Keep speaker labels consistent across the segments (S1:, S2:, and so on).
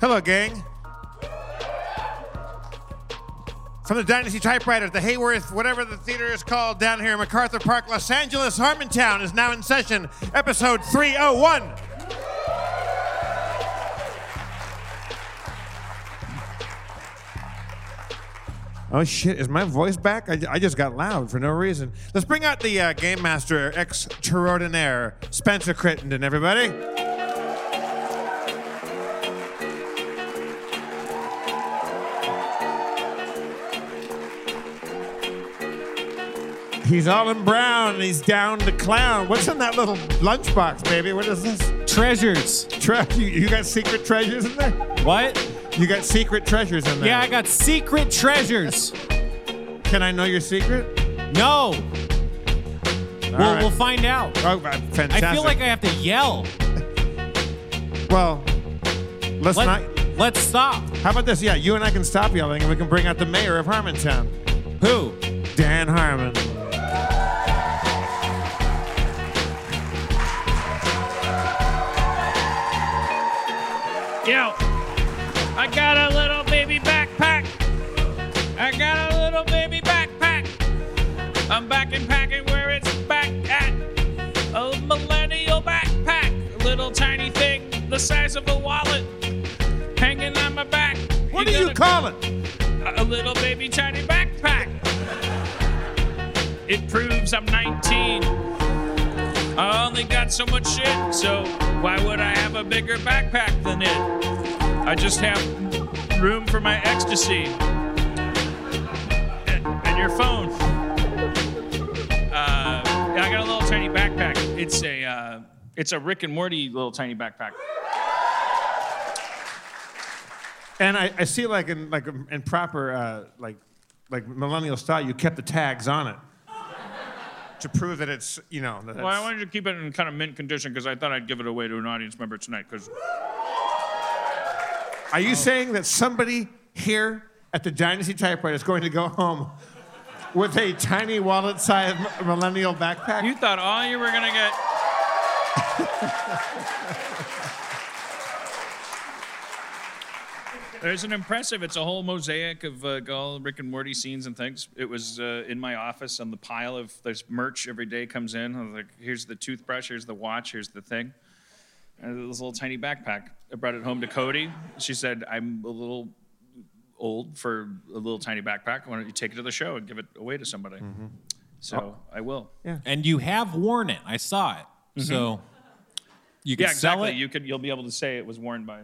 S1: Hello, gang. From the Dynasty Typewriter, the Hayworth, whatever the theater is called down here in MacArthur Park, Los Angeles, Harmontown is now in session, episode 301. Oh shit, is my voice back? I, I just got loud for no reason. Let's bring out the uh, Game Master extraordinaire, Spencer Crittenden, everybody. He's all in brown and he's down to clown. What's in that little lunchbox, baby? What is this?
S2: Treasures.
S1: Tre- you, you got secret treasures in there?
S2: What?
S1: You got secret treasures in there.
S2: Yeah, I got secret treasures.
S1: Can I know your secret?
S2: No.
S1: All
S2: We'll,
S1: right.
S2: we'll find out.
S1: Oh, uh, fantastic.
S2: I feel like I have to yell.
S1: Well, let's
S2: Let,
S1: not.
S2: Let's stop.
S1: How about this? Yeah, you and I can stop yelling and we can bring out the mayor of Harmontown,
S2: Who?
S1: Dan Harmon.
S3: Yo, I got a little baby backpack. I got a little baby backpack. I'm back and packing where it's back at. A millennial backpack. A little tiny thing the size of a wallet hanging on my back.
S1: What do you
S3: gonna-
S1: call it?
S3: A little baby tiny backpack. It proves I'm 19. I only got so much shit, so why would I have a bigger backpack than it? I just have room for my ecstasy and, and your phone. Uh, I got a little tiny backpack. It's a uh, it's a Rick and Morty little tiny backpack.
S1: And I, I see, like in like in proper uh, like like millennial style, you kept the tags on it to prove that it's you know. That
S3: Well, I
S1: it's-
S3: wanted to keep it in kind of mint condition because I thought I'd give it away to an audience member tonight because
S1: Are you saying that somebody here at the Dynasty Typewriter is going to go home with a tiny wallet-sized m- millennial backpack?
S3: You thought all you were gonna get. There's an impressive. It's a whole mosaic of uh, all Rick and Morty scenes and things. It was uh, in my office on the pile of there's merch every day comes in. I was like, here's the toothbrush, here's the watch, here's the thing. And this little tiny backpack. I brought it home to Cody. She said, I'm a little old for a little tiny backpack. Why don't you take it to the show and give it away to somebody? So I will.
S2: And you have worn it. I saw it. So you can
S3: Yeah,
S2: sell
S3: exactly.
S2: it.
S3: You could you'll be able to say it was worn by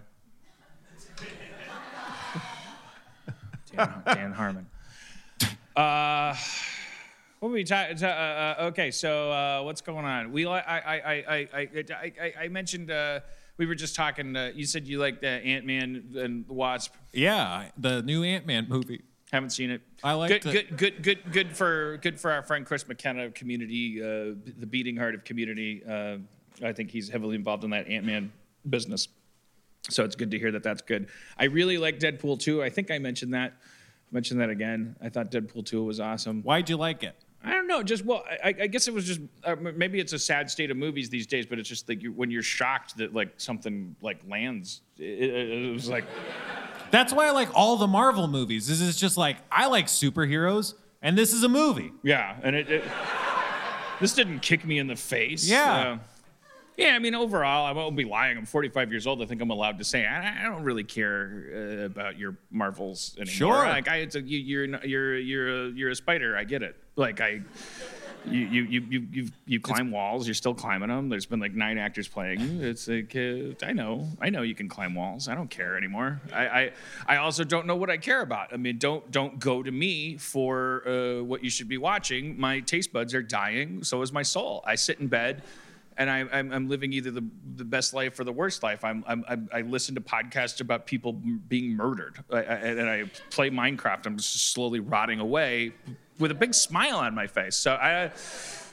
S3: Dan, Dan Harmon. Uh, what were we talking? uh, uh, okay, so uh, what's going on? We li- I I I I I I, I mentioned uh, we were just talking. Uh, you said you like the Ant Man and the Wasp.
S2: yeah, the new Ant Man movie.
S3: Haven't seen it.
S2: I liked
S3: good,
S2: it.
S3: good, good, good, good for good for our friend Chris McKenna of Community, uh, the beating heart of Community. Uh, I think he's heavily involved in that Ant Man business, so it's good to hear that that's good. I really like Deadpool 2. I think I mentioned that. Mentioned that again. I thought Deadpool 2 was awesome.
S2: Why'd you like it?
S3: I don't know. Just well, I, I guess it was just uh, m- maybe it's a sad state of movies these days, but it's just like you, when you're shocked that like something like lands. It, it, it was like.
S2: That's why I like all the Marvel movies. This is just like I like superheroes, and this is a movie.
S3: Yeah, and it, it this didn't kick me in the face.
S2: Yeah.
S3: Uh, yeah, I mean, overall, I won't be lying. I'm 45 years old. I think I'm allowed to say I, I don't really care uh, about your marvels anymore.
S2: Sure.
S3: Like I, it's a, you, you're n- you're you're a, you're a spider. I get it. Like I. You you you you you you climb walls. You're still climbing them. There's been like nine actors playing you. It's like uh, I know, I know you can climb walls. I don't care anymore. I I, I also don't know what I care about. I mean, don't don't go to me for uh, what you should be watching. My taste buds are dying. So is my soul. I sit in bed. And I, I'm, I'm living either the, the best life or the worst life. I'm, I'm, I'm, I listen to podcasts about people m- being murdered, I, I, and I play Minecraft. I'm just slowly rotting away with a big smile on my face. So I,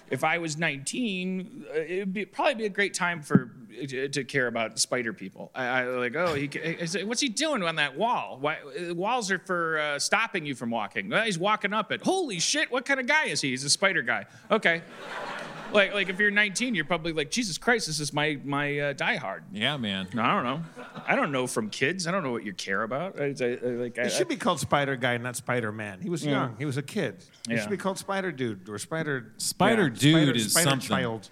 S3: if I was 19, uh, it'd be, probably be a great time for to, to care about spider people. I, I like, oh, he, ca- I say, what's he doing on that wall? Why uh, walls are for uh, stopping you from walking? Well, he's walking up it. Holy shit! What kind of guy is he? He's a spider guy. Okay. Like, like if you're 19, you're probably like, Jesus Christ, this is my my uh, Die Hard.
S2: Yeah, man.
S3: No, I don't know. I don't know from kids. I don't know what you care about. I, I, I, like, I,
S1: He should be called Spider Guy, not Spider Man. He was young. He was a kid. He
S3: Yeah.
S1: should be called Spider Dude or Spider.
S2: Spider
S1: Yeah,
S2: Dude is
S1: Spider
S2: something.
S1: Child.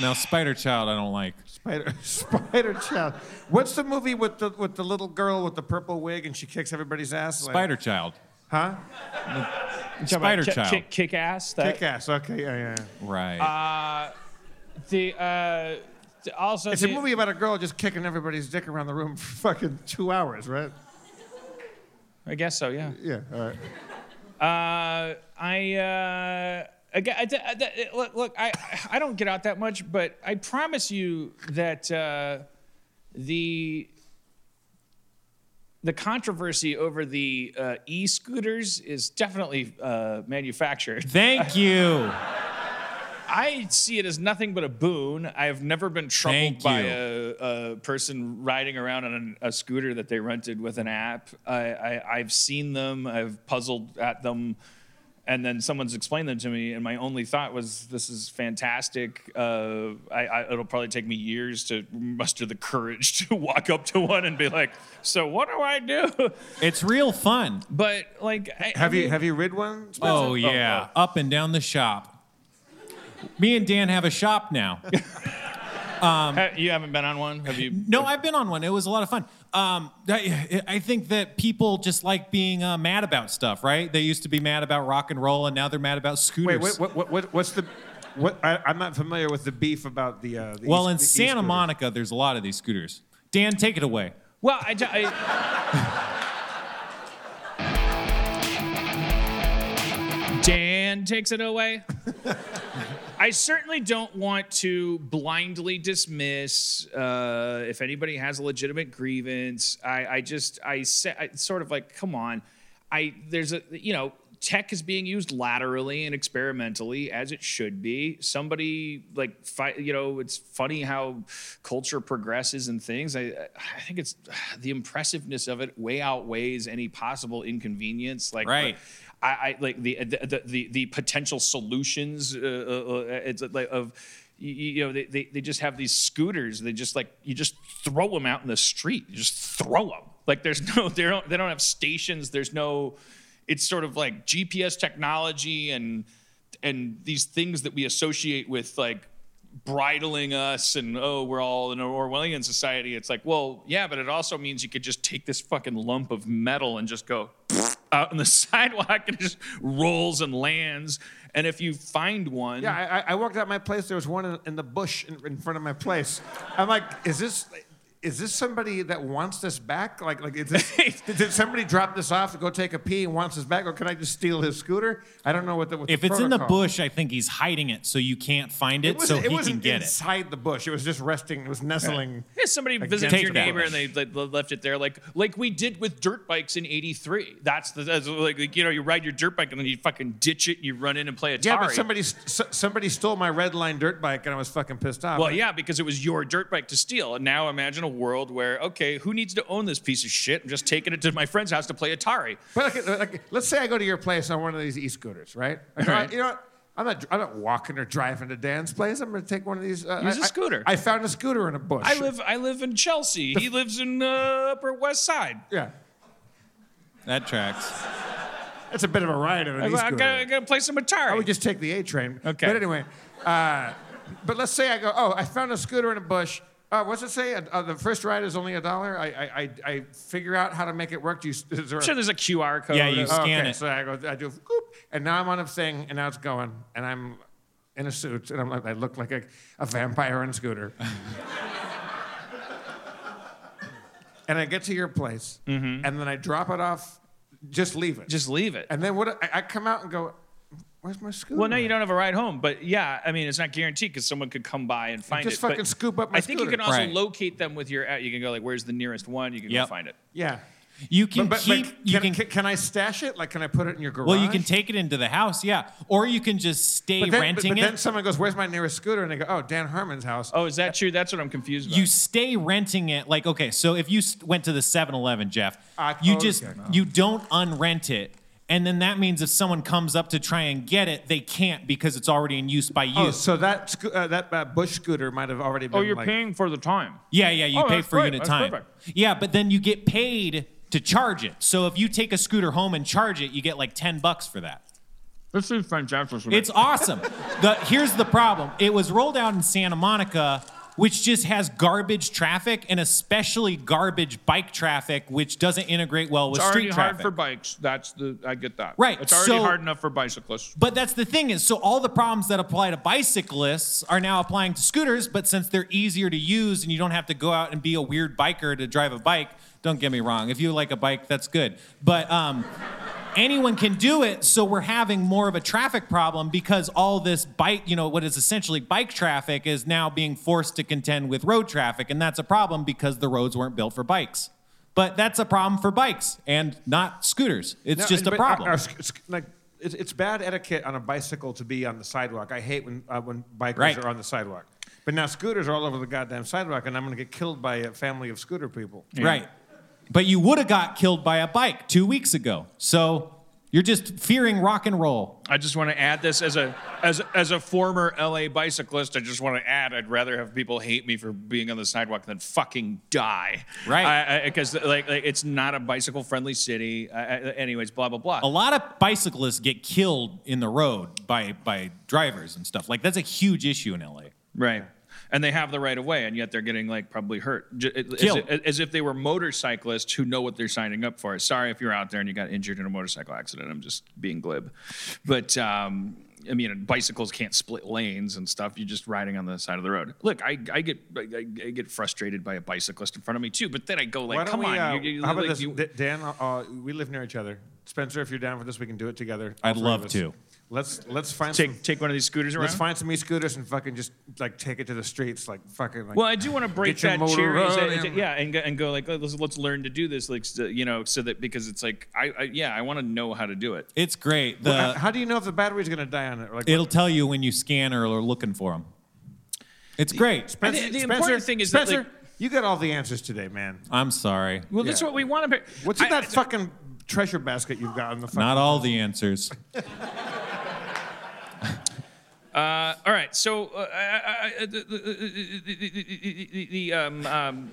S2: Now, Spider Child, I don't like.
S1: Spider Spider Child. What's the movie with the with the little girl with the purple wig and she kicks everybody's ass? Like-
S2: Spider Child.
S1: huh?
S2: Spider
S3: Kick-
S2: Child.
S3: Kick, kick ass. That,
S1: Kick ass. Okay, yeah, yeah. yeah.
S2: Right.
S3: The uh, th- also
S1: It's
S3: the,
S1: a movie about a girl just kicking everybody's dick around the room for fucking two hours, right?
S3: I guess so. Yeah.
S1: Yeah. All right.
S3: Uh, I. Uh, Again, I, I- I- look, look, I, I don't get out that much, but I promise you that uh, the the controversy over the uh, e-scooters is definitely uh, manufactured.
S2: Thank you.
S3: I see it as nothing but a boon. I have never been
S2: Thank
S3: troubled by
S2: you.
S3: a, a person riding around on an- a scooter that they rented with an app. I, I, I've seen them, I've puzzled at them, and then someone's explained them to me. And my only thought was, this is fantastic. Uh, I, I, it'll probably take me years to muster the courage to walk up to one and be like, so what do I do?
S2: It's real fun.
S3: But, like, I,
S1: Have
S3: I
S1: you
S3: mean-
S1: have you rid one?
S2: Oh, yeah. Up and down the shop. Me and Dan have a shop now.
S3: ha- you haven't been on one? Have you?
S2: No, I've been on one. It was a lot of fun. Um, I, I think that people just like being uh, mad about stuff, right? They used to be mad about rock and roll, and now they're mad about scooters.
S1: Wait, what, what, what, what, what's the? What I, I'm not familiar with the beef about the. Uh, the
S2: well,
S1: e-
S2: in
S1: the
S2: Santa
S1: e-scooters.
S2: Monica, there's a lot of these scooters. Dan, take it away.
S3: Well, I. d- I- Dan takes it away. I certainly don't want to blindly dismiss uh, if anybody has a legitimate grievance. I, I just, I, se- I sort of like, come on. I there's a you know tech is being used laterally and experimentally as it should be. Somebody like fi- you know it's funny how culture progresses and things. I I think it's the impressiveness of it way outweighs any possible inconvenience. Like
S2: Right.
S3: I, I like the the the- the, the potential solutions uh, uh, uh, it's like of you, you know they, they, they just have these scooters they just like you just throw them out in the street you just throw them like there's no they don't they don't have stations there's no it's sort of like GPS technology and and these things that we associate with like bridling us and oh we're all in an Orwellian society it's like well yeah but it also means you could just take this fucking lump of metal and just go out on the sidewalk and it just rolls and lands. And if you find one,
S1: Yeah, I, I- I walked out my place. There was one in, in the bush in, in front of my place. I'm like, is this? Is this somebody that wants this back? Like, like is this, did, did somebody drop this off to go take a pee and wants this back, or can I just steal his scooter? I don't know what the what the
S2: If it's in the
S1: protocol-
S2: bush, I think he's hiding it so you can't find it,
S1: it
S2: so
S1: wasn't,
S2: he
S1: it wasn't
S2: can get it.
S1: inside the bush. It was just resting. It was nestling.
S3: Yeah, somebody
S1: Like,
S3: visits
S1: take
S3: your
S1: that.
S3: neighbor and they like, le- left it there, like like we did with dirt bikes in '83. That's the that's like, like, you know you ride your dirt bike and then you fucking ditch it and you run in and play Atari.
S1: Yeah, but somebody s- s- somebody stole my red line dirt bike, and I was fucking pissed off.
S3: Well, yeah, because it was your dirt bike to steal. And now imagine a world where, okay, who needs to own this piece of shit? I'm just taking it to my friend's house to play Atari.
S1: But like, like, let's say I go to your place on one of these e-scooters, right? Like,
S3: Right.
S1: You know, what? I'm not. I'm not walking or driving to Dan's place. I'm going to take one of these. Uh,
S3: Use
S1: a
S3: a scooter.
S1: I, found a scooter in a bush.
S3: I live I live in Chelsea. He lives in uh, Upper West Side.
S1: Yeah,
S2: That tracks.
S1: that's a bit of a ride on an
S3: I, I,
S1: e-scooter.
S3: gotta, I gotta play some Atari.
S1: I would just take the A train.
S3: Okay.
S1: But anyway, uh, but let's say I go. Oh, I found a scooter in a bush. Uh, what's it say? Uh, the first ride is only a dollar. I, I, I, I figure out how to make it work. Do you? Is there a,
S3: I'm sure there's a QR code.
S2: Yeah, you-
S1: Oh,
S2: Scan
S1: okay,
S2: it.
S1: so I go, I do, whoop, and now I'm on a thing, and now it's going, and I'm in a suit, and I'm like, I look like a, a vampire on a scooter. and I get to your place,
S2: Mm-hmm.
S1: and then I drop it off, just leave it.
S3: just leave it.
S1: and then what? I, I come out and go, where's my scooter?
S3: Well, no, you don't have a ride home, but yeah, I mean, it's not guaranteed because someone could come by and find
S1: Just
S3: it. but
S1: fucking scoop up my
S3: I think you
S1: scooter.
S3: can also
S2: Right.
S3: locate them with your. You can go like, "Where's the nearest one?" You can
S2: Yep.
S3: go find it.
S1: Yeah.
S2: You can
S1: But, but,
S2: keep.
S1: but
S2: you
S1: can, can,
S2: can,
S1: can I stash it? Like, can I put it in your garage?
S2: well, you can take it into the house, yeah, or you can just stay
S1: but then, but-
S2: renting
S1: but,
S2: it.
S1: then someone goes, "Where's my nearest scooter?" And they go, "Oh, Dan Harmon's house."
S3: Oh, is that true? That's what I'm confused about.
S2: you stay renting it like okay so if you st- went to the 7-eleven jeff
S1: I
S2: you
S1: totally
S2: just
S1: get it.
S2: you don't unrent it And then that means if someone comes up to try and get it, they can't because it's already in use by you.
S1: Oh, so that sco- uh, that uh, Bush scooter might have already been.
S3: Oh, you're
S1: like,
S3: paying for the time.
S2: Yeah, yeah, you
S3: Oh,
S2: pay
S3: that's
S2: for
S3: great.
S2: unit
S3: That's
S2: time.
S3: perfect.
S2: Yeah, but then you get paid to charge it. So if you take a scooter home and charge it, you get like 10 bucks for that.
S3: This is fantastic.
S2: It's awesome. the, here's the problem it was rolled out in Santa Monica, which just has garbage traffic and especially garbage bike traffic, which doesn't integrate well with
S3: It's already
S2: street
S3: hard
S2: traffic.
S3: for bikes. That's the I get that.
S2: Right,
S3: It's already
S2: so-
S3: hard enough for bicyclists.
S2: But that's the thing is, so all the problems that apply to bicyclists are now applying to scooters. But since they're easier to use and you don't have to go out and be a weird biker to drive a bike, don't get me wrong. If you like a bike, that's good. But um, anyone can do it. So we're having more of a traffic problem because all this bike, you know, what is essentially bike traffic is now being forced to contend with road traffic. And that's a problem because the roads weren't built for bikes. But that's a problem for bikes and not scooters. It's
S1: No,
S2: just a
S1: but our-
S2: problem.
S1: our sc- sc- like, it's, it's bad etiquette on a bicycle to be on the sidewalk. I hate when uh, when bikers
S2: Right.
S1: are on the sidewalk. But now scooters are all over the goddamn sidewalk, and I'm going to get killed by a family of scooter people.
S2: Right. But you would have got killed by a bike two weeks ago. So you're just fearing rock and roll.
S3: I just want to add this as a as as a former LA bicyclist. I just want to add. I'd rather have people hate me for being on the sidewalk than fucking die.
S2: Right.
S3: Because like, like it's not a bicycle friendly city. I, I, anyways, blah blah blah.
S2: A lot of bicyclists get killed in the road by by drivers and stuff. Like that's a huge issue in LA.
S3: Right. And they have the right of way, and yet they're getting like probably hurt, J- as,
S2: Killed.
S3: as, as if they were motorcyclists who know what they're signing up for. Sorry if you're out there and you got injured in a motorcycle accident. I'm just being glib, but um, I mean bicycles can't split lanes and stuff. You're just riding on the side of the road. Look, I, I get I, I- I get frustrated by a bicyclist in front of me too, but then I go
S1: Why
S3: like,
S1: don't
S3: come
S1: we,
S3: on,
S1: uh,
S3: you- you-
S1: how about
S3: like,
S1: this,
S3: you-
S1: D- Dan? Uh, we live near each other. Spencer, if you're down for this, we can do it together. all
S2: I'd
S1: three
S2: love
S1: of us.
S2: to.
S1: Let's let's find some,
S3: take take one of these scooters around.
S1: let's find some e-scooters and fucking just like take it to the streets, like fucking. Like,
S3: Well, I do want to break
S1: Get your
S3: that
S1: motor
S3: cheer, is that-
S1: running.
S3: is that- yeah, and go, and go like let's let's learn to do this, like so- you know, so that because it's like I, I yeah, I want to know how to do it.
S2: It's great.
S1: Uh,
S2: The,
S1: how do you know if the battery's going to die on it? Or, Like,
S2: it'll tell you when you scan or are looking for them. It's great.
S1: Spencer,
S3: the
S1: Spencer,
S3: important thing is that,
S1: Spencer,
S3: like-
S1: you got all the answers today, man.
S2: I'm sorry.
S3: Well, that's
S1: Yeah.
S3: what we want to.
S1: What's in that fucking treasure basket you've got on the? Fucking
S2: Not all the answers.
S3: all right, so uh, I, I, I- the, the, the, the um. um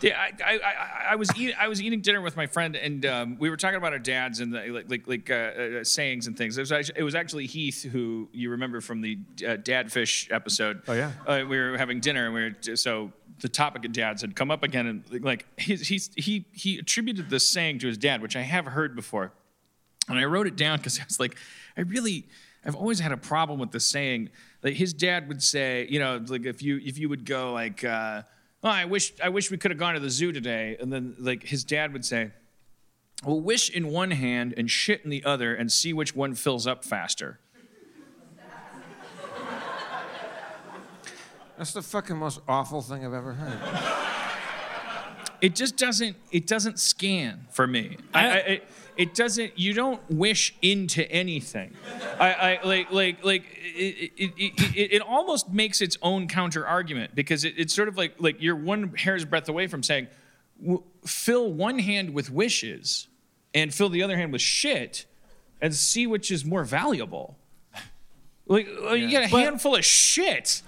S3: yeah, I, I, I, I was eating I was eating dinner with my friend and um, we were talking about our dads and the, like like, like uh, uh, sayings and things. It was, actually, it was actually Heath who you remember from the uh, Dadfish episode.
S1: Oh, yeah.
S3: uh, we were having dinner and we were just, so the topic of dads had come up again and like he's, he's, he he attributed this saying to his dad, which I have heard before, and I wrote it down because I was like, I really I've always had a problem with this saying. Like his dad would say, you know, like if you if you would go like, uh, oh, I wish I wish we could have gone to the zoo today, and then like his dad would say. Well, wish in one hand and shit in the other, and see which one fills up faster.
S1: That's the fucking most awful thing I've ever heard.
S3: it just doesn't it doesn't scan for me I, I, it, it doesn't you don't wish into anything i, I like like like it, it, it, it, it almost makes its own counter argument because it, it's sort of like like you're one hair's breadth away from saying w- fill one hand with wishes and fill the other hand with shit and see which is more valuable like uh, you got a
S2: But-
S3: handful of shit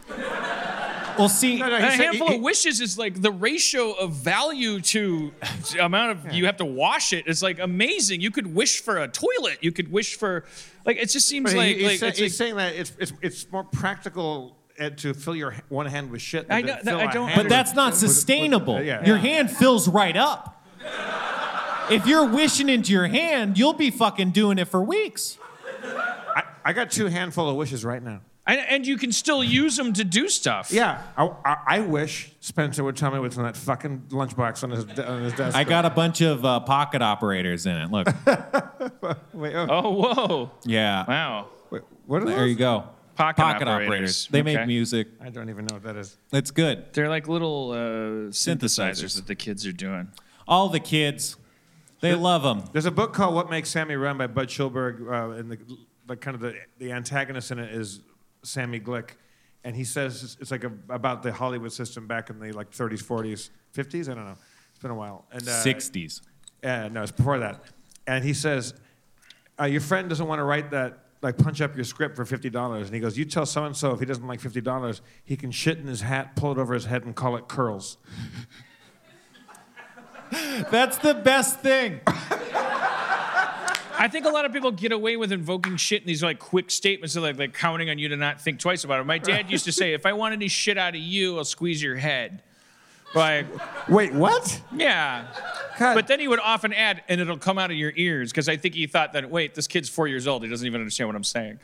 S2: Well, see,
S1: No, no, he
S3: and a
S1: said-
S3: handful
S1: he-
S3: of wishes is like the ratio of value to the amount of you have to wash it. It's like amazing. You could wish for a toilet. You could wish for like it just seems
S1: But he-
S3: like,
S1: he's,
S3: like,
S1: sa-
S3: it's
S1: he's
S3: like-
S1: saying that it's, it's, it's more practical uh, to fill your h- one hand with shit.
S3: I
S1: than
S3: know-
S1: to
S3: that-
S1: fill
S3: I
S1: a
S3: don't-
S1: hand
S2: But
S1: with-
S2: that's not
S1: with- with-
S2: sustainable.
S1: yeah.
S2: Your hand fills right up. If you're wishing into your hand, you'll be fucking doing it for weeks.
S1: I, I got two handful of wishes right now.
S3: and, and you can still use them to do stuff.
S1: Yeah, I, I, I wish Spencer would tell me what's in that fucking lunchbox on his, de- on his desk.
S2: I got a bunch of uh, pocket operators in it. Look,
S1: Wait, oh,
S3: Oh whoa!
S2: yeah.
S3: Wow.
S1: wait, what are
S2: There
S1: those?
S2: you go.
S3: Pocket operators.
S2: They
S3: Okay.
S2: make music.
S1: I don't even know what that is.
S2: It's good.
S3: They're like little uh, synthesizers
S2: Synthesizers.
S3: that the kids are doing.
S2: All the kids, they love them.
S1: There's a book called What Makes Sammy Run by Bud Schulberg, uh, and the, the kind of the, the antagonist in it is Sammy Glick, and he says it's, it's like a, about the Hollywood system back in the like 30s, 40s, 50s. I don't know. It's been a while. And uh,
S2: 60s.
S1: Uh, no, it's before that. And he says, uh, your friend doesn't want to write that, like punch up your script for fifty dollars, and he goes, you tell so and so if he doesn't like fifty dollars, he can shit in his hat, pull it over his head, and call it curls.
S2: That's the best thing.
S3: I think a lot of people get away with invoking shit in these like quick statements, of, like like counting on you to not think twice about it. My dad used to say, "If I want any shit out of you, I'll squeeze your head." Like,
S1: Wait, what?
S3: yeah.
S1: God.
S3: But then he would often add, "And it'll come out of your ears," because I think he thought that, wait, this kid's four years old. He doesn't even understand what I'm saying.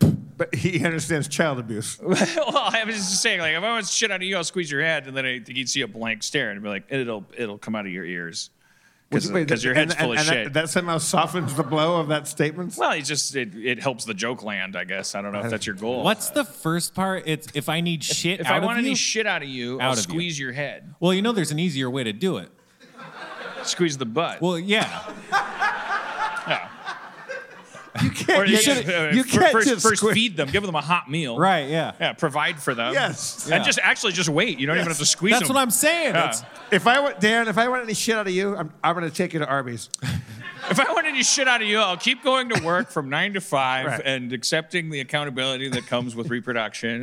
S1: But he understands child abuse.
S3: well, I was just saying, like, if I want shit out of you, I'll squeeze your head, and then I think he'd see a blank stare and be like, "It'll it'll come out of your ears,"
S1: Wait,
S3: because your
S1: and-
S3: head's full
S1: and-
S3: of
S1: and
S3: shit.
S1: That, that somehow softens the blow of that statement.
S3: well, it's just it, it helps the joke land, I guess. I don't know if that's your goal.
S2: What's the first part? It's if I need shit
S3: If
S2: out
S3: I want
S2: of you.
S3: any shit out of you, I'll
S2: Out of you.
S3: squeeze your head,
S2: well, you know, there's an easier way to do it.
S3: squeeze the butt.
S2: Well, yeah.
S1: You can't.
S3: Oh. Or
S1: you
S3: yeah,
S1: can't-
S3: uh,
S1: you
S3: fir-
S1: can't
S3: first,
S1: just
S3: first
S1: squeeze-
S3: feed them, give them a hot meal.
S2: Right. Yeah.
S3: Yeah, provide for them.
S1: Yes.
S2: Yeah.
S3: And just actually just wait. You don't even have to squeeze
S2: That's
S3: them.
S2: what I'm saying.
S3: Yeah.
S2: It's-
S1: If I want Dan, if I want any shit out of you, I'm, I'm gonna take you to Arby's.
S3: If I want any shit out of you, I'll keep going to work from nine to five
S1: Right.
S3: and accepting the accountability that comes with reproduction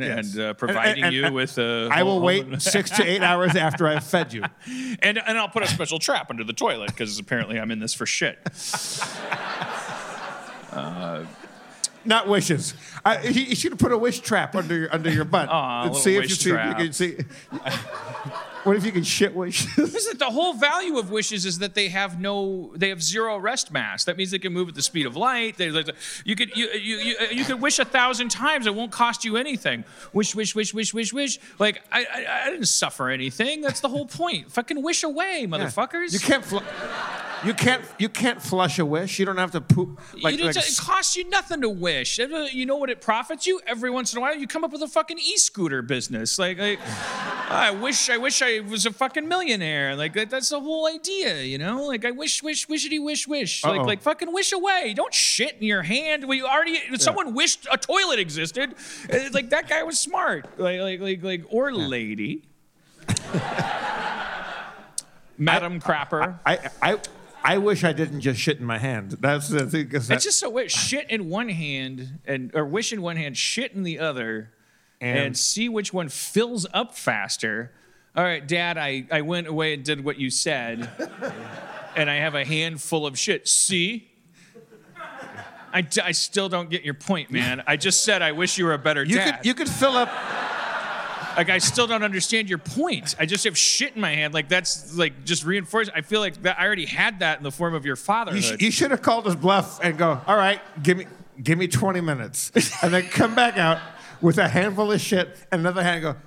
S1: Yes.
S3: and uh,
S1: And-
S3: providing
S1: and-
S3: you
S1: and-
S3: with. Uh,
S1: I will
S3: whole-
S1: wait six to eight hours after I've fed you.
S3: And and I'll put a special trap under the toilet because apparently I'm in this for shit.
S1: Not wishes. I, he, he should have put a wish trap under your under your butt
S3: Aw, a
S1: and
S3: little
S1: see if
S3: wish
S1: you, see if you
S3: trap.
S1: can see. What if you can shit wishes?
S3: Listen, the whole value of wishes is that they have no, they have zero rest mass. That means they can move at the speed of light. They, they- you could you, you, you, you could wish a thousand times. It won't cost you anything. Wish, wish, wish, wish, wish, wish. Like I, I, I didn't suffer anything. That's the whole point. Fucking wish away, motherfuckers.
S1: You can't. Fl- you can't. You can't flush a wish. You don't have to poop. Like,
S3: you
S1: like
S3: didn't- it
S1: s-
S3: costs you nothing to wish. You know what it profits you? Every once in a while, you come up with a fucking e-scooter business. Like, like "Oh, I wish, I wish I was a fucking millionaire. Like that, that's the whole idea, you know? Like I wish, wish, wishity, wish, wish.
S1: Uh-oh.
S3: Like, like fucking wish away. Don't shit in your hand. We already someone wished a toilet existed. Uh, Like that guy was smart. Like, like, like, like or lady. Madam Crapper.
S1: I, I, I wish I didn't just shit in my hand. That's the thing. 'cause that-
S3: It's just so weird. Shit in one hand and or wish in one hand, shit in the other, and,
S1: And-
S3: see which one fills up faster. All right, Dad, I, I went away and did what you said, and I have a handful of shit. See? I, d- I still don't get your point, man. I just said I wish you were a better
S1: you
S3: dad.
S1: could you could fill up.
S3: like I still don't understand your point. I just have shit in my hand. Like that's like just reinforced. I feel like that I already had that in the form of your
S1: You,
S3: fatherhood.
S1: sh- you should have called his bluff and go. All right, give me give me 20 minutes, and then come back out with a handful of shit and another hand. and Go.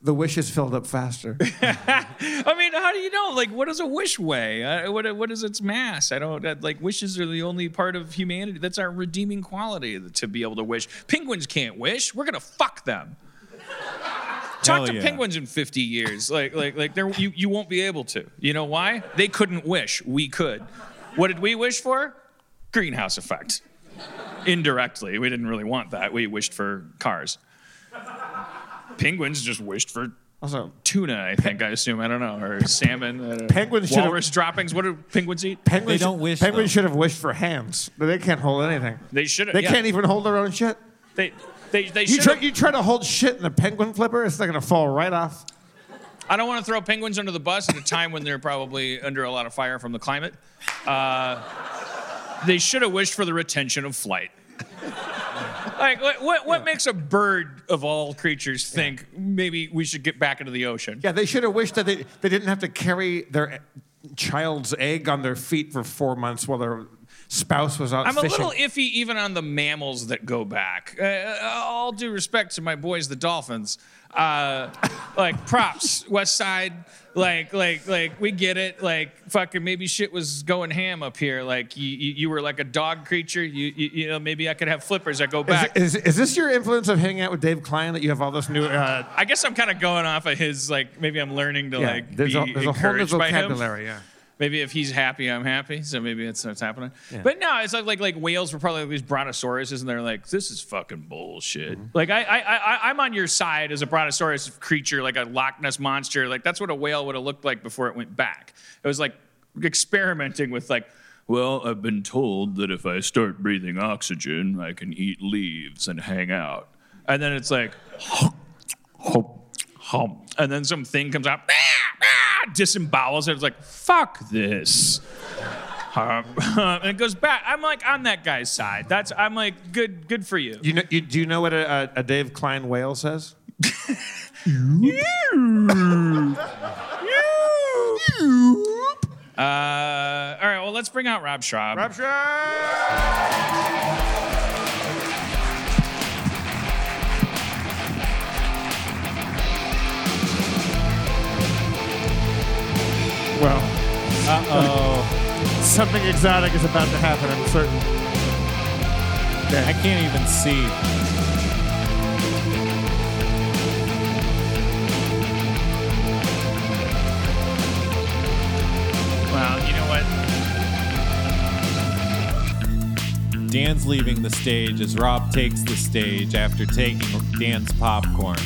S1: The wish is filled up faster.
S3: I mean, how do you know? Like, what is a wish weigh? Uh, what what is its mass? I don't uh, like wishes are the only part of humanity that's our redeeming quality to be able to wish. Penguins can't wish. We're gonna fuck them. Talk
S2: Hell
S3: to
S2: yeah.
S3: penguins in 50 years. Like like like they're, you you won't be able to. You know why? They couldn't wish. We could. What did we wish for? Greenhouse effect. Indirectly, we didn't really want that. We wished for cars. Penguins just wished for
S1: Also,
S3: tuna, I think, I assume. I don't know. Or salmon. I don't know.
S1: Penguins should've-
S3: Walrus droppings. What do penguins eat?
S1: penguins
S2: They don't wish,
S1: Penguins
S2: though.
S1: should have wished for hands, but they can't hold anything.
S3: They should've-
S1: They
S3: yeah.
S1: can't even hold their own shit.
S3: They, they, they
S1: You
S3: should.
S1: try, you try to hold shit in a penguin flipper, it's not gonna fall right off.
S3: I don't want to throw penguins under the bus at a time when they're probably under a lot of fire from the climate. Uh, they should have wished for the retention of flight. Like, what, what, what makes a bird of all creatures think maybe we should get back into the ocean?
S1: Yeah, they should have wished that they, they didn't have to carry their child's egg on their feet for four months while their spouse was out
S3: I'm
S1: fishing.
S3: a little iffy even on the mammals that go back. Uh, all due respect to my boys, the dolphins. Uh, like props, West Side. Like, like, like, we get it. Like, fucking, maybe shit was going ham up here. Like, you, you, you were like a dog creature. You, you, you know, maybe I could have flippers that go
S1: is,
S3: back.
S1: is, is this your influence of hanging out with Dave Klein that you have all this new? Uh,
S3: I guess I'm kind of going off of his. Like, maybe I'm learning to
S1: yeah,
S3: like
S1: there's,
S3: be
S1: a, there's a whole new
S3: encouraged by him.
S1: vocabulary. Yeah.
S3: Maybe if he's happy, I'm happy. So maybe that's what's happening. But no, it's like like like whales were probably like these brontosauruses, and they're like, this is fucking bullshit. Like I, I I I'm on your side as a brontosaurus creature, like a Loch Ness monster. Like that's what a whale would have looked like before it went back. It was like experimenting with like. Well, I've been told that if I start breathing oxygen, I can eat leaves and hang out. And then it's like, hum, hum. and then some thing comes out, "Ah, ah," disembowels it. It's like, fuck this. Hum, hum, and it goes back. I'm like on that guy's side. That's I'm like good, good for you.
S1: You know, you, do you know what a, a a Dave Klein whale says?
S3: Uh, all right, well let's bring out Rob Schraub.
S1: Well, uh oh. Something exotic is about to happen, I'm certain.
S2: I can't even see.
S3: Well, you know what?
S2: Dan's leaving the stage as Rob takes the stage after taking Dan's popcorn.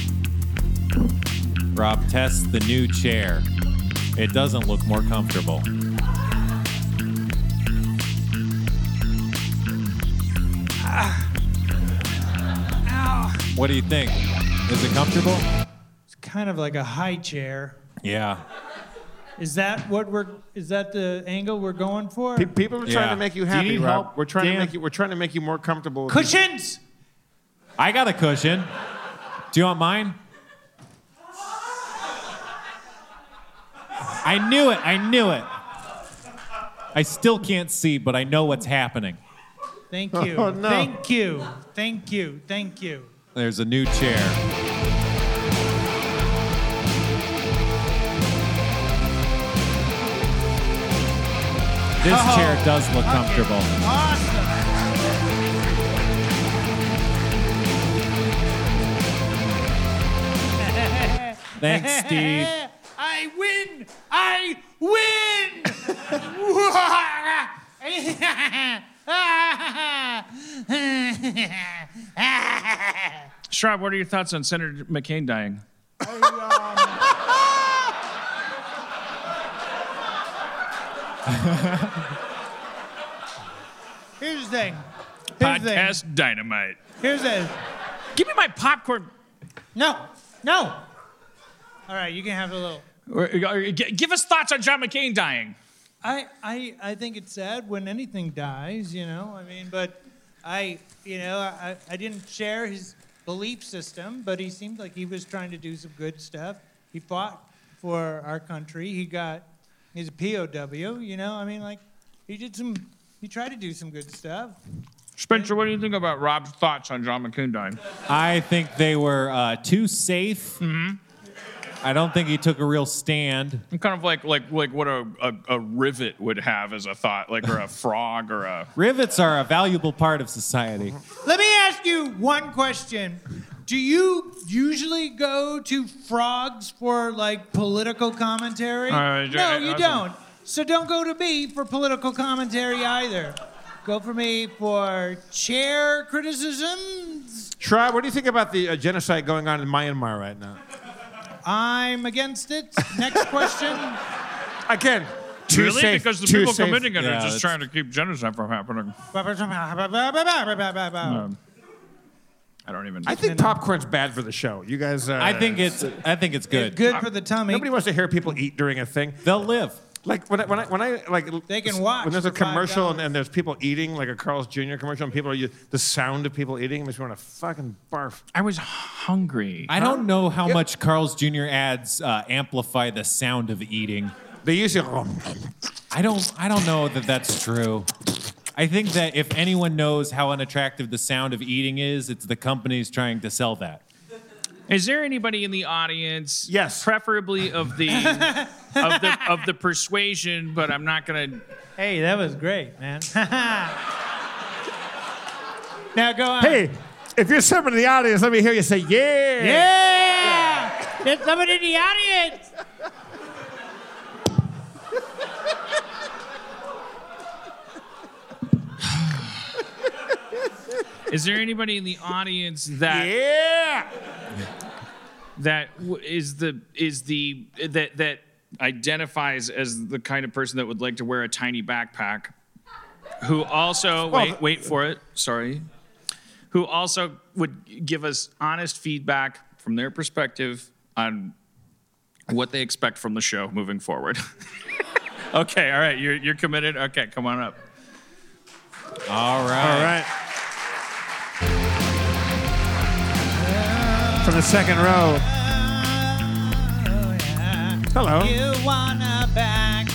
S2: Rob tests the new chair. It doesn't look more comfortable. What do you think? Is it comfortable?
S4: It's kind of like a high chair.
S2: Yeah.
S4: Is that what we're? Is that the angle we're going for?
S1: Pe- People are trying
S2: Yeah.
S1: to make you
S2: Do you
S1: happy,
S2: need
S1: Rob.
S2: help,
S1: We're trying
S2: Dan?
S1: to make you. We're trying to make you more comfortable. with
S4: Cushions.
S2: I got a cushion. Do you want mine? I knew it. I knew it. I still can't see, but I know what's happening.
S4: Thank you.
S1: Oh, no.
S4: Thank you. Thank you. Thank you.
S2: There's a new chair. This chair does look comfortable.
S4: Awesome.
S2: Thanks, Steve.
S4: I win. I win.
S3: Schraub, what are your thoughts on Senator McCain dying?
S4: Here's the thing. Here's the thing.
S3: Podcast dynamite.
S4: Here's the.
S3: Give me my popcorn.
S4: No. No. All right, you can have a little.
S3: Or- or- g- Give us thoughts on John McCain dying.
S4: I, I, I think it's sad when anything dies, you know. I mean, but I, you know, I, I didn't share his belief system, but he seemed like he was trying to do some good stuff. He fought for our country. He got his POW, you know. I mean, like, he did some, he tried to do some good stuff.
S3: Spencer, what do you think about Rob's thoughts on John McCain dying?
S2: I think they were uh, too safe. I don't think he took a real stand.
S3: I'm kind of like like like what a, a, a rivet would have as a thought, like or a frog or a.
S2: Rivets are a valuable part of society.
S4: Let me ask you one question. Do you usually go to frogs for like political commentary?
S3: Uh, yeah,
S4: no, you
S3: I- I-
S4: don't. So don't go to me for political commentary either. Go for me for chair criticisms.
S1: You. Shri, what do you think about the uh, genocide going on in Myanmar right now?
S4: I'm against it. Next question.
S1: Again, too
S3: really?
S1: safe.
S3: because the
S1: too
S3: people
S1: safe.
S3: committing it
S2: Yeah,
S3: are just
S2: that's-
S3: trying to keep genocide from happening. Um, I don't even.
S1: I think popcorn's bad for the show. You guys. Uh,
S2: I think it's I think it's good.
S4: Good for the tummy.
S1: Nobody wants to hear people eat during a thing.
S2: They'll live.
S1: Like when I, when I, when I like
S4: They can watch
S1: when there's a
S4: for five
S1: commercial and,
S4: dollars.
S1: and there's people eating like a Carl's Jr. commercial and people are u- the sound of people eating makes me want to fucking barf.
S3: I was hungry.
S2: I don't know how much Carl's Jr. ads uh, amplify the sound of eating.
S1: They usually
S2: I don't I don't know that that's true. I think that if anyone knows how unattractive the sound of eating is, it's the companies trying to sell that.
S3: Is there anybody in the audience?
S1: Yes.
S3: Preferably of the of the of the persuasion, but I'm not gonna.
S4: Hey, that was great, man. now go on.
S1: hey, if you're someone in the audience, let me hear you say yeah.
S4: Yeah! There's someone in the audience!
S3: Is there anybody in the audience that
S1: Yeah.
S3: that w- is the is the that that identifies as the kind of person that would like to wear a tiny backpack who also
S1: Well,
S3: wait wait for it. Sorry, who also would give us honest feedback from their perspective on what they expect from the show moving forward. okay, all right, you're you're committed. Okay, come on up.
S2: All right.
S1: All right. From the second row.
S4: Oh, yeah.
S1: Hello.
S4: You wanna backpack.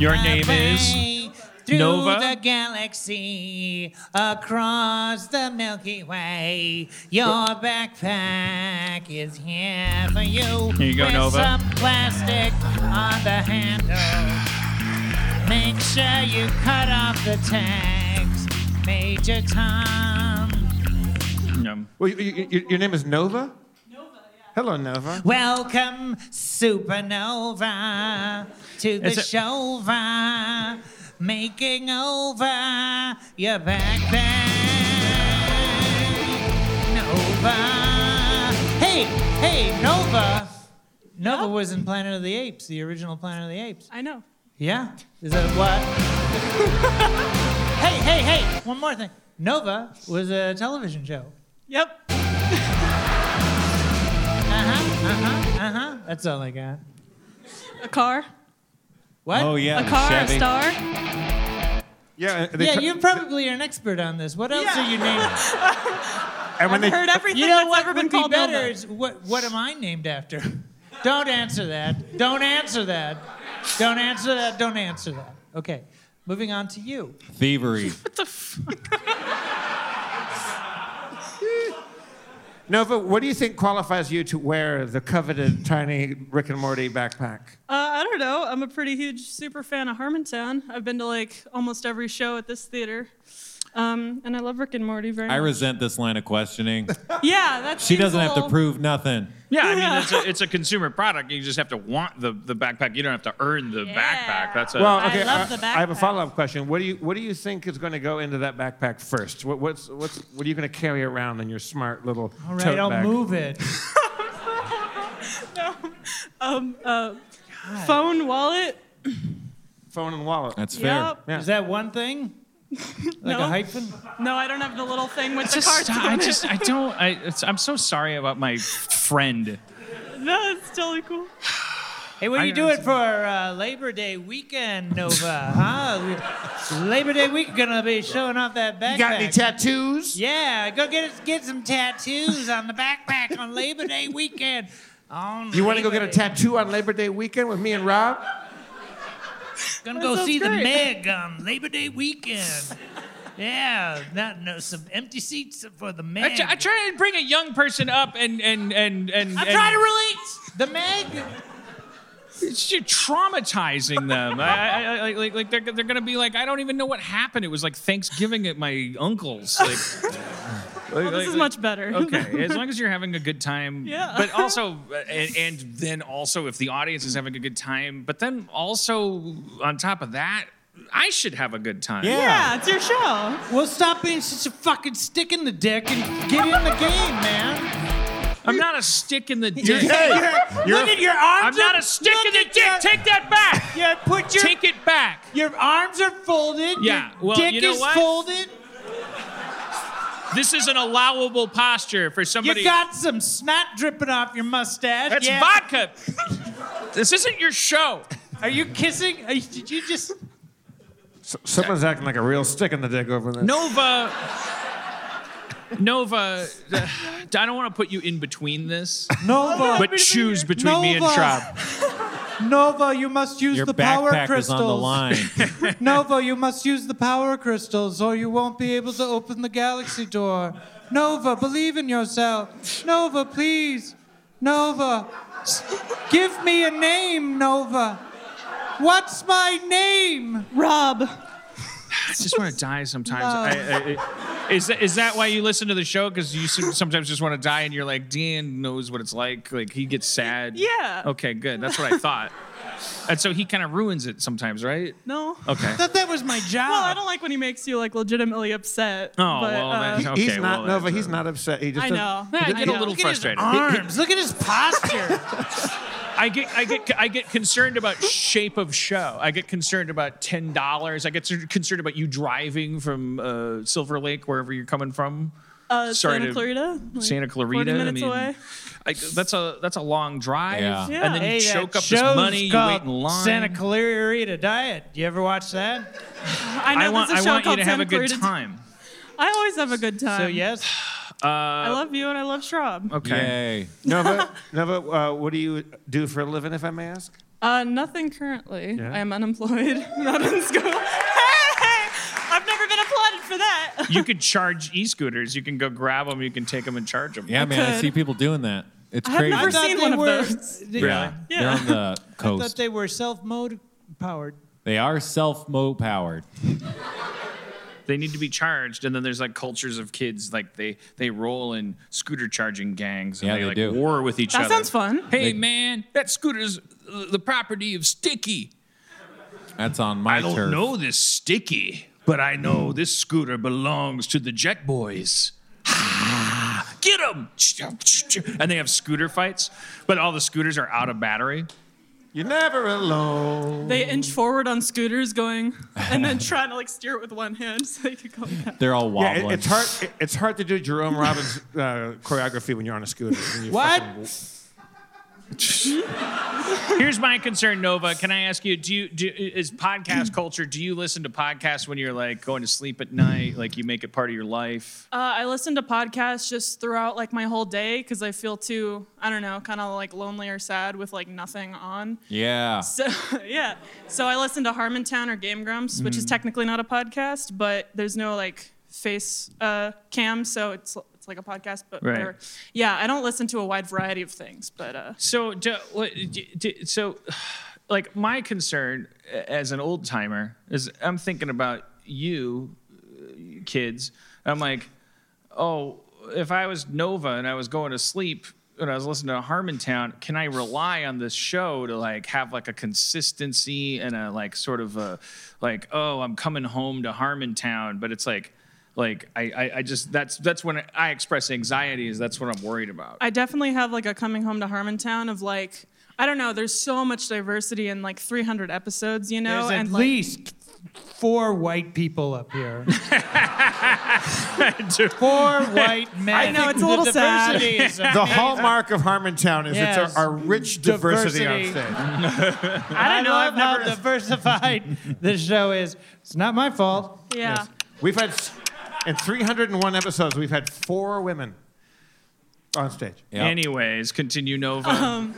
S3: Your
S4: my
S3: name is
S4: way Through
S3: Nova?
S4: the galaxy, across the Milky Way, your backpack is here for you.
S3: Here you go,
S4: with
S3: Nova.
S4: Some plastic on the handle. Make sure you cut off the tags, Major Tom.
S3: um,
S1: Well, you, you, you- your name is Nova? Nova, yeah. Hello, Nova.
S4: Welcome, Supernova, to the
S3: Is it-
S4: show, making over your backpack. Nova. Hey, hey, Nova. Nova was in Planet of the Apes, the original Planet of the Apes.
S5: I know.
S4: Yeah. Is that what? hey, hey, hey, one more thing. Nova was a television show.
S5: Yep.
S4: Uh huh, uh huh, uh huh. That's all I got.
S5: A car.
S4: What?
S2: Oh yeah.
S5: A
S2: the
S5: car.
S2: Chevy.
S5: A star.
S1: Yeah, and they
S4: Yeah,
S1: try-
S4: you probably are an expert on this. What else
S5: Yeah.
S4: are you named?
S1: and when
S5: I've
S1: they,
S5: heard everything
S4: You know
S5: that's
S4: what
S5: ever
S4: would
S5: been
S4: be
S5: called
S4: better
S5: Nova.
S4: is what what am I named after? Don't answer that. Don't answer that. Don't answer that. Don't answer that. Okay. Moving on to you.
S2: Thievery.
S1: Nova, what do you think qualifies you to wear the coveted tiny Rick and Morty backpack?
S5: Uh, I don't know. I'm a pretty huge super fan of Harmontown. I've been to like almost every show at this theater. Um, and I love Rick and Morty very
S2: I
S5: much.
S2: resent this line of questioning.
S5: yeah, that's
S2: She doesn't have to prove nothing.
S3: yeah, I mean it's a, it's a consumer product. You just have to want the, the backpack. You don't have to earn the
S5: Yeah.
S3: backpack. That's a
S1: Well,
S5: I
S1: okay, uh,
S5: love the
S1: I have a
S5: backpack.
S1: follow-up question. What do you what do you think is going to go into that backpack first? What, what's what's what are you going to carry around in your smart little
S4: All right,
S1: tote
S4: I'll
S1: bag?
S4: move it.
S5: Um, uh, phone, wallet.
S1: Phone and wallet.
S2: That's fair.
S5: Yep.
S1: Yeah.
S4: Is that one thing? Like
S5: No.
S4: a hyphen?
S5: No, I don't have the little thing with the
S3: Just
S5: cards.
S3: stop.
S5: on
S3: I
S5: it.
S3: just I don't I it's, I'm so sorry about my friend.
S5: No, it's totally cool.
S4: Hey, what are
S3: I
S4: you
S3: got
S4: doing for uh, Labor Day weekend, Nova? huh? Labor Day weekend gonna be showing off that backpack.
S1: You got any tattoos?
S4: Yeah, go get get some tattoos on the backpack on Labor Day weekend. On
S1: You want to go get a
S4: Labor Day.
S1: tattoo on Labor Day weekend with me and Rob?
S4: Gonna
S5: That
S4: go
S5: sounds
S4: see the
S5: great.
S4: Meg on Labor Day weekend. yeah, not no some empty seats for the
S3: I,
S4: Meg.
S3: tr- I try and bring a young person up and and and and
S4: I'm
S3: and
S4: trying to relate the Meg.
S3: it's just traumatizing them. I, I, I, like like like they're they're gonna be like I don't even know what happened. It was like Thanksgiving at my uncle's. Like,
S5: Well, this is much better.
S3: Okay, as long as you're having a good time.
S5: Yeah.
S3: But also, and, and then also, if the audience is having a good time, but then also on top of that, I should have a good time.
S2: Yeah.
S5: yeah, it's your show.
S4: Well, stop being such a fucking stick in the dick and get in the game, man.
S3: I'm not a stick in the dick.
S4: Look at your
S3: I'm
S4: arms.
S3: not a stick in the dick. Take that back.
S4: Yeah, put your
S3: Take it back.
S4: your arms are folded.
S3: Yeah,
S4: your
S3: well,
S4: dick
S3: you know
S4: is
S3: what?
S4: folded.
S3: This is an allowable posture for somebody.
S4: You got some snot dripping off your mustache.
S3: That's
S4: yeah.
S3: vodka. this isn't your show.
S4: Are you kissing? Are you, did you just?
S1: someone's acting like a real stick in the dick over there.
S3: Nova. Nova, uh, I don't want to put you in between this,
S4: Nova,
S3: but choose between me and
S4: Nova.
S3: Trav.
S4: Nova, you must use
S2: Your
S4: the power
S2: backpack is
S4: crystals.
S2: on the line.
S4: Nova, you must use the power crystals, or you won't be able to open the galaxy door. Nova, believe in yourself. Nova, please. Nova, s- give me a name, Nova. What's my name?
S5: Rob.
S3: I just want to die sometimes. I, I, I, is, that, is that why you listen to the show? Because you s- sometimes just want to die, and you're like, Dan knows what it's like. Like he gets sad.
S5: Yeah.
S3: Okay, good. That's what I thought. and so he kind of ruins it sometimes, right?
S5: No.
S3: Okay.
S4: I thought that was my job.
S5: Well, I don't like when he makes you like legitimately upset.
S3: Oh,
S5: but,
S3: well,
S5: uh,
S3: that's-
S1: He's
S3: Okay,
S1: not
S3: well,
S1: Nova.
S3: that's-
S1: He's not upset. He just
S5: I
S1: doesn't-
S5: know.
S3: Yeah, I get a
S5: know.
S3: little frustrated.
S4: arms. Look at his posture.
S3: I get, I get, I get concerned about shape of show. I get concerned about ten dollars. I get concerned about you driving from uh, Silver Lake, wherever you're coming from.
S5: Uh,
S3: Sorry
S5: Santa
S3: to-
S5: Clarita. like
S3: Santa Clarita.
S5: 40 minutes
S3: I mean,
S5: away.
S3: I, that's a that's a long drive.
S2: Yeah.
S5: Yeah.
S3: And then
S4: Hey,
S3: you
S4: that
S3: choke up this
S4: show's
S3: money. You wait
S4: called
S3: in line.
S4: Santa Clarita Diet. You ever watch that?
S5: I know
S3: I want
S5: there's
S3: I
S5: a show
S3: want you
S5: called
S3: to have
S5: Santa
S3: a good
S5: Clarita-
S3: time.
S5: I always have a good time.
S3: Oh,
S4: so yes,
S5: I love you and I love Schraub.
S3: Okay.
S2: Yay.
S1: Nova, Nova, uh, what do you do for a living, if I may ask?
S5: Uh, nothing currently.
S1: Yeah.
S5: I am unemployed. Not in school. Hey, I've never been applauded for that.
S3: You could charge e-scooters. You can go grab them. You can take them and charge them.
S2: Yeah, man. I
S5: could.
S2: see people doing that. It's
S5: I have
S2: crazy.
S5: never
S4: thought
S5: seen
S4: they
S5: one of
S4: were-
S5: those.
S4: they-
S2: yeah.
S5: Yeah.
S2: They're on the
S4: I thought
S2: coast.
S4: they were self-mode powered.
S2: They are self mo powered.
S3: They need to be charged. And then there's like cultures of kids like they they roll in scooter charging gangs. And
S2: Yeah,
S3: they,
S2: they
S3: like
S2: do.
S3: war with each
S5: That
S3: other.
S5: sounds fun.
S3: Hey man, that scooter's uh, the property of Sticky.
S2: That's on my
S3: I don't
S2: turf.
S3: know this Sticky, but I know this scooter belongs to the Jet Boys. Ah, Get them! And they have scooter fights, but all the scooters are out of battery.
S1: You're never alone.
S5: They inch forward on scooters, going and then trying to like steer it with one hand so they could go back.
S2: They're all
S1: Yeah,
S2: wobbling.
S1: it- it's hard. it- it's hard to do Jerome Robbins uh, choreography when you're on a scooter. when you
S4: What?
S1: fucking-
S3: Here's my concern, Nova. Can I ask you? Do you do, is podcast culture? Do you listen to podcasts when you're like going to sleep at night? Like you make it part of your life?
S5: Uh, I listen to podcasts just throughout like my whole day because I feel too I don't know kind of like lonely or sad with like nothing on.
S2: yeah.
S5: So yeah, so I listen to Harmontown or Game Grumps, which is
S4: Mm.
S5: technically not a podcast, but there's no like face uh, cam, so it's it's like a podcast. But
S3: Right.
S5: whatever. yeah, I don't listen to a wide variety of things, but uh,
S3: So, do, what, do, do- so, like my concern as an old timer is I'm thinking about you, uh, kids. I'm like, oh, if I was Nova and I was going to sleep and I was listening to Harmontown, can I rely on this show to like have like a consistency and a like sort of a like, oh, I'm coming home to Harmontown, but it's like. Like I, I, I just that's that's when I express anxiety is that's what I'm worried about.
S5: I definitely have like a coming home to Harmontown of like I don't know. There's so much diversity in like 300 episodes, you know,
S4: There's at
S5: and like,
S4: least four white people up here.
S3: Dude.
S4: Four white men.
S5: I know, it's a little
S4: the
S5: sad.
S4: diversity is
S1: The
S4: amazing.
S1: hallmark of Harmontown is
S4: Yes.
S1: it's our, our rich diversity,
S4: Diversity.
S1: on stage.
S4: I don't know.
S5: I've
S4: how diversified this show is. It's not my fault.
S5: yeah.
S1: We've had s- in 301 episodes, we've had four women on stage.
S2: Yeah.
S3: Anyways, continue Nova.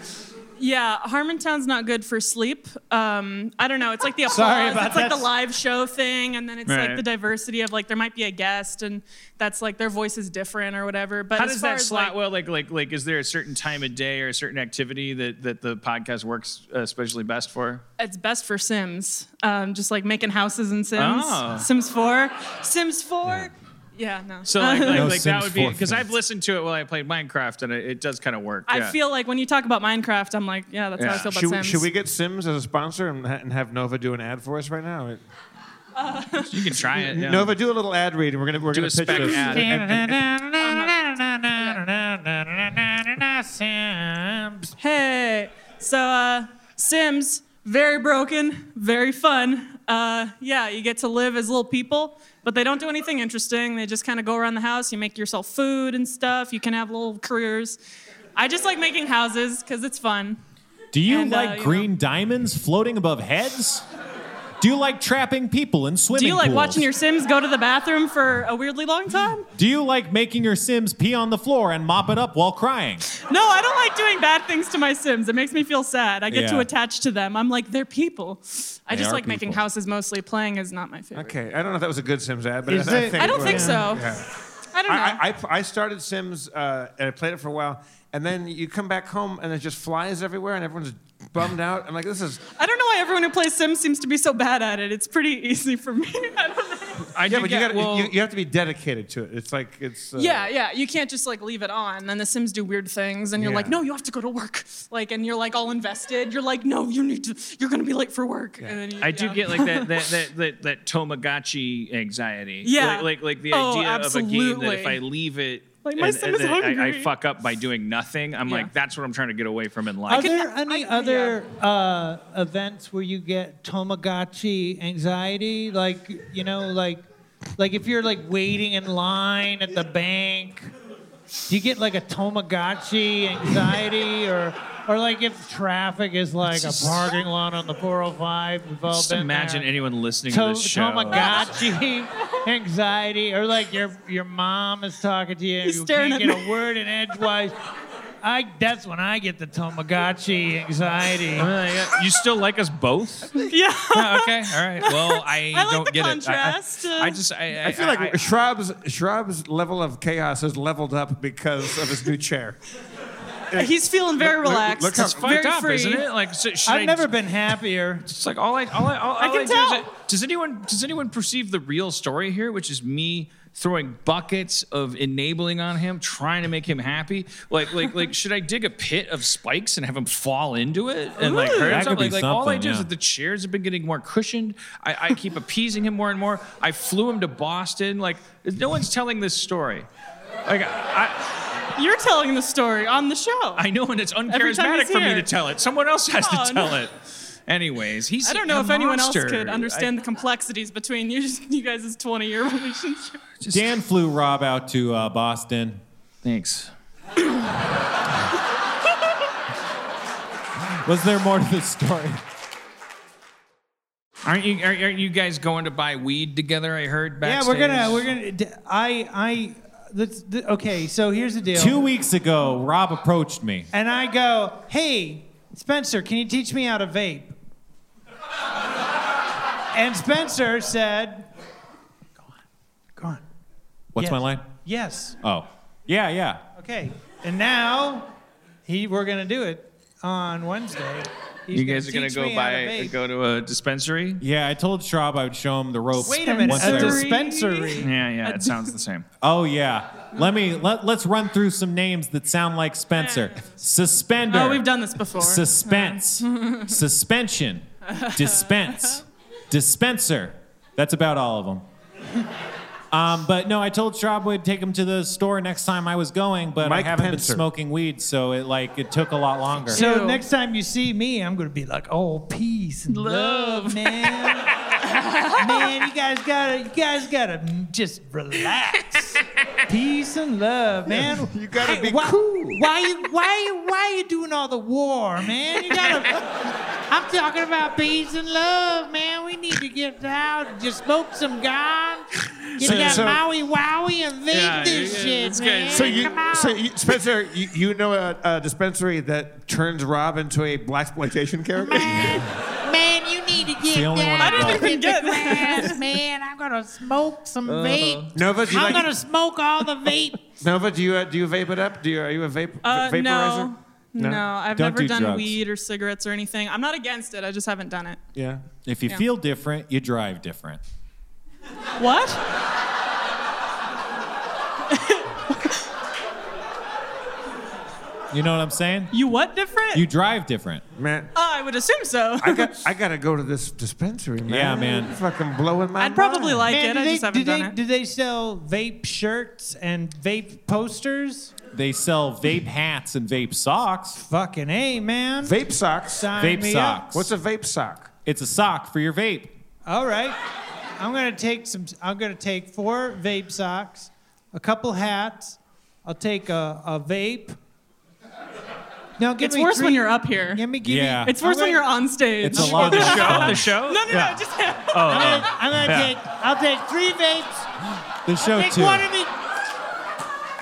S5: Yeah, Harmontown's not good for sleep. Um, I don't know. It's like the applause.
S4: Sorry about
S5: it's like
S4: that.
S5: the live show thing, and then it's
S3: Right.
S5: like the diversity of like there might be a guest, and that's like their voice is different or whatever. But
S3: How
S5: as
S3: does
S5: far
S3: that
S5: as,
S3: slot
S5: like,
S3: well? Like, like, like, is there a certain time of day or a certain activity that that the podcast works especially best for?
S5: It's best for Sims, um, just like making houses in Sims.
S3: Oh.
S5: Sims Four, Sims Four. Yeah, no.
S3: So, like, like,
S2: No
S3: like that
S2: Sims
S3: would be
S2: for
S3: because
S2: fans.
S3: I've listened to it while I played Minecraft, and it, it does kind of work.
S5: I
S3: yeah.
S5: feel like when you talk about Minecraft, I'm like, yeah, that's how I
S3: Yeah.
S5: feel about
S1: Should we,
S5: Sims.
S1: should we get Sims as a sponsor and, ha- and have Nova do an ad for us right now?
S3: you can try it. Yeah.
S1: Nova, do a little ad read, and we're gonna we're
S3: Do
S1: gonna
S3: a
S1: pitch
S3: spec
S1: this.
S3: ad.
S5: Hey, so uh, Sims, very broken, very fun. Uh, yeah, you get to live as little people, but they don't do anything interesting. They just kind of go around the house. You make yourself food and stuff. You can have little careers. I just like making houses because it's fun.
S2: Do you
S5: And, uh,
S2: like
S5: you know-
S2: green diamonds floating above heads? Do you like trapping people in swimming
S5: Do you like
S2: pools?
S5: watching your Sims go to the bathroom for a weirdly long time?
S2: Do you like making your Sims pee on the floor and mop it up while crying?
S5: No, I don't like doing bad things to my Sims. It makes me feel sad. I get
S2: Yeah.
S5: too attached to them. I'm like, they're people. I
S2: They
S5: just
S2: are
S5: like making
S2: people.
S5: houses mostly. Playing is not my favorite.
S1: Okay, I don't know if that was a good Sims ad, but
S4: Is
S1: I, I
S4: it-
S1: think
S5: I don't
S1: it
S5: think
S1: was.
S5: so.
S1: Yeah.
S5: I don't know.
S1: I, I, I started Sims uh, and I played it for a while, and then you come back home and it just flies everywhere, and everyone's bummed out. I'm like, this is
S5: I don't know why everyone who plays Sims seems to be so bad at it. It's pretty easy for me. I don't know.
S3: I
S1: yeah,
S3: do
S1: but you got
S3: get- well,
S1: you, you have to be dedicated to it. It's like it's uh,
S5: Yeah, yeah. You can't just like leave it on. Then the Sims do weird things, and you're
S1: Yeah.
S5: like, no, you have to go to work. Like, and you're like all invested. You're like, no, you need to. You're gonna be late for work. And then you,
S3: I do
S5: yeah.
S3: get like that that that that, that Tomagotchi anxiety.
S5: Yeah.
S3: Like like, like the
S5: Oh,
S3: idea of a game that
S5: absolutely.
S3: if I leave it
S5: Like my
S3: and-
S5: son
S3: and
S5: is
S3: then
S5: hungry.
S3: I, I fuck up by doing nothing. I'm like, that's what I'm trying to get away from in
S4: Are
S3: life.
S4: there
S5: I
S4: any
S5: can-
S4: other uh, events where you get Tomagotchi anxiety? Like, you know, like, like if you're like waiting in line at the bank, do you get like a Tomagotchi anxiety or? Or like if traffic is like a parking lot on the 405, we've all
S3: Just
S4: been
S3: imagine
S4: there.
S3: anyone listening to
S4: To-
S3: this show.
S4: Tamagotchi anxiety, or like your your mom is talking to you and
S5: He's
S4: you
S5: staring
S4: can't
S5: at
S4: get
S5: me.
S4: a word in edgewise. I that's when I get the Tamagotchi anxiety.
S3: Uh, yeah. You still like us both?
S5: yeah.
S3: Yeah, okay, all right. Well, I,
S5: I like
S3: don't
S5: the
S3: get
S5: contrast,
S3: it. I- I,
S5: uh,
S3: I just, I,
S1: I feel like
S3: I-
S1: Shrub's Shrub's level of chaos has leveled up because of his new chair.
S5: He's feeling very
S1: look
S5: relaxed.
S1: how-
S3: it's fucked
S5: very
S3: up,
S5: free.
S3: isn't it? Like, so, should
S4: I've
S3: I-
S4: never been happier.
S3: It's like all I, all I, all, all I
S5: can
S3: do
S5: tell.
S3: Is, does anyone, does anyone perceive the real story here, which is me throwing buckets of enabling on him, trying to make him happy? Like, like, like, should I dig a pit of spikes and have him fall into it and like hurt
S2: That
S3: himself?
S2: could be
S3: like, like, all I
S2: something,
S3: do is
S2: yeah.
S3: that the chairs have been getting more cushioned. I, I keep appeasing him more and more. I flew him to Boston. Like, no one's telling this story. Like, I,
S5: You're telling the story on the show.
S3: I know, and it's
S5: Every time
S3: uncharismatic
S5: he's
S3: for me
S5: here.
S3: to tell it. Someone else has
S5: Oh,
S3: to tell
S5: no.
S3: it. Anyways, he's
S5: I don't know
S3: a
S5: if anyone else
S3: monster.
S5: could
S3: I-
S5: understand the complexities between you, you guys' 20 year relationship.
S2: Dan flew Rob out to uh, Boston.
S3: Thanks.
S2: Was there more to this story?
S3: Aren't you aren't, aren't you guys going to buy weed together? I heard
S4: Yeah,
S3: backstage.
S4: we're gonna we're gonna. d- I I. Let's, th- okay, so here's the deal.
S2: Two weeks ago, Rob approached me.
S4: and I go, hey, Spencer, can you teach me how to vape? and Spencer said, go on, go on.
S2: What's
S4: Yes.
S2: my line?
S4: Yes.
S2: Oh, yeah, yeah.
S4: Okay. And now he we're gonna do it on Wednesday. He's
S3: You guys are gonna
S4: teach me
S3: go
S4: how to
S3: buy
S4: vape.
S3: go to a dispensary.
S2: Yeah, I told Schraub I would show him the ropes.
S4: Wait a minute,
S2: once
S4: a
S2: I was-
S4: dispensary.
S3: Yeah, yeah, it sounds the same.
S2: Oh yeah. Let me let, let's run through some names that sound like Spencer. Suspender.
S5: Oh, we've done this before.
S2: Suspense. Suspension. Dispense. Dispenser. That's about all of them. Um, but no, I told Schraub would take him to the store next time I was going, but
S1: Mike
S2: I haven't been
S1: Pencer.
S2: smoking weed, so it like it took a lot longer.
S4: So
S5: Ew.
S4: next time you see me, I'm gonna be like, oh, peace and love, man. man, you guys gotta, you guys gotta just relax. Peace and love, man.
S1: You gotta be
S4: why,
S1: cool.
S4: Why you, why you, why you doing all the war, man? You gotta. I'm talking about peace and love, man. We need to get out and just smoke some God. Get
S1: So-
S4: that
S1: so-
S4: Maui Wowie and vape
S3: Yeah,
S4: this
S3: yeah,
S4: shit,
S3: it's good.
S4: man.
S1: So you,
S4: Come on.
S1: so you, Spencer, you, you know a, a dispensary that turns Rob into a black exploitation character.
S4: Man, man, you need to
S2: the
S4: get
S2: only one
S4: down.
S2: I got.
S4: and get
S5: didn't get
S4: the
S5: that.
S4: grass, man. I'm gonna smoke some vape.
S1: Nova, do Uh-huh. you
S4: I'm
S1: like-
S4: gonna smoke all the vape.
S1: Nova, do you uh, do you vape it up? Do you are you a vape
S5: Uh,
S1: vaporizer?
S5: no. No, I've
S2: Don't
S5: never
S2: do
S5: done
S2: drugs.
S5: weed or cigarettes or anything. I'm not against it. I just haven't done it.
S1: Yeah.
S2: if you
S5: Yeah.
S2: feel different, you drive different.
S5: What?
S2: You know what I'm saying?
S5: You what different?
S2: You drive different.
S1: Man,
S5: Uh, I would assume so.
S1: I got I gotta go to this dispensary, man.
S2: Yeah, man.
S1: You're fucking blowing my.
S5: I'd probably
S1: mind.
S5: like it. I just haven't done it.
S4: sell vape shirts and vape posters?
S2: They sell vape hats and vape socks.
S4: Fucking a, man.
S1: vape socks.
S4: Sign
S2: Vape
S4: me up.
S2: socks.
S1: What's a vape sock?
S2: It's a sock for your vape.
S4: All right. I'm gonna take some. I'm gonna take four vape socks, a couple hats. I'll take a, a vape. No, give
S5: it's
S4: me
S5: worse
S4: three-
S5: when you're up here.
S4: Give me, give me-
S2: Yeah.
S5: It's worse
S4: I'm
S5: when
S4: gonna-
S5: you're on stage.
S2: It's a lot of
S3: The show,
S2: fun.
S3: the show.
S5: No, no, no. Just Oh,
S4: I'm gonna, I'm gonna take. I'll take three vapes.
S2: The show
S4: take
S2: too.
S4: one of each.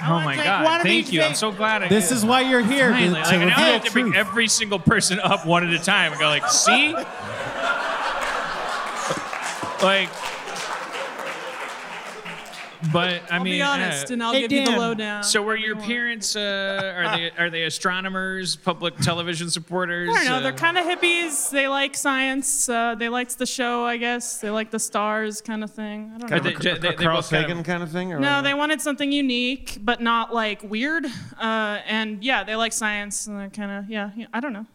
S3: Oh my
S4: take one
S3: god!
S4: of
S3: Thank
S4: each
S3: you. I'm
S4: vape.
S3: so glad I.
S2: This
S3: did.
S2: is why you're here to,
S3: Finally,
S2: to
S3: like, now I
S2: reveal
S3: have to bring
S2: truth.
S3: every single person up one at a time and go like, see, like. But I
S5: I'll
S3: mean,
S5: be honest,
S3: yeah.
S5: and I'll
S4: Hey,
S5: give you
S4: Dan.
S5: the lowdown.
S3: So were your parents? Uh, are they are they astronomers, public television supporters?
S5: I don't know.
S3: Uh,
S5: They're kind of hippies. They like science. Uh, they liked the show, I guess. They like the stars, kind of thing. I don't know.
S3: Are they,
S1: A-
S3: they,
S1: a
S3: they
S1: Carl
S3: both kind
S1: Sagan kind of thing? Or
S5: no, they wanted something unique, but not like weird. Uh, and yeah, they like science, and they're kind of yeah, yeah. I don't know.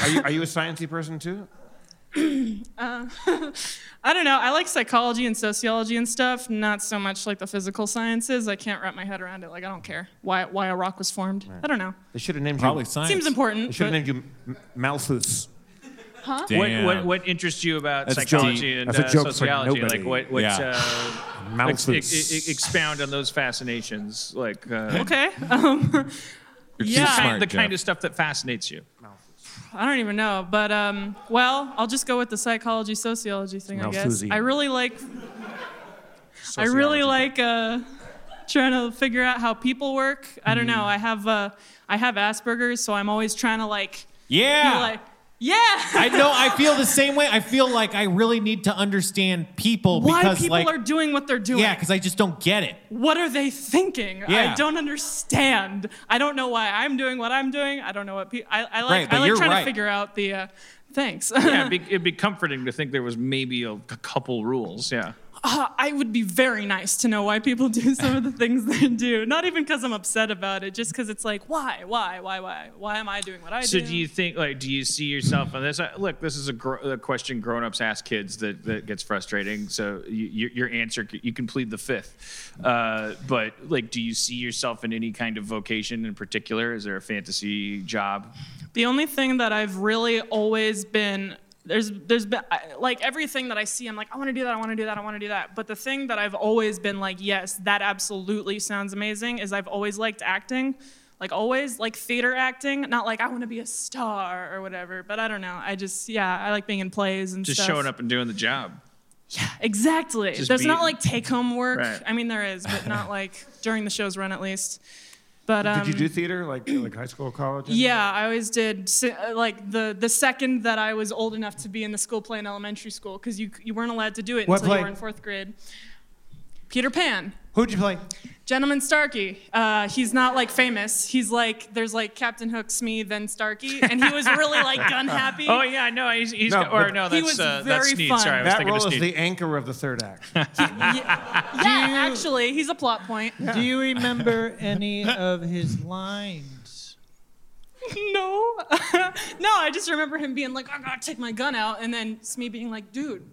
S1: Are you, are you a sciencey person too?
S5: Uh, I don't know. I like psychology and sociology and stuff, not so much like the physical sciences. I can't wrap my head around it. Like I don't care why why a rock was formed. I don't know.
S1: They should have named
S2: Probably
S1: you.
S2: science.
S5: Seems
S1: They
S5: important.
S1: should have
S5: but-
S1: named you M- Malthus.
S2: Damn.
S3: What, what, what interests you about
S2: That's
S3: psychology
S2: deep.
S3: and
S1: That's a
S3: uh,
S1: joke for
S3: sociology?
S1: nobody.
S3: Like what? What?
S2: Yeah.
S3: Uh,
S1: Malthus.
S3: ex- ex- ex- e-, expound on those fascinations, like uh,
S5: okay. Um,
S2: You're too
S5: Yeah.
S3: the
S2: smart,
S3: kind, the
S2: Jeff.
S3: kind of stuff that fascinates you.
S5: I don't even know. But um, well, I'll just go with the psychology sociology thing. I guess.
S1: Malthusian.
S5: I really like. I really like. Uh, trying to figure out how people work. I don't
S2: Hmm.
S5: know. I have uh, I have Asperger's, so I'm always trying to like be
S2: yeah.
S5: like, yeah.
S2: I know. I feel the same way. I feel like I really need to understand people
S5: why
S2: because,
S5: people
S2: like,
S5: are doing what they're doing.
S2: yeah, because I just don't get it.
S5: what are they thinking?
S2: Yeah.
S5: I don't understand. I don't know why I'm doing what I'm doing. I don't know what people. I, I like.
S2: Right, but
S5: I like
S2: you're
S5: trying
S2: right.
S5: to figure out the. Uh, thanks.
S3: Yeah, it'd be, it'd be comforting to think there was maybe a, a couple rules. Yeah.
S5: Uh, I would be very nice to know why people do some of the things they do. Not even because I'm upset about it, just because it's like, why, why, why, why, why am I doing what I
S3: So
S5: do?
S3: do you think like do you see yourself in this? Uh, Look, this is a, gr- a question grown-ups ask kids that, that gets frustrating. So you, your your answer c- you can plead the fifth, uh, but like do you see yourself in any kind of vocation in particular? Is there a fantasy job?
S5: The only thing that I've really always been there's there's been I- like everything that I see I'm like I want to do that I want to do that I want to do that but the thing that I've always been like yes that absolutely sounds amazing is I've always liked acting like always like theater acting not like I want to be a star or whatever but I don't know I just yeah I like being in plays and
S3: Just
S5: stuff.
S3: showing up and doing the job.
S5: exactly
S3: Just
S5: there's
S3: be-
S5: not like take home work
S3: Right.
S5: I mean there is but not like during the show's run at least but um,
S1: Did you do theater, like like high school, college?
S5: yeah, I always did. si- uh, Like the the second that I was old enough to be in the school play in elementary school, because you you weren't allowed to do it
S1: What
S5: until
S1: play?
S5: you were in fourth grade. Peter Pan,
S1: Who'd you play?
S5: Gentleman Starkey. Uh, he's not like famous. He's like there's like Captain Hook, Smee, then Starkey, and he was really like gun happy.
S3: Oh yeah, no, he's, he's
S1: No,
S3: got- or
S1: but-
S3: no,
S5: He
S3: that's
S5: was
S3: uh,
S5: very
S3: that's Sneed.
S5: fun.
S3: Sorry, I was
S1: That
S3: thinking of
S1: role is
S3: Sneed.
S1: the anchor of the third act.
S5: Y- yeah, actually, he's a plot point.
S4: Do you remember any of his lines?
S5: No, no, I just remember him being like, I gotta take my gun out, and then Smee being like, dude,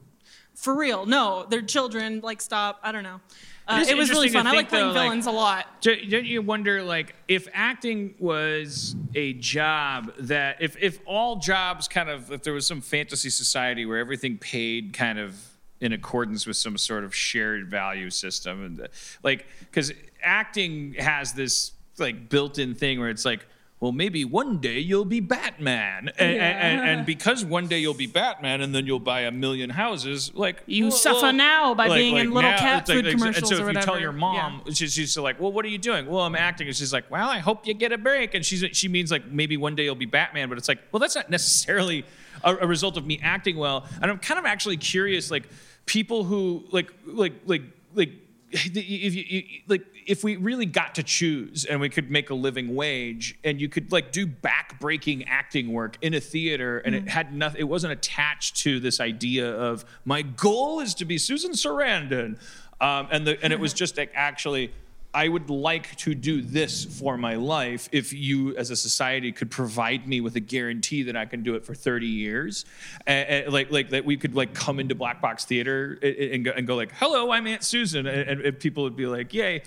S5: for real, no, they're children, like, stop, I don't know. Uh,
S3: It is
S5: it was really
S3: interesting to
S5: fun. I
S3: think,
S5: like playing
S3: though, like-
S5: villains a lot.
S3: Do- Don't you wonder, like, if acting was a job that, if if all jobs kind of, if there was some fantasy society where everything paid kind of in accordance with some sort of shared value system, and uh, like, because acting has this like built-in thing where it's like. Well, maybe one day you'll be Batman, and, and, and, and because one day you'll be Batman, and then you'll buy a million houses. Like
S5: You
S3: well,
S5: suffer
S3: well,
S5: now by being in little cat
S3: it's like-
S5: food
S3: like, And
S5: commercials
S3: so if
S5: or
S3: you tell
S5: whatever.
S3: your mom, she's she's like, "Well, what are you doing?" Well, I'm acting. And she's like, "Well, I hope you get a break." And she's she means like maybe one day you'll be Batman, but it's like, well, that's not necessarily a, a result of me acting well. And I'm kind of actually curious, like people who like like like like if you, you like if we really got to choose and we could make a living wage and you could like do back-breaking acting work in a theater and it had nothing it wasn't attached to this idea of my goal is to be Susan Sarandon um, and the and it was just like actually I would like to do this for my life if you, as a society, could provide me with a guarantee that I can do it for 30 years. A- a- like, like that we could like come into Black Box Theater a- a- and go, and go like, "Hello, I'm Aunt Susan," and, and- and people would be like, "Yay!"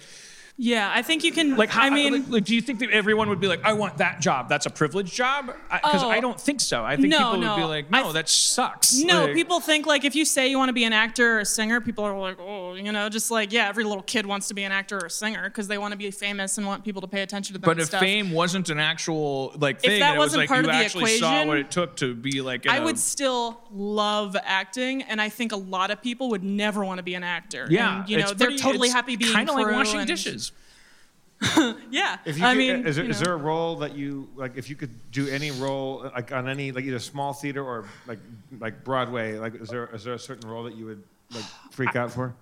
S5: Yeah, I think you can.
S3: Like, how,
S5: I mean,
S3: like, like, do you think that everyone would be like, "I want that job. That's a privileged job"? Because
S5: Oh.
S3: I don't think so. I think
S5: No,
S3: people would be
S5: no.
S3: like,
S5: I
S3: "No, that sucks."
S5: No,
S3: Like-
S5: people think like if you say you want to be an actor or a singer, people are like, oh, you know, just like yeah, every little kid wants to be an actor or a singer because they want to be famous and want people to pay attention to them.
S3: But
S5: and
S3: if
S5: stuff.
S3: fame wasn't an actual like
S5: If
S3: thing,
S5: that
S3: and it was
S5: wasn't
S3: like
S5: part
S3: you
S5: of the
S3: actually saw what
S5: equation,
S3: it took to be like.
S5: I
S3: a-
S5: would still love acting, and I think a lot of people would never want to be an actor.
S3: Yeah,
S5: and, you know,
S3: it's
S5: they're
S3: pretty-
S5: totally
S3: it's
S5: happy being
S3: kinda like
S5: crew
S3: washing
S5: and-
S3: dishes.
S5: Yeah,
S1: If you
S5: I
S1: could-
S5: mean,
S1: is, there,
S5: you
S1: is
S5: know.
S1: there a role that you like? If you could do any role, like on any, like either small theater or like like Broadway, like is there is there a certain role that you would like freak out for?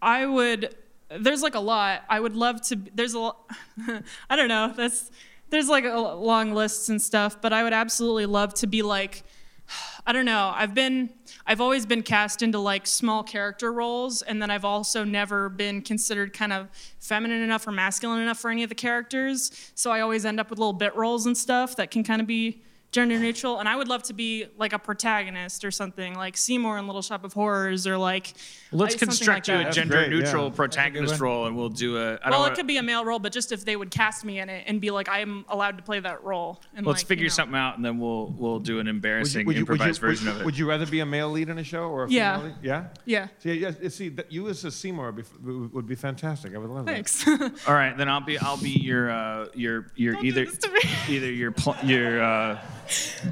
S5: I would. There's like a lot. I would love to. There's a. lo- I don't know. That's. There's like a l- long lists and stuff, but I would absolutely love to be like. I don't know. I've been. I've always been cast into like small character roles, and then I've also never been considered kind of feminine enough or masculine enough for any of the characters. So I always end up with little bit roles and stuff that can kind of be gender neutral, and I would love to be like a protagonist or something, like Seymour in Little Shop of Horrors, or like
S3: Let's
S5: like, something
S3: construct
S5: like
S3: you a
S5: that.
S3: gender
S1: yeah.
S3: neutral
S1: That's
S3: protagonist role, and we'll do a. I don't
S5: Well,
S3: wanna,
S5: it could be a male role, but just if they would cast me in it and be like, I am allowed to play that role. And
S3: Let's
S5: like,
S3: figure
S5: you know.
S3: something out, and then we'll we'll do an embarrassing improvised version
S1: would,
S3: of it.
S1: would you rather be a male lead in a show or a
S5: Yeah.
S1: female lead? Yeah.
S5: Yeah.
S1: See, yeah, see, that you as a Seymour would be, would be fantastic. I would love that.
S5: Thanks.
S3: All right, then I'll be I'll be your uh, your your
S5: Don't do
S3: either
S5: this to me.
S3: either your pl- your uh,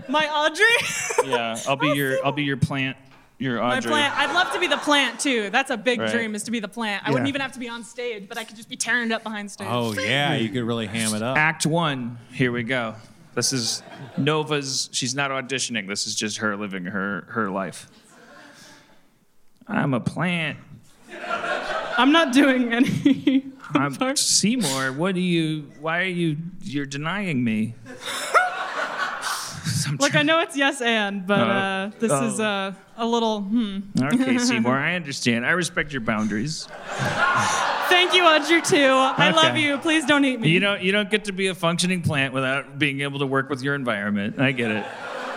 S5: My Audrey.
S3: yeah I'll be your I'll be your plant your
S5: My
S3: Audrey.
S5: plant. I'd love to be the plant too. That's a big
S3: Right.
S5: dream is to be the plant. I
S1: Yeah.
S5: wouldn't even have to be on stage, but I could just be tearing it up behind stage.
S2: Oh yeah, you could really ham it up.
S3: Act one. Here we go. This is Nova's. She's not auditioning. This is just her living her her life. I'm a plant.
S5: I'm not doing any.
S3: I'm Seymour. What do you? Why are you? You're denying me. I'm
S5: Look, I know it's yes and, but
S3: Oh.
S5: uh, this is uh, a little. Hmm.
S3: trying- okay, Seymour. I understand. I respect your boundaries.
S5: Thank you, Audrey too. I love
S3: Okay.
S5: you. Please don't eat me.
S3: You don't you don't get to be a functioning plant without being able to work with your environment. I get it.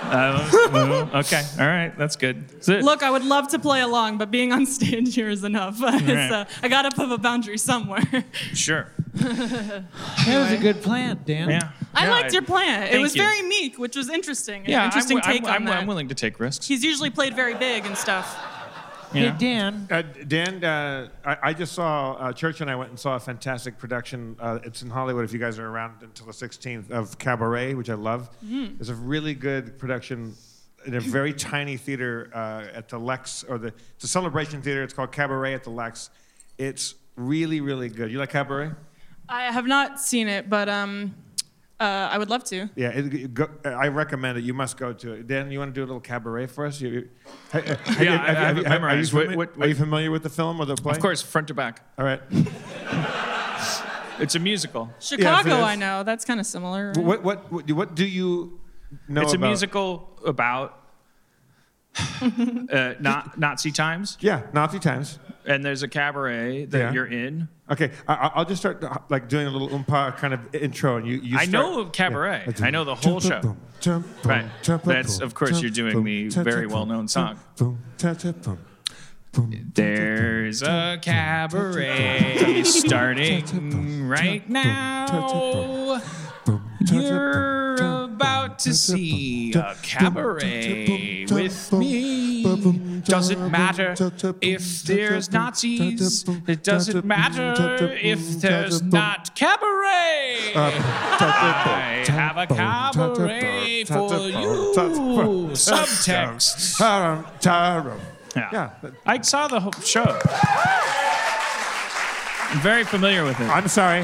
S3: Uh, well, okay, all right, that's good. That's it.
S5: Look, I would love to play along, but being on stage here is enough. It's, uh, I gotta put a boundary somewhere.
S3: sure.
S4: That was a good plant, Dan.
S3: Yeah.
S5: I
S3: Yeah,
S5: liked your plan. It
S3: thank
S5: was
S3: you.
S5: very meek, which was interesting. An
S3: Yeah, I'm
S5: interesting
S3: wi- I'm,
S5: take on
S3: I'm,
S5: that.
S3: I'm willing to take risks.
S5: He's usually played very big and stuff.
S3: you
S4: Hey,
S3: know?
S4: Dan.
S1: Uh, Dan, uh, I, I just saw uh, Church and I went and saw a fantastic production. Uh, it's in Hollywood if you guys are around until the 16th of Cabaret, which I love. It's a really good production in a very tiny theater uh, at the Lex or the it's a celebration theater. It's called Cabaret at the Lex. It's really really good. You like Cabaret?
S5: I have not seen it, but um, uh, I would love to.
S1: Yeah, it, it go, uh, I recommend it. You must go to it. Dan, you want to do a little cabaret for us? You, you, yeah,
S3: I have it memorized.
S1: Are
S3: What-
S1: you, familiar,
S3: what-
S1: are you familiar with the film or the play?
S3: Of course, front to back.
S1: All right.
S3: It's a musical.
S5: Chicago,
S1: it is.
S5: I know. That's kind of similar. right?
S1: What what what, do- what do you know
S3: it's a
S1: about-
S3: musical about uh, not Nazi times,
S1: Yeah, Nazi times.
S3: and there's a cabaret that
S1: Yeah.
S3: you're in.
S1: Okay, I- I, I'll just start uh, like doing a little umpa kind of intro, and you. you
S3: I
S1: start-
S3: know of cabaret. I know the whole show. Right. That's, of course, you're doing the very well-known song. There's a cabaret starting right now. You're about to see a cabaret with me. Doesn't matter if there's Nazis. It doesn't matter if there's not cabaret. I have a cabaret for you. Subtext.
S1: Tarum, tarum. Yeah.
S3: I saw the whole show. I'm very familiar with it.
S1: I'm sorry.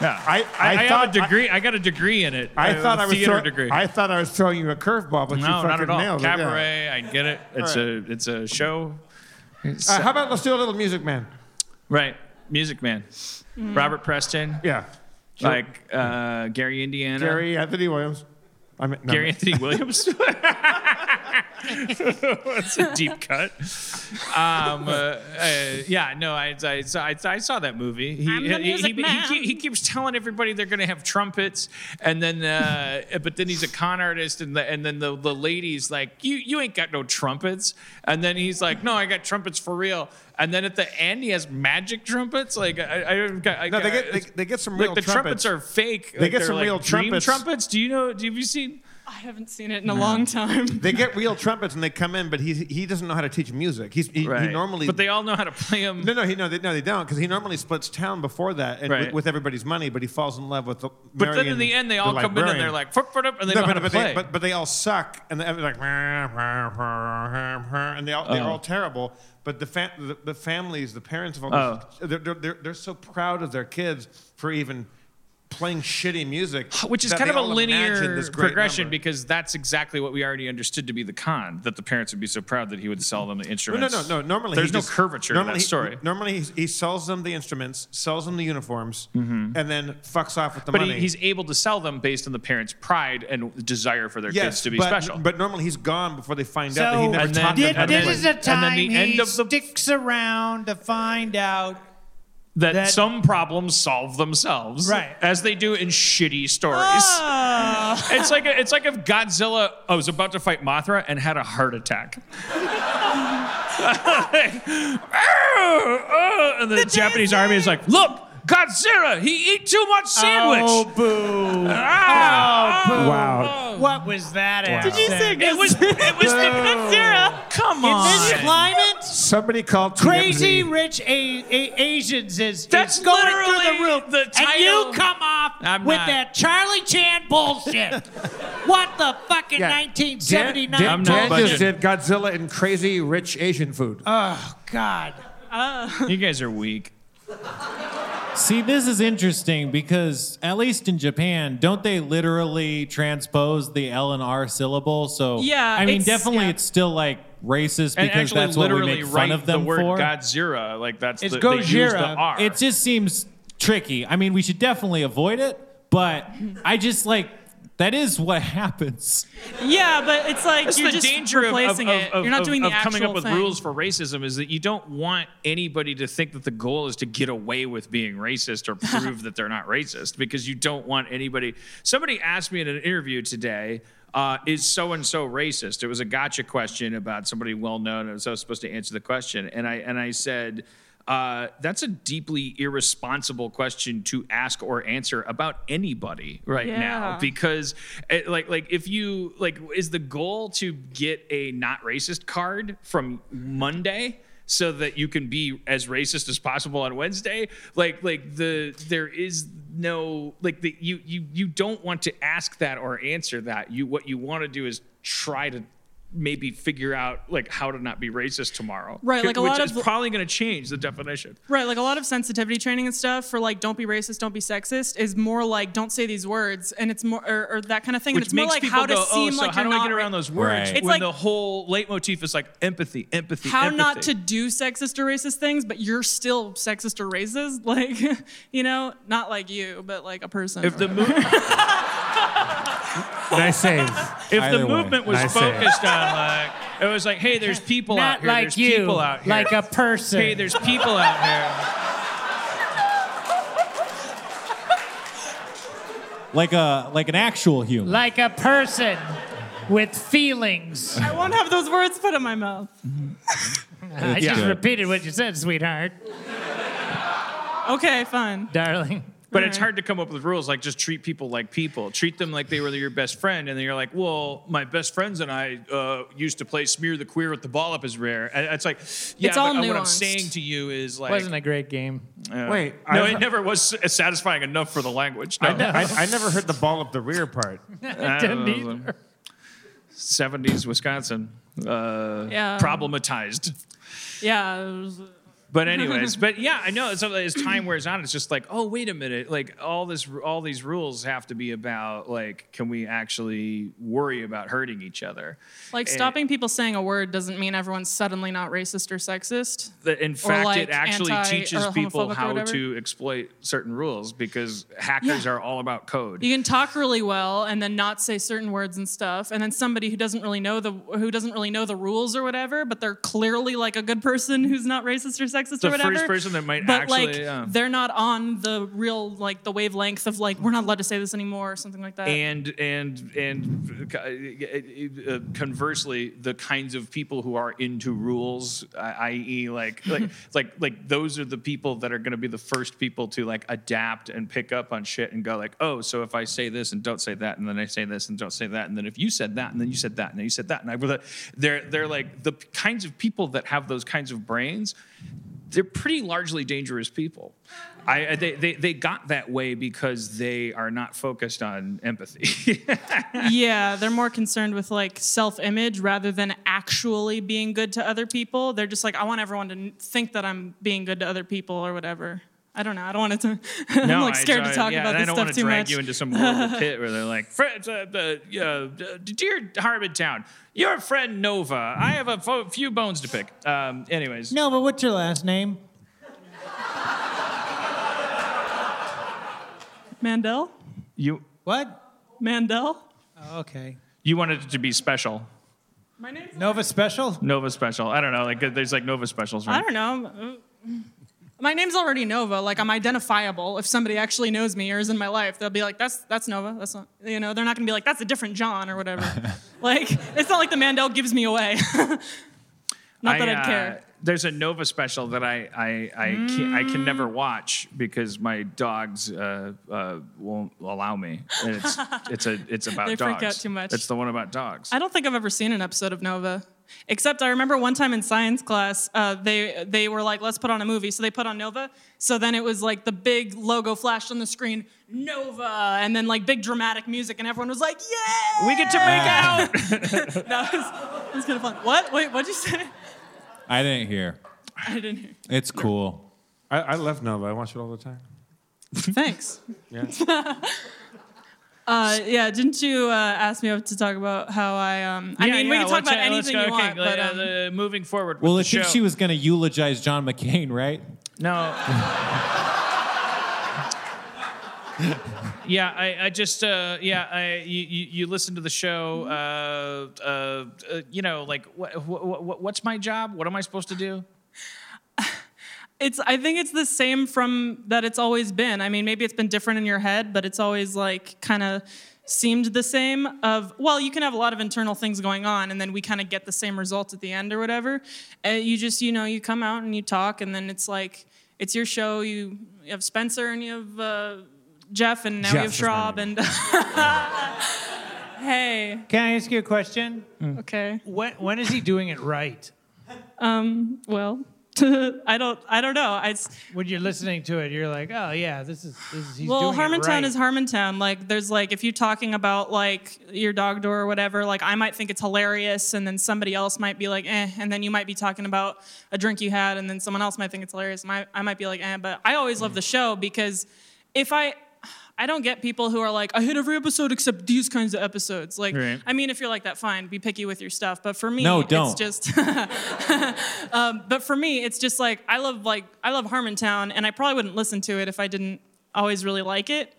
S3: Yeah.
S1: I- I
S3: have
S1: thought-
S3: a degree. I, got a degree in it.
S1: I
S3: have
S1: thought
S3: a
S1: I was
S3: theater
S1: throw-
S3: degree.
S1: I thought I was throwing you a curveball, but you
S3: no,
S1: fucking
S3: not at all.
S1: nailed it. yeah.
S3: Cabaret. I get it. It's
S1: All
S3: a it's a show. It's-
S1: Uh, how about let's do a little music, man?
S3: right. Music Man. Robert Preston.
S1: Yeah.
S3: Like uh, Gary Indiana.
S1: Gary Anthony Williams. I mean, no,
S3: Gary Anthony Williams. That's a deep cut. Um, uh, uh, yeah, no, I, I, so I, I saw that movie. He,
S5: I'm the
S3: he-
S5: music
S3: he, he,
S5: man.
S3: he- he keeps telling everybody they're going to have trumpets, and then uh, but then he's a con artist, and, the, and then the, the lady's like, you, you ain't got no trumpets. And then he's like, No, I got trumpets for real. And then at the end, he has magic trumpets. Like, I, I, don't- I,
S1: No, they get they, they get some real
S3: like the trumpets.
S1: trumpets
S3: are fake. They
S1: get some real
S3: dream
S1: trumpets.
S3: trumpets. Do you know? Have you seen?
S5: I haven't seen it in a long time.
S1: They get real trumpets and they come in, but he he doesn't know how to teach music. He's he, he normally
S3: But they all know how to play them.
S1: no no he no they, no they don't because he normally splits town before that and
S3: Right.
S1: with, with everybody's money, but he falls in love with the.
S3: but then in the end, they all come in and they're like, foot, foot up, and they
S1: No,
S3: know how
S1: but,
S3: to
S1: but,
S3: play.
S1: they, but, but they all suck, and they're like, "Rah, rah, rah, rah," and they all, they're
S3: Oh.
S1: all terrible. But the, fa- the the families, the parents of all,
S3: Oh.
S1: these- they're, they're they're they're so proud of their kids for even playing shitty music,
S3: which is
S1: that
S3: kind
S1: they
S3: of a
S1: all imagine
S3: linear
S1: this great
S3: progression
S1: number.
S3: because that's exactly what we already understood to be the con that the parents would be so proud that he would sell them the
S1: No, no,
S3: instruments.
S1: no, no. Normally,
S3: there's
S1: he
S3: no
S1: just-
S3: curvature in
S1: normally
S3: that
S1: he-
S3: story.
S1: normally, he, he sells them the instruments, sells them the uniforms, and then fucks off with the
S3: Mm-hmm. but
S1: money.
S3: he, he's able to sell them based on the parents' pride and desire for their
S1: yes,
S3: kids to be
S1: but,
S3: special.
S1: But normally, he's gone before they find out that
S4: So
S1: he never
S3: and
S1: taught
S3: then-
S1: them. how
S4: This
S1: to
S3: and
S1: play.
S4: this
S3: then-
S4: is a
S3: and then
S4: time
S3: the
S4: he
S3: end of the-
S4: sticks around to find out
S3: that,
S4: That-
S3: some problems solve themselves,
S4: Right. Ah.
S3: As they do in shitty stories. It's like it's like if Godzilla was about to fight Mothra and had a heart attack. and the, Japanese army is like, look, Godzilla, he eat too much sandwich.
S4: Oh, boo.
S3: Ah,
S1: Wow.
S3: ah, ah.
S4: Oh, What was that accent?
S5: Did you say
S3: It was it was
S5: Zero.
S3: Come
S4: This
S3: on.
S4: climate,
S1: Somebody called
S4: crazy
S1: TMZ.
S4: rich a- a- Asians is,
S3: That's
S4: is going
S3: literally
S4: through the roof.
S3: the
S4: And you
S3: title.
S4: come off
S3: I'm
S4: with
S3: not.
S4: that Charlie Chan bullshit. what the fucking
S1: Yeah. Dan, Dan,
S4: 1979?
S1: Dan
S3: not
S1: just
S3: budgeting.
S1: did Godzilla and crazy rich Asian food.
S4: oh, God.
S3: You guys are weak.
S2: See, this is interesting because at least in Japan, don't they literally transpose the L and R syllable? So
S5: Yeah,
S2: I mean,
S5: it's-
S2: definitely
S5: yeah.
S2: it's still like racist
S3: And
S2: because
S3: actually,
S2: that's what we
S3: literally
S2: make fun
S3: write
S2: of them
S3: the word
S2: for.
S3: Godzilla. Like that's
S4: It's
S3: the, they use the
S4: Gojira.
S3: R.
S2: It just seems tricky. I mean, we should definitely avoid it, but I just like that is what happens.
S5: Yeah, but it's like
S3: That's
S5: you're
S3: the
S5: just
S3: danger of, of,
S5: replacing it.
S3: of-
S5: you're not
S3: of-
S5: doing
S3: of
S5: the actual
S3: coming up with
S5: thing.
S3: rules for racism is that you don't want anybody to think that the goal is to get away with being racist or prove that they're not racist because you don't want anybody. Somebody asked me in an interview today. Uh, is so and so racist? It was a gotcha question about somebody well known, and so I was supposed to answer the question, and I and I said, uh, that's a deeply irresponsible question to ask or answer about anybody right now
S5: Yeah.
S3: because it, like like if you like is the goal to get a not racist card from Monday so that you can be as racist as possible on Wednesday like like the there is no like the you you you don't want to ask that or answer that you what you want to do is try to maybe figure out like how to not be racist tomorrow
S5: Right, like a
S3: which
S5: lot
S3: is
S5: of-
S3: probably going to change the definition
S5: Right, like a lot of sensitivity training and stuff for like don't be racist, don't be sexist is more like don't say these words and it's more or, or that kind of thing. and
S3: which
S5: it's more
S3: makes
S5: like
S3: people
S5: how
S3: go
S5: to
S3: oh
S5: seem
S3: so
S5: like
S3: how
S5: you're
S3: do I
S5: not
S3: get around
S5: ra-
S3: those words
S2: Right.
S5: It's
S3: when
S5: like-
S3: the whole leitmotif is like empathy empathy
S5: how
S3: empathy.
S5: not to do sexist or racist things, but you're still sexist or racist. Like, you know, not like you, but like a person.
S3: if the movie
S1: nice save.
S3: if
S2: Either
S3: the
S2: way,
S3: movement was
S1: I say it.
S3: focused on like it was like hey there's people out
S4: Not
S3: here
S4: like
S3: there's
S4: you,
S3: people out here
S4: like a person.
S3: hey there's people out here
S2: Like a like an actual human.
S4: like a person with feelings.
S5: I won't have those words put in my mouth.
S4: I just
S2: good.
S4: repeated what you said, sweetheart,
S5: Okay, fine.
S4: darling.
S3: but it's hard to come up with rules like just treat people like people treat them like they were your best friend and then you're like well my best friends and i uh, used to play smear the queer with the ball up is rare and it's like yeah
S5: It's all
S3: but uh, what i'm
S5: nuanced.
S3: saying to you is like
S4: Wasn't a great game.
S3: uh,
S1: Wait,
S3: no
S1: I've-
S3: it never was satisfying enough for the language no.
S1: I, ne- I, I never heard the ball up the rear part.
S4: Didn't
S3: Uh,
S4: either.
S3: 70s Wisconsin. Uh,
S5: Yeah.
S3: Problematized.
S5: Yeah. it was-
S3: But anyways, but yeah, I know. So as time wears on, it's just like, oh, wait a minute. Like all this, all these rules have to be about like, can we actually worry about hurting each other?
S5: Like stopping people saying a word doesn't mean everyone's suddenly not racist or sexist.
S3: That in fact,
S5: like,
S3: it actually
S5: anti-
S3: teaches
S5: or homophobic
S3: people
S5: or
S3: how
S5: whatever.
S3: to exploit certain rules because hackers
S5: Yeah.
S3: are all about code.
S5: You can talk really well and then not say certain words and stuff, and then somebody who doesn't really know the who doesn't really know the rules or whatever, but they're clearly like a good person who's not racist or sexist
S3: The
S5: or whatever.
S3: first person that might
S5: but
S3: actually,
S5: like
S3: yeah.
S5: they're not on the real like the wavelength of like we're not allowed to say this anymore or something like that.
S3: and and and uh, conversely, the kinds of people who are into rules, uh, i.e., like like like like those are the people that are going to be the first people to like adapt and pick up on shit and go like, oh, so if I say this and don't say that, and then I say this and don't say that, and then if you said that, and then you said that, and then you said that, and I they're they're like the kinds of people that have those kinds of brains they're pretty largely dangerous people. I, I- they, they, they got that way because they are not focused on empathy.
S5: yeah, they're more concerned with like self-image rather than actually being good to other people. They're just like I want everyone to n- think that I'm being good to other people or whatever. I don't know. I don't want it to. I'm like
S3: I-
S5: scared
S3: I-
S5: to talk
S3: yeah,
S5: about
S3: and
S5: this
S3: I don't
S5: stuff
S3: wanna
S5: too
S3: drag
S5: much.
S3: you into some horrible pit where they're like, friends, uh, uh, yeah, uh, dear Harvard Town, your friend Nova, I have a fo- few bones to pick. Um, anyways,
S4: No, but what's your last name?
S5: Mandel.
S3: you
S4: What?
S5: Mandel.
S4: Oh, okay.
S3: you wanted it to be special,
S5: My name's.
S4: Nova Special?
S3: Nova special. I don't know, like there's like Nova specials, right?
S5: I don't know. My name's already Nova. Like I'm identifiable. If somebody actually knows me or is in my life, they'll be like, "That's that's Nova. That's not." You know, they're not gonna be like, "That's a different John" or whatever. like it's not like the Mandel gives me away. not that
S3: I,
S5: I'd
S3: uh,
S5: care.
S3: There's a Nova special that I I I, can, I can
S5: Mm.
S3: never watch because my dogs uh, uh, won't allow me. And it's it's a it's about
S5: They freak
S3: dogs.
S5: out too much.
S3: It's the one about dogs.
S5: I don't think I've ever seen an episode of Nova. Except I remember one time in science class, uh, they they were like, "Let's put on a movie." So they put on Nova. So then it was like the big logo flashed on the screen, Nova, and then like big dramatic music, and everyone was like, "Yeah!"
S3: we get to make out.
S5: That was, it was kind of fun. What? Wait, what'd you say?
S2: I didn't hear.
S5: I didn't hear.
S2: It's cool.
S1: I, I love Nova. I watch it all the time.
S5: Thanks.
S1: Yeah.
S5: Uh, yeah, didn't you uh, ask me to talk about how I? Um, I
S3: Yeah,
S5: mean, we
S3: yeah,
S5: can talk
S3: let's-
S5: about
S3: uh, let's
S5: anything
S3: go-
S5: you
S3: okay,
S5: want, but
S3: uh,
S5: um,
S3: the- moving forward.
S2: Well, I
S3: with the
S2: think
S3: show.
S2: she was going to eulogize John McCain, right?
S3: no. yeah, I, I just uh, yeah, I you, you, you listen to the show. Uh,
S5: Mm-hmm.
S3: uh, uh, you know, like what, what, what what's my job? What am I supposed to do?
S5: It's. I think it's the same from that it's always been. I mean, maybe it's been different in your head, but it's always like kind of seemed the same. Of well, you can have a lot of internal things going on, and then we kind of get the same results at the end or whatever. And you just you know you come out and you talk, and then it's like it's your show. You, you have Spencer and you have uh, Jeff, and now you have
S1: Jeff is my
S5: Schraub. And hey,
S4: Can I ask you a question?
S5: okay,
S4: When, when is he doing it right?
S5: well. I don't. I don't know. I, s-
S4: When you're listening to it, you're like, oh yeah, this is this is he's
S5: well,
S4: doing it
S5: Harmontown
S4: right.
S5: is Harmontown. Like, there's like, if you're talking about like your dog door or whatever, like I might think it's hilarious, and then somebody else might be like, eh, and then you might be talking about a drink you had, and then someone else might think it's hilarious, and I, I might be like, eh, but I always love the show because if I. I don't get people who are like, I hate every episode except these kinds of episodes. Like,
S3: Right.
S5: I mean, if you're like that, fine, be picky with your stuff. But for me,
S2: No,
S5: it's
S2: don't.
S5: just um, but for me, it's just like I love like I love Harmontown, and I probably wouldn't listen to it if I didn't always really like it.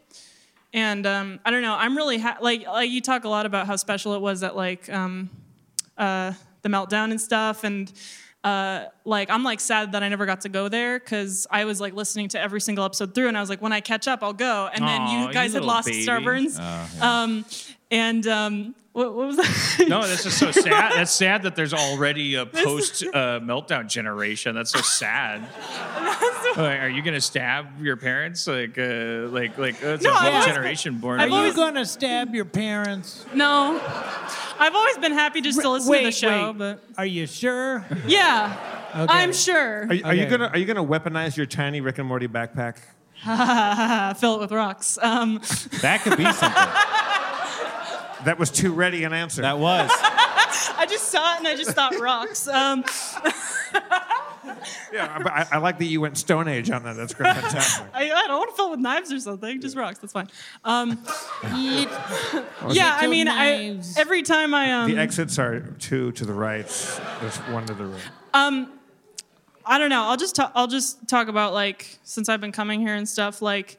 S5: And um, I don't know. I'm really ha- like like you talk a lot about how special it was at like um, uh, the meltdown and stuff, and uh, like I'm like sad that I never got to go there because I was like listening to every single episode through, and I was like, when I catch up, I'll go. And then
S3: Aw,
S5: you
S3: you
S5: guys had
S3: little
S5: lost
S3: baby. Uh,
S5: Starburns, um, and um, what, what was that?
S3: No, this is so sad. That's sad that there's already a post uh, meltdown generation. That's so sad. Like, are you gonna stab your parents? Like, uh, like, like that's
S5: No,
S3: a
S5: I've
S3: whole
S5: always-
S3: generation born.
S5: I've
S3: out.
S4: Are you
S5: always-
S4: gonna stab your parents?
S5: no, I've always been happy just to listen
S4: wait,
S5: to the show,
S4: wait.
S5: but
S4: Are you sure?
S5: yeah.
S4: Okay.
S5: I'm sure.
S1: Are, you- are you
S4: Okay.
S1: gonna Are you gonna weaponize your tiny Rick and Morty backpack?
S5: Uh, fill it with rocks. Um,
S2: That could be something.
S1: That was too ready an answer.
S2: that was.
S5: I just saw it and I just thought rocks. Um,
S1: yeah, but I, I like that you went Stone Age on that. That's great. Fantastic.
S5: I, I don't want to fill it with knives or something. Just rocks. That's fine. Um, yeah, I mean, I,
S4: knives.
S5: every time I um,
S1: The exits are two to the right. There's one to the right.
S5: I don't know. I'll just ta- I'll just talk about like since I've been coming here and stuff. Like,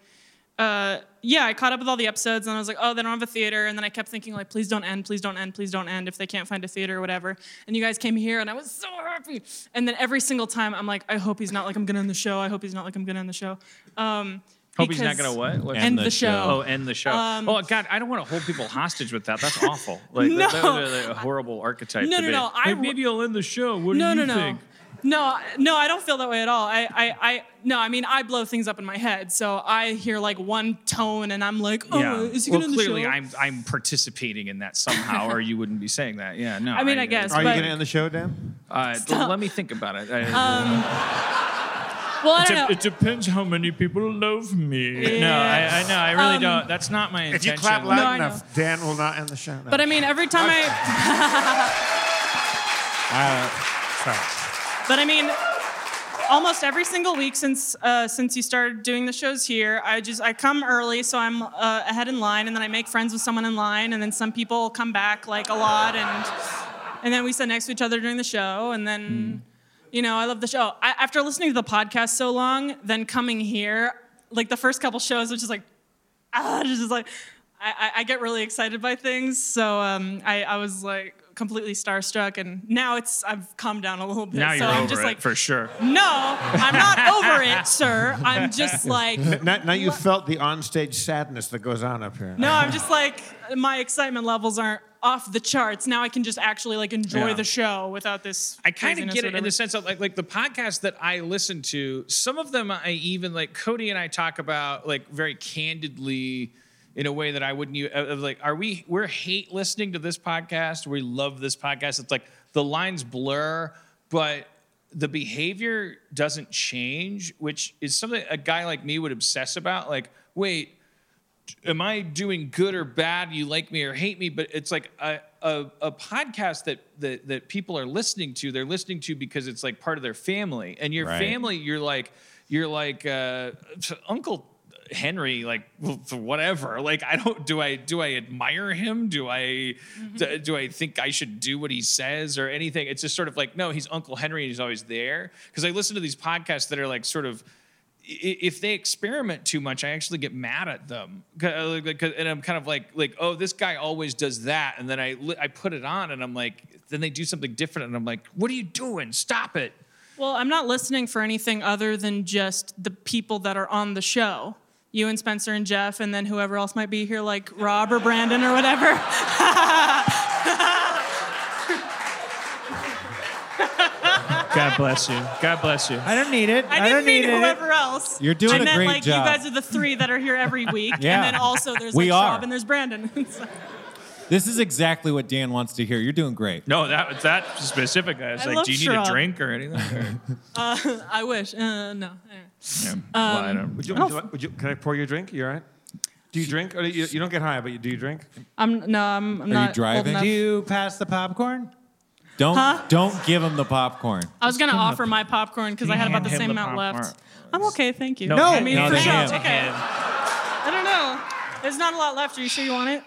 S5: uh, yeah, I caught up with all the episodes and I was like, oh, they don't have a theater. And then I kept thinking like, please don't end, please don't end, please don't end if they can't find a theater or whatever. And you guys came here and I was so happy. And then every single time I'm like, I hope he's not like I'm gonna end the show. I hope he's not like I'm gonna end the show. Um,
S3: Hope he's not
S5: because-
S3: gonna what? What-
S5: End the, show. Um,
S3: Oh, end the show. oh God, I don't want to hold people hostage with that. That's awful. Like
S5: No.
S3: that, that, that- that horrible archetype.
S5: No,
S3: to
S5: no,
S3: be.
S5: no, I-
S3: Hey, maybe I'll end the show. What
S5: No,
S3: do
S5: no,
S3: you
S5: no.
S3: think?
S5: No, I- no, I don't feel that way at all. I, I, I, no, I mean, I blow things up in my head, so I hear like one tone, and I'm like, oh,
S3: Yeah.
S5: is he
S3: well,
S5: gonna end the
S3: clearly
S5: show?
S3: I'm I'm participating in that somehow, or you wouldn't be saying that. Yeah, no.
S5: I mean, I guess.
S1: Are
S5: but,
S1: you gonna end the show, Dan?
S3: Uh, let me think about it. I-
S5: Well, I
S3: It
S5: don't know.
S3: de- it depends how many people love me. No, I, I know. I
S5: Um,
S3: really don't. That's not my
S1: If
S3: intention.
S1: you clap
S5: No,
S1: loud
S5: I know.
S1: enough, Dan will not end the show. No.
S5: But I mean, every time I,
S1: Uh, Sorry.
S5: but I mean, almost every single week since uh, since you started doing the shows here, I just I come early, so I'm uh, ahead in line, and then I make friends with someone in line, and then some people come back like a lot, and and then we sit next to each other during the show, and then
S3: Hmm.
S5: you know I love the show. I, after listening to the podcast so long, then coming here, like the first couple shows, which is like ah, just like I, I, I get really excited by things. So um, I, I was like completely starstruck, and now it's I've calmed down a little bit.
S3: Now
S5: so
S3: you're
S5: I'm
S3: over
S5: just
S3: it
S5: like,
S3: for sure.
S5: no, I'm not over it, sir. I'm just like,
S1: Now, now you felt the onstage sadness that goes on up here.
S5: no, I'm just like, my excitement levels aren't off the charts. Now I can just actually like enjoy
S3: Yeah.
S5: the show without this.
S3: I kind of
S5: craziness
S3: get
S5: or
S3: it in the
S5: whatever.
S3: sense of like like the podcast that I listen to. Some of them I even like Cody and I talk about like very candidly in a way that I wouldn't. u- Of like, are we we're hate listening to this podcast? We love this podcast. It's like the lines blur, but the behavior doesn't change, which is something a guy like me would obsess about. Like, wait, am I doing good or bad? You like me or hate me? But it's like a, a, a podcast that, that that people are listening to. They're listening to because it's like part of their family. And your
S2: Right.
S3: family, you're like you're like uh, t- Uncle Henry, like w- for whatever. Like I don't do I do I admire him? Do I do, do I think I should do what he says or anything? It's just sort of like no, he's Uncle Henry and he's always there. Because I listen to these podcasts that are like sort of i- if they experiment too much, I actually get mad at them, 'Cause- uh, like- like- 'cause- and I'm kind of like, like, oh, this guy always does that, and then I li- I put it on, and I'm like, then they do something different, and I'm like, what are you doing? Stop it!
S5: Well, I'm not listening for anything other than just the people that are on the show. You and Spencer and Jeff, and then whoever else might be here, like Rob or Brandon or whatever.
S6: God bless you. God bless you.
S4: I don't need it.
S5: I
S4: I,
S5: didn't
S4: don't
S5: mean
S4: need it.
S5: whoever else.
S2: You're doing
S5: I
S2: a
S5: meant
S2: great
S5: like
S2: job.
S5: you guys are the three that are here every week.
S2: Yeah.
S5: And then also there's
S2: We
S5: like
S2: are.
S5: Rob and there's Brandon. So-
S2: This is exactly what Dan wants to hear. You're doing great.
S6: No, that was that specific. I was
S5: I
S6: like,
S5: love
S6: do you need
S5: Shrub.
S6: a drink or anything? Or,
S5: I wish. Uh, no. Anyway.
S6: yeah.
S5: um,
S6: well, I don't-
S1: Would you, would you, would you- can I pour you a drink? You all right? Do you drink? Or you, you don't get high, but you, do you drink?
S5: I'm no. I'm, I'm
S2: you
S5: not old
S2: driving?
S5: enough.
S4: Do you pass the popcorn?
S2: Don't
S5: Huh?
S2: don't give him the popcorn.
S5: I was gonna offer my popcorn because I had about the
S6: Hand him
S5: same
S6: the
S5: amount
S6: popcorn.
S5: left. I'm okay, thank you.
S6: No,
S5: I mean
S2: no,
S5: for
S2: to
S5: sure.
S2: him.
S5: Okay. I don't know. There's not a lot left. Are you sure you want it?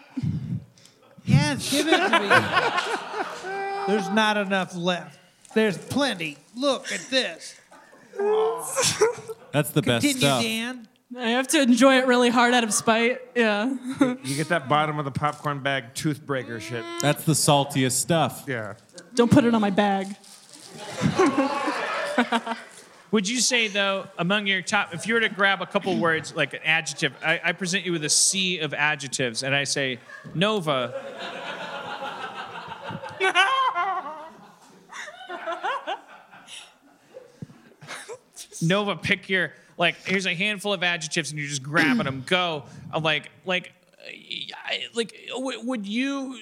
S4: Yes, give it to me. There's not enough left. There's plenty. Look at this.
S2: That's the best
S4: Didn't
S2: stuff.
S4: you, Dan?
S5: I have to enjoy it really hard out of spite. Yeah.
S1: You get that bottom of the popcorn bag toothbreaker shit.
S2: That's the saltiest stuff.
S1: Yeah.
S5: Don't put it on my bag.
S3: Would you say though, among your top, if you were to grab a couple words like an adjective, I, I present you with a sea of adjectives, and I say Nova. Nova, pick your like. Here's a handful of adjectives, and you're just grabbing them. Go. I'm like, like, I- like. w- Would you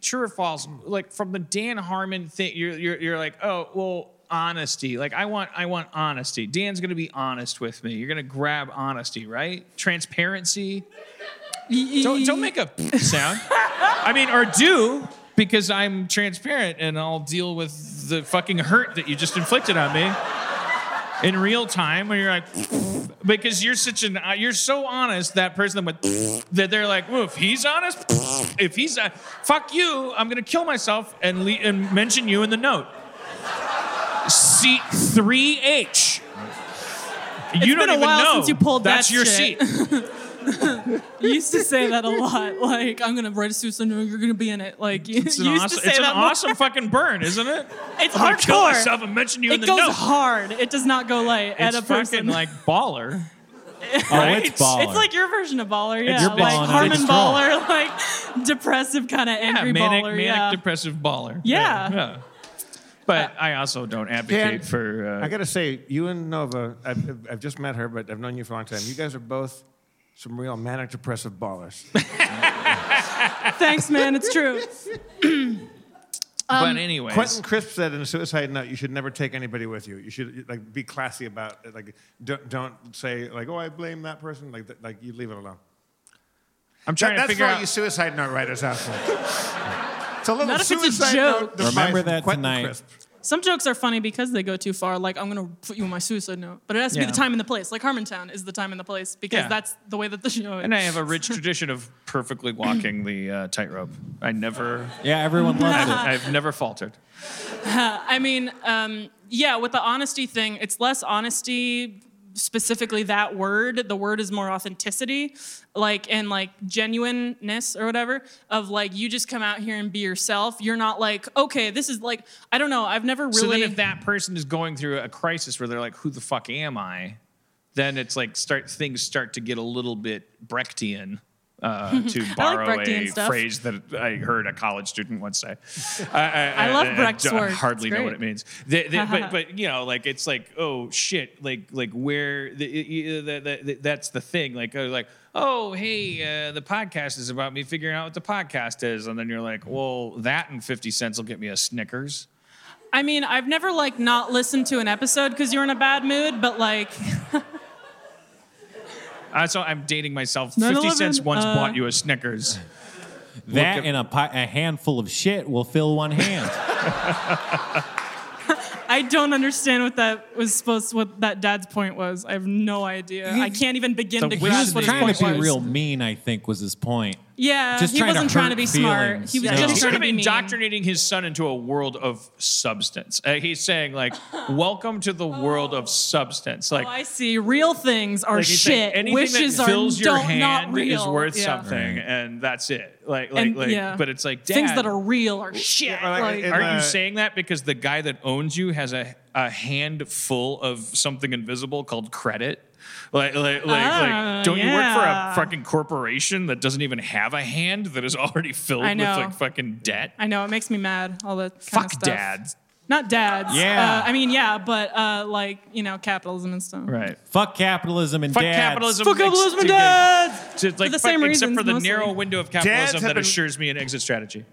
S3: true or false? Like from the Dan Harmon thing, you're you're you're like, oh well, honesty. Like I want I want honesty. Dan's gonna be honest with me. You're gonna grab honesty, right? Transparency. Don't don't make a sound. I mean, or do because I'm transparent and I'll deal with the fucking hurt that you just inflicted on me in real time where you're like because you're such an uh, you're so honest that person that went that they're like well if he's honest if he's uh, fuck you I'm gonna kill myself and le- and mention you in the note seat three H you
S5: been
S3: don't
S5: a
S3: even
S5: while
S3: know
S5: since you pulled
S3: that's
S5: that
S3: your
S5: shit.
S3: seat
S5: You used to say that a lot. Like, I'm gonna write a suicide note. You're gonna be in it. Like, you
S3: it's
S5: used
S3: an,
S5: to
S3: awesome,
S5: say
S3: it's an
S5: that. more.
S3: awesome fucking burn isn't it
S5: It's
S3: I'm gonna kill
S5: hardcore.
S3: myself and mention you in
S5: It
S3: the
S5: goes
S3: note
S5: hard. It does not go light at
S3: it's
S5: a
S3: fucking
S5: person.
S3: like baller
S2: Oh, it's baller.
S5: It's like your version of baller, yeah.
S3: You're
S5: like
S2: balling out
S5: Harmon
S2: of control.
S5: baller, like depressive kind of
S3: yeah,
S5: angry
S3: manic,
S5: baller,
S3: manic
S5: yeah.
S3: depressive baller.
S5: Yeah. Uh,
S3: But I also don't advocate
S1: Dan,
S3: for. Uh,
S1: I got to say, you and Nova, I've, I've- I've just met her, but I've known you for a long time. You guys are both some real manic depressive ballers.
S5: Thanks, man. It's true. um,
S3: but anyways,
S1: Quentin Crisp said in a suicide note, you should never take anybody with you. You should like be classy about it. Like don't, don't say like, oh, I blame that person. Like th- like you leave it alone.
S3: I'm trying
S1: That,
S3: to
S1: that's
S3: figure
S1: for all
S3: out.
S1: you suicide note writers out there. It's a little
S5: Not if it's a
S1: suicide
S5: joke.
S1: note. device
S2: Remember
S1: from
S2: that
S1: Quentin
S2: tonight.
S1: Crisp.
S5: Some jokes are funny because they go too far. Like, I'm going to put you on my suicide note. But it has to be
S3: Yeah.
S5: the time and the place. Like, Harmontown is the time and the place because
S3: Yeah.
S5: that's the way that the show is.
S3: and I have a rich tradition of perfectly walking the uh, tightrope. I never,
S2: yeah, everyone loves it.
S3: I've never faltered.
S5: I mean, um, yeah, with the honesty thing, it's less honesty specifically that word. The word is more authenticity, like and like genuineness or whatever. Of like you just come out here and be yourself. You're not like okay, this is like I don't know. I've never really.
S3: So then, if that person is going through a crisis where they're like, "Who the fuck am I?" Then it's like start things start to get a little bit Brechtian. Uh, to borrow
S5: Brechtian
S3: a
S5: stuff.
S3: phrase that I heard a college student once say, I,
S5: I love Brecht's
S3: don't-
S5: work.
S3: Hardly
S5: It's
S3: know what
S5: great.
S3: it means. They- they- but, but you know, like it's like oh shit, like like where the, it- it- that- that- that's the thing. Like oh, like oh hey, uh, the podcast is about me figuring out what the podcast is, and then you're like, well, that and fifty cents will get me a Snickers.
S5: I mean, I've never like not listened to an episode because you're in a bad mood, but like
S3: Uh, so I'm dating myself. 50
S5: 9/11,
S3: cents once
S5: uh,
S3: bought you a Snickers.
S2: That and a, pi- a handful of shit will fill one hand.
S5: I don't understand what that was supposed. What that dad's point was. I have no idea. I can't even begin to
S2: he was
S5: grasp what his
S2: trying
S5: point
S2: to be
S5: was.
S2: real mean. I think was his point.
S5: Yeah,
S2: Just
S5: he
S2: trying to
S5: wasn't trying
S2: hurt
S5: to be smart.
S2: feelings.
S5: He was
S2: No.
S5: just
S2: He's
S3: He's sort
S5: trying to
S3: of
S5: be mean.
S3: indoctrinating his son into a world of substance. Uh, he's saying like, "Welcome to the world of substance." Like,
S5: Oh, I see. Real things are
S3: like he's saying,
S5: Oh, shit.
S3: anything
S5: Wishes
S3: that fills
S5: are
S3: your
S5: don't, not
S3: hand
S5: real.
S3: is worth
S5: Yeah.
S3: something,
S2: Right.
S3: and that's it. Like, like,
S5: And-
S3: like.
S5: yeah.
S3: But it's like, Dad,
S5: Things that are real are shit.
S1: or like-
S5: like-
S1: it-
S3: Aren't
S1: Uh,
S3: you saying that because the guy that owns you has a, a hand full of something invisible called credit? Like, like, like,
S5: Ah,
S3: like don't you work for
S5: yeah.
S3: a fucking corporation that doesn't even have a hand that is already filled
S5: I
S3: with
S5: know.
S3: like fucking debt?
S5: I know it makes me mad. All that kind of
S3: Fuck
S5: stuff.
S3: dads.
S5: Not dads.
S2: Yeah.
S5: Uh, I mean, yeah, but uh, like you know, capitalism and stuff.
S3: Right.
S2: Fuck capitalism and
S3: Fuck
S2: dads.
S3: capitalism.
S5: Fuck
S3: like,
S5: capitalism and
S3: stupid-
S5: dads.
S3: So it's like
S5: the
S3: fuck-
S5: same
S3: except
S5: reasons,
S3: for the
S5: mostly.
S3: narrow window of
S1: Dads
S3: capitalism
S1: have
S3: that
S1: been-
S3: assures me an exit strategy.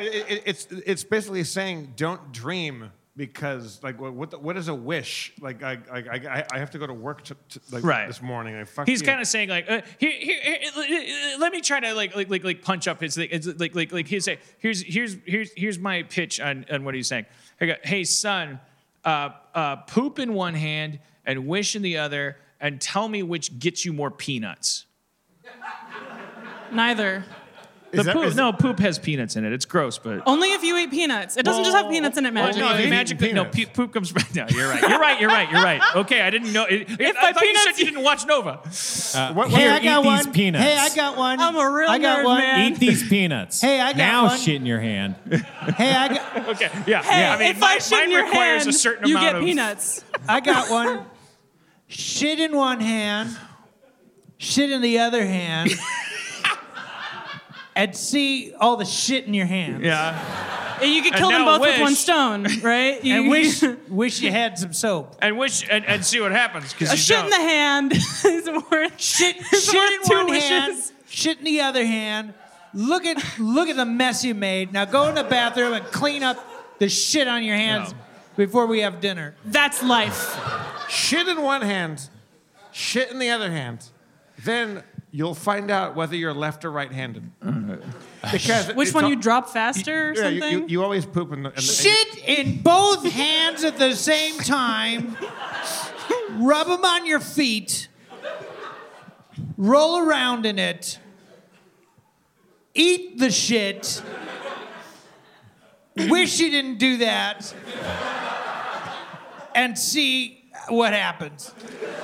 S1: It- it- it's it's basically saying don't dream because like what what, the, what is a wish like I, I I I have to go to work to, to like
S3: Right.
S1: this morning I fuck
S3: He's
S1: you.
S3: kind of saying like, uh, here, here, here, uh, uh, let me try to like, like, like, like punch up his thing. It's like, like, like his here's, here's, here's, here's my pitch on, on what he's saying. I go, hey son, uh, uh, poop in one hand and wish in the other, and tell me which gets you more peanuts.
S5: Neither.
S1: Is
S3: The
S1: that-
S3: poop,
S1: is-
S3: no, poop has peanuts in it. It's gross, but.
S5: Only if you eat peanuts. It doesn't just have peanuts in it,
S3: Well,
S5: Magic.
S3: no,
S1: If you eat
S3: magic. No,
S1: peanuts.
S3: pe- poop comes. No, you're right. You're right. You're right. You're right. Okay, I didn't know. It, I
S5: by
S3: thought you
S5: peanuts
S3: said you
S5: you-
S3: didn't watch Nova.
S2: Uh,
S1: What-
S2: here,
S1: Hey,
S4: I got
S2: eat
S4: one.
S2: these peanuts.
S4: Hey, I got one.
S5: I'm a real
S4: I got
S5: nerd,
S4: one.
S5: man.
S2: Eat these peanuts.
S4: Hey, I got
S2: now
S4: one.
S2: shit in your hand.
S4: Hey, I got,
S3: Okay. Yeah.
S5: Hey,
S3: yeah. I mean,
S5: if
S3: mine,
S5: I shit in
S3: mine
S5: your
S3: requires
S5: hand,
S3: a certain
S5: you
S3: amount
S5: get
S3: of
S5: peanuts.
S4: I got one. Shit in one hand, shit in the other hand, and see all the shit in your hand.
S3: Yeah.
S5: And you could
S3: And
S5: kill them
S3: now
S5: both with one
S3: wish.
S5: stone, right? You,
S4: And wish wish you had some soap.
S3: And wish and, and see what happens because
S5: a
S3: you
S5: shit
S3: don't.
S5: in the hand is worth shit.
S4: Shit in one hand, shit in the other hand. Look at look at the mess you made. Now go in the bathroom and clean up the shit on your hands
S3: No.
S4: before we have dinner.
S5: That's life.
S1: shit in one hand, shit in the other hand, then you'll find out whether you're left or right-handed. Because
S5: Which
S1: it's
S5: one
S1: all-
S5: you drop faster or
S1: Yeah, you,
S5: something?
S1: you, you always poop in the. In the
S4: Shit in both hands at the same time. Rub them on your feet. Roll around in it. Eat the shit. Wish you didn't do that. And see what happens.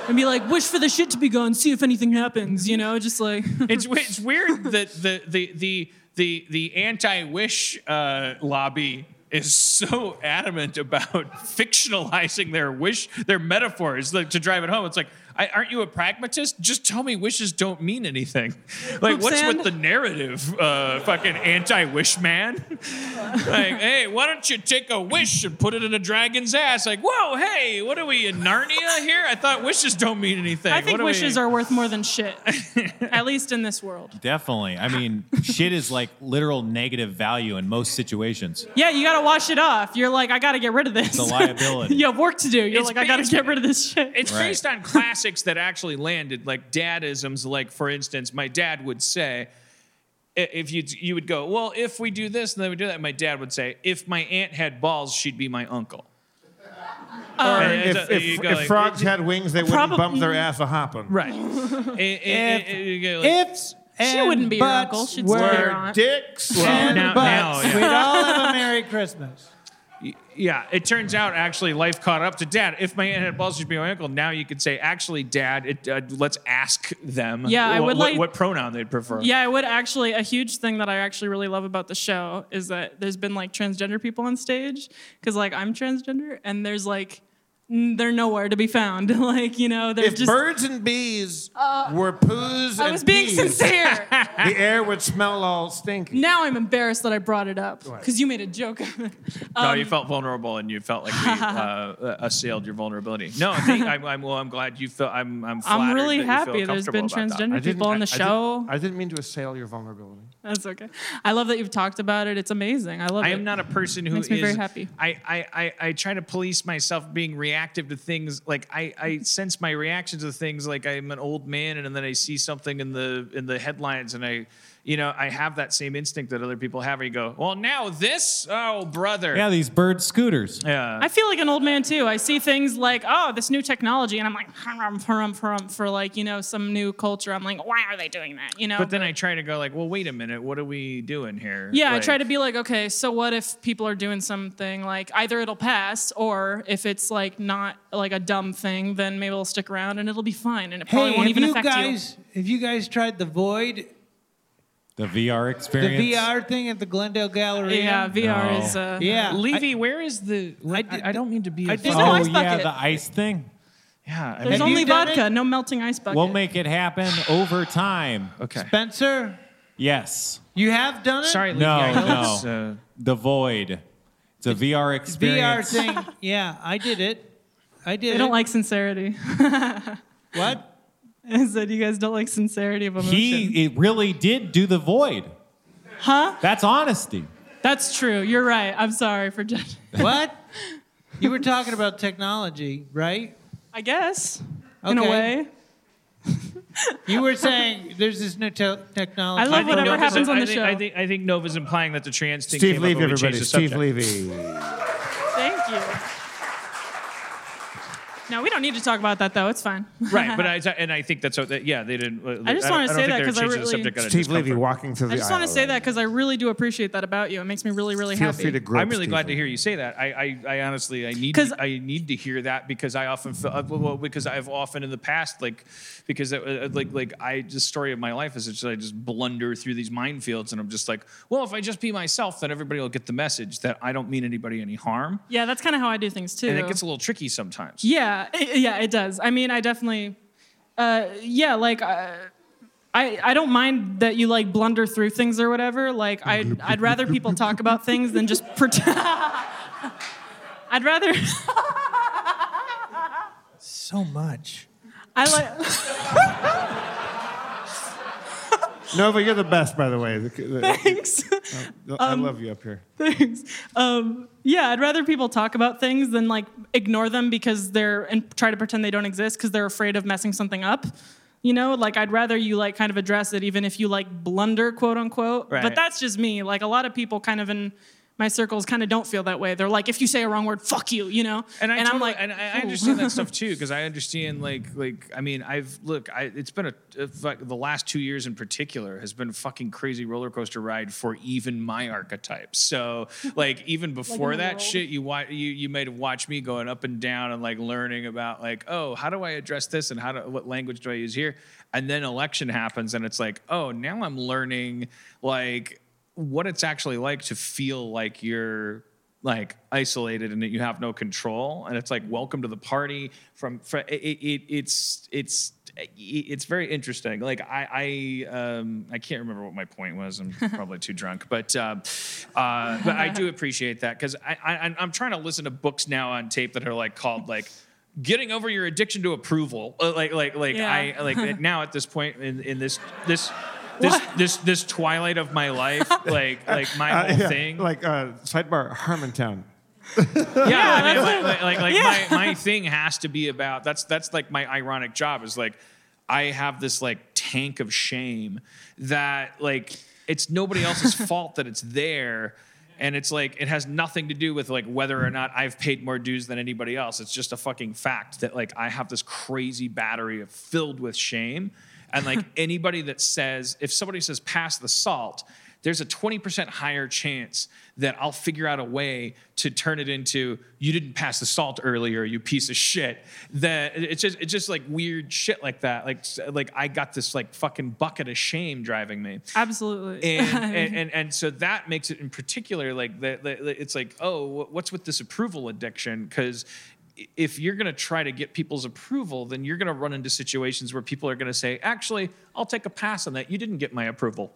S5: and be like, wish for the shit to be gone, see if anything happens, you know? Just like.
S3: It's we- it's weird that the the the the the anti wish uh, lobby is so adamant about fictionalizing their wish their metaphors like, to drive it home. It's like. I, aren't you a pragmatist? Just tell me wishes don't mean anything. Like,
S5: Poop
S3: what's
S5: sand?
S3: with the narrative, uh, fucking anti-wish man? like, hey, why don't you take a wish and put it in a dragon's ass? Like, whoa, hey, what are we in Narnia here? I thought wishes don't mean anything.
S5: I think
S3: What
S5: wishes
S3: we-
S5: are worth more than shit, at least in this world.
S2: Definitely. I mean, shit is like literal negative value in most situations.
S5: Yeah, you gotta wash it off. You're like, I gotta get rid of this.
S2: It's a liability.
S5: you have work to do. You're
S3: It's
S5: like, I gotta
S3: based-
S5: get rid of this shit.
S3: It's
S2: Right.
S3: based on classics that actually landed, like dadisms. Like for instance, my dad would say, i- if you you would go, well, if we do this and then we do that, my dad would say, if my aunt had balls, she'd be my uncle.
S1: Or
S3: And
S1: if,
S3: so
S1: if,
S3: you
S1: if,
S3: go like-
S1: frogs had wings, they wouldn't
S5: Probably-
S1: bump their ass a hopping.
S3: right? And- and-
S4: If-
S3: and you go like-
S4: Ifs and
S5: wouldn't be your
S4: buts
S5: uncle. She'd
S4: were
S5: still be your aunt.
S1: Dicks.
S4: and
S3: Now-
S4: buts.
S3: now, yeah.
S4: We'd all have a Merry Christmas.
S3: Yeah, it turns out actually life caught up to dad. If my aunt had balls to be my uncle, now you could say actually dad. It, uh, let's ask them.
S5: Yeah, I
S3: what,
S5: would
S3: what-
S5: like-
S3: what pronoun they'd prefer.
S5: Yeah, I would actually. A huge thing that I actually really love about the show is that there's been like transgender people on stage because like I'm transgender and there's like n- they're nowhere to be found. like you know, they're
S1: If
S5: just. Uh,
S1: birds and bees were poos
S5: I
S1: and
S5: was being
S1: peas,
S5: sincere.
S1: the air would smell all stinky.
S5: now I'm embarrassed that I brought it up because you made a joke. of it.
S3: no,
S5: Um,
S3: you felt vulnerable and you felt like we uh, uh, assailed your vulnerability. No, I think- I'm, I'm, well, I'm glad you felt. I'm, I'm,
S5: I'm
S3: flattered
S5: really
S3: that you feel
S5: happy. There's been
S3: comfortable about that.
S5: transgender people on the show.
S1: I didn't mean to assail your vulnerability.
S5: That's okay. I love that you've talked about it. It's amazing. I love
S3: I
S5: it.
S3: am not a person who
S5: Makes me
S3: is-
S5: very happy.
S3: I, I, I, I try to police myself being reactive to things. Like I, I sense my reactions to things like I'm an old man and then I see something in the in the headlines and I you know, I have that same instinct that other people have and you go, Well now this? Oh brother.
S2: Yeah, these bird scooters.
S3: Yeah.
S5: I feel like an old man too. I see things like, oh, this new technology, and I'm like, harumph, harumph, harumph, for like, you know, some new culture. I'm like, why are they doing that? You know?
S3: But then I try to go like, well, wait a minute, what are we doing here?
S5: yeah, I
S3: Like-
S5: try to be like, okay, so what if people are doing something like either it'll pass or if it's like not like a dumb thing, then maybe it'll stick around and it'll be fine and it probably
S4: Hey,
S5: won't
S4: have
S5: even
S4: you
S5: affect
S4: guys have you guys tried the Void,
S2: The VR
S4: the
S2: experience.
S4: VR thing at the Glendale
S5: you.
S4: Gallery?
S5: Yeah, VR
S2: No.
S5: is. Uh,
S4: yeah.
S3: Levy, where is the?
S4: I
S3: I,
S4: did-
S3: I don't mean to be.
S4: I
S3: a
S4: did-
S3: fu-
S4: No,
S2: Oh
S5: ice
S2: yeah,
S5: bucket.
S2: the ice thing.
S3: yeah. I
S5: There's
S4: Have you
S5: only
S4: done
S5: vodka,
S4: it?
S5: no melting ice bucket.
S2: We'll make it happen over time.
S3: okay.
S4: Spencer,
S2: Yes,
S4: you have done it.
S3: Sorry, Levy.
S2: No,
S3: I know
S2: no.
S3: it's, uh,
S2: the void. It's a VR
S4: VR
S2: experience.
S4: thing. Yeah, I did it. I did.
S5: they don't
S4: it.
S5: like sincerity.
S4: what?
S5: I said you guys don't like sincerity of emotion.
S2: He it really did do the void.
S5: huh?
S2: That's honesty.
S5: That's true. You're right. I'm sorry for judging.
S4: What? you were talking about technology, right?
S5: I guess. In a
S4: Okay.
S5: way.
S4: You were saying there's this new te- technology.
S5: I love
S3: think
S5: whatever
S3: Nova's-
S5: happens on
S3: I
S5: the
S3: think,
S5: show.
S3: I think I think Nova's implying that the trans thing.
S1: Steve
S3: came
S1: Levy,
S3: up and we changed
S1: everybody.
S3: the
S1: Steve
S3: subject.
S1: Levy.
S5: Thank you. No, we don't need to talk about that though. It's fine.
S3: right, but I and I think that's what. Yeah, they didn't. uh,
S5: I just
S3: don't-
S5: wanna
S3: don't
S5: say
S3: think
S5: that
S3: they were
S5: 'cause I
S3: changing the
S5: really-
S3: subject out of
S1: Steve Levy
S3: discomfort.
S1: walking through the
S5: I just want to
S1: aisle.
S5: say that because I really do appreciate that about you. It makes me really, really
S1: Feel
S5: happy.
S1: free to grow.
S3: I'm really glad to hear you say that. I, I, I honestly, I need,
S5: 'Cause-
S3: I need to hear that because I often, feel, uh, well, because I've often in the past, like, because it, uh, like, like I, the story of my life is just, I just blunder through these minefields, and I'm just like, well, if I just be myself, then everybody will get the message that I don't mean anybody any harm,
S5: yeah, that's kind of how I do things too.
S3: and it gets a little tricky sometimes.
S5: Yeah, i- yeah, it does. I mean, I definitely, uh, yeah, like uh, I, I don't mind that you like blunder through things or whatever. Like I, I'd rather people talk about things than just pretend. I'd rather
S4: so much.
S5: I like.
S1: Nova, you're the best, by the way. The- the-
S5: Thanks. Um,
S1: I love you up here.
S5: Thanks. Um, yeah, I'd rather people talk about things than like ignore them because they're and try to pretend they don't exist because they're afraid of messing something up. You know, like I'd rather you like kind of address it even if you like blunder, quote unquote. But
S3: Right.
S5: that's just me. Like a lot of people kind of in my circles kind of don't feel that way. They're like, if you say a wrong word, fuck you, you know?
S3: and, I
S5: I'm
S3: totally-
S5: like,
S3: and I I
S5: "Ooh."
S3: understand that stuff too, because I understand like like I mean I've look I it's been a it's like the last two years in particular has been a fucking crazy roller coaster ride for even my archetype. So like even before
S5: in the
S3: that
S5: world.
S3: shit, you wa- you you might have watched me going up and down and like learning about like oh how do I address this and how do what language do I use here, and then election happens and it's like oh now I'm learning like what it's actually like to feel like you're like isolated and that you have no control and it's like welcome to the party from, from it, it it's it's it's very interesting like i i um i can't remember what my point was i'm probably too drunk but um uh but i do appreciate that because I, I I'm- i'm trying to listen to books now on tape that are like called like getting over your addiction to approval Uh, like like like
S5: Yeah.
S3: i like now at this point in in this this this, this this twilight of my life, like like my
S1: Uh,
S3: whole
S1: yeah,
S3: thing,
S1: Like uh, sidebar, Harmontown.
S3: yeah, I mean,
S5: that's
S3: like, like, like, like
S5: Yeah.
S3: my, my thing has to be about that's that's like my ironic job is like I have this like tank of shame that like it's nobody else's fault that it's there. And it's like it has nothing to do with like whether or not I've paid more dues than anybody else. It's just a fucking fact that like I have this crazy battery of filled with shame. And like anybody that says if somebody says pass the salt, there's a 20% higher chance that I'll figure out a way to turn it into you didn't pass the salt earlier, you piece of shit. That it's just it's just like weird shit like that. Like like I got this like fucking bucket of shame driving me
S5: Absolutely.
S3: and, and, and and so that makes it in particular like the, the, the- it's like oh wh- what's with this approval addiction because if you're going to try to get people's approval then you're going to run into situations where people are going to say actually i'll take a pass on that you didn't get my approval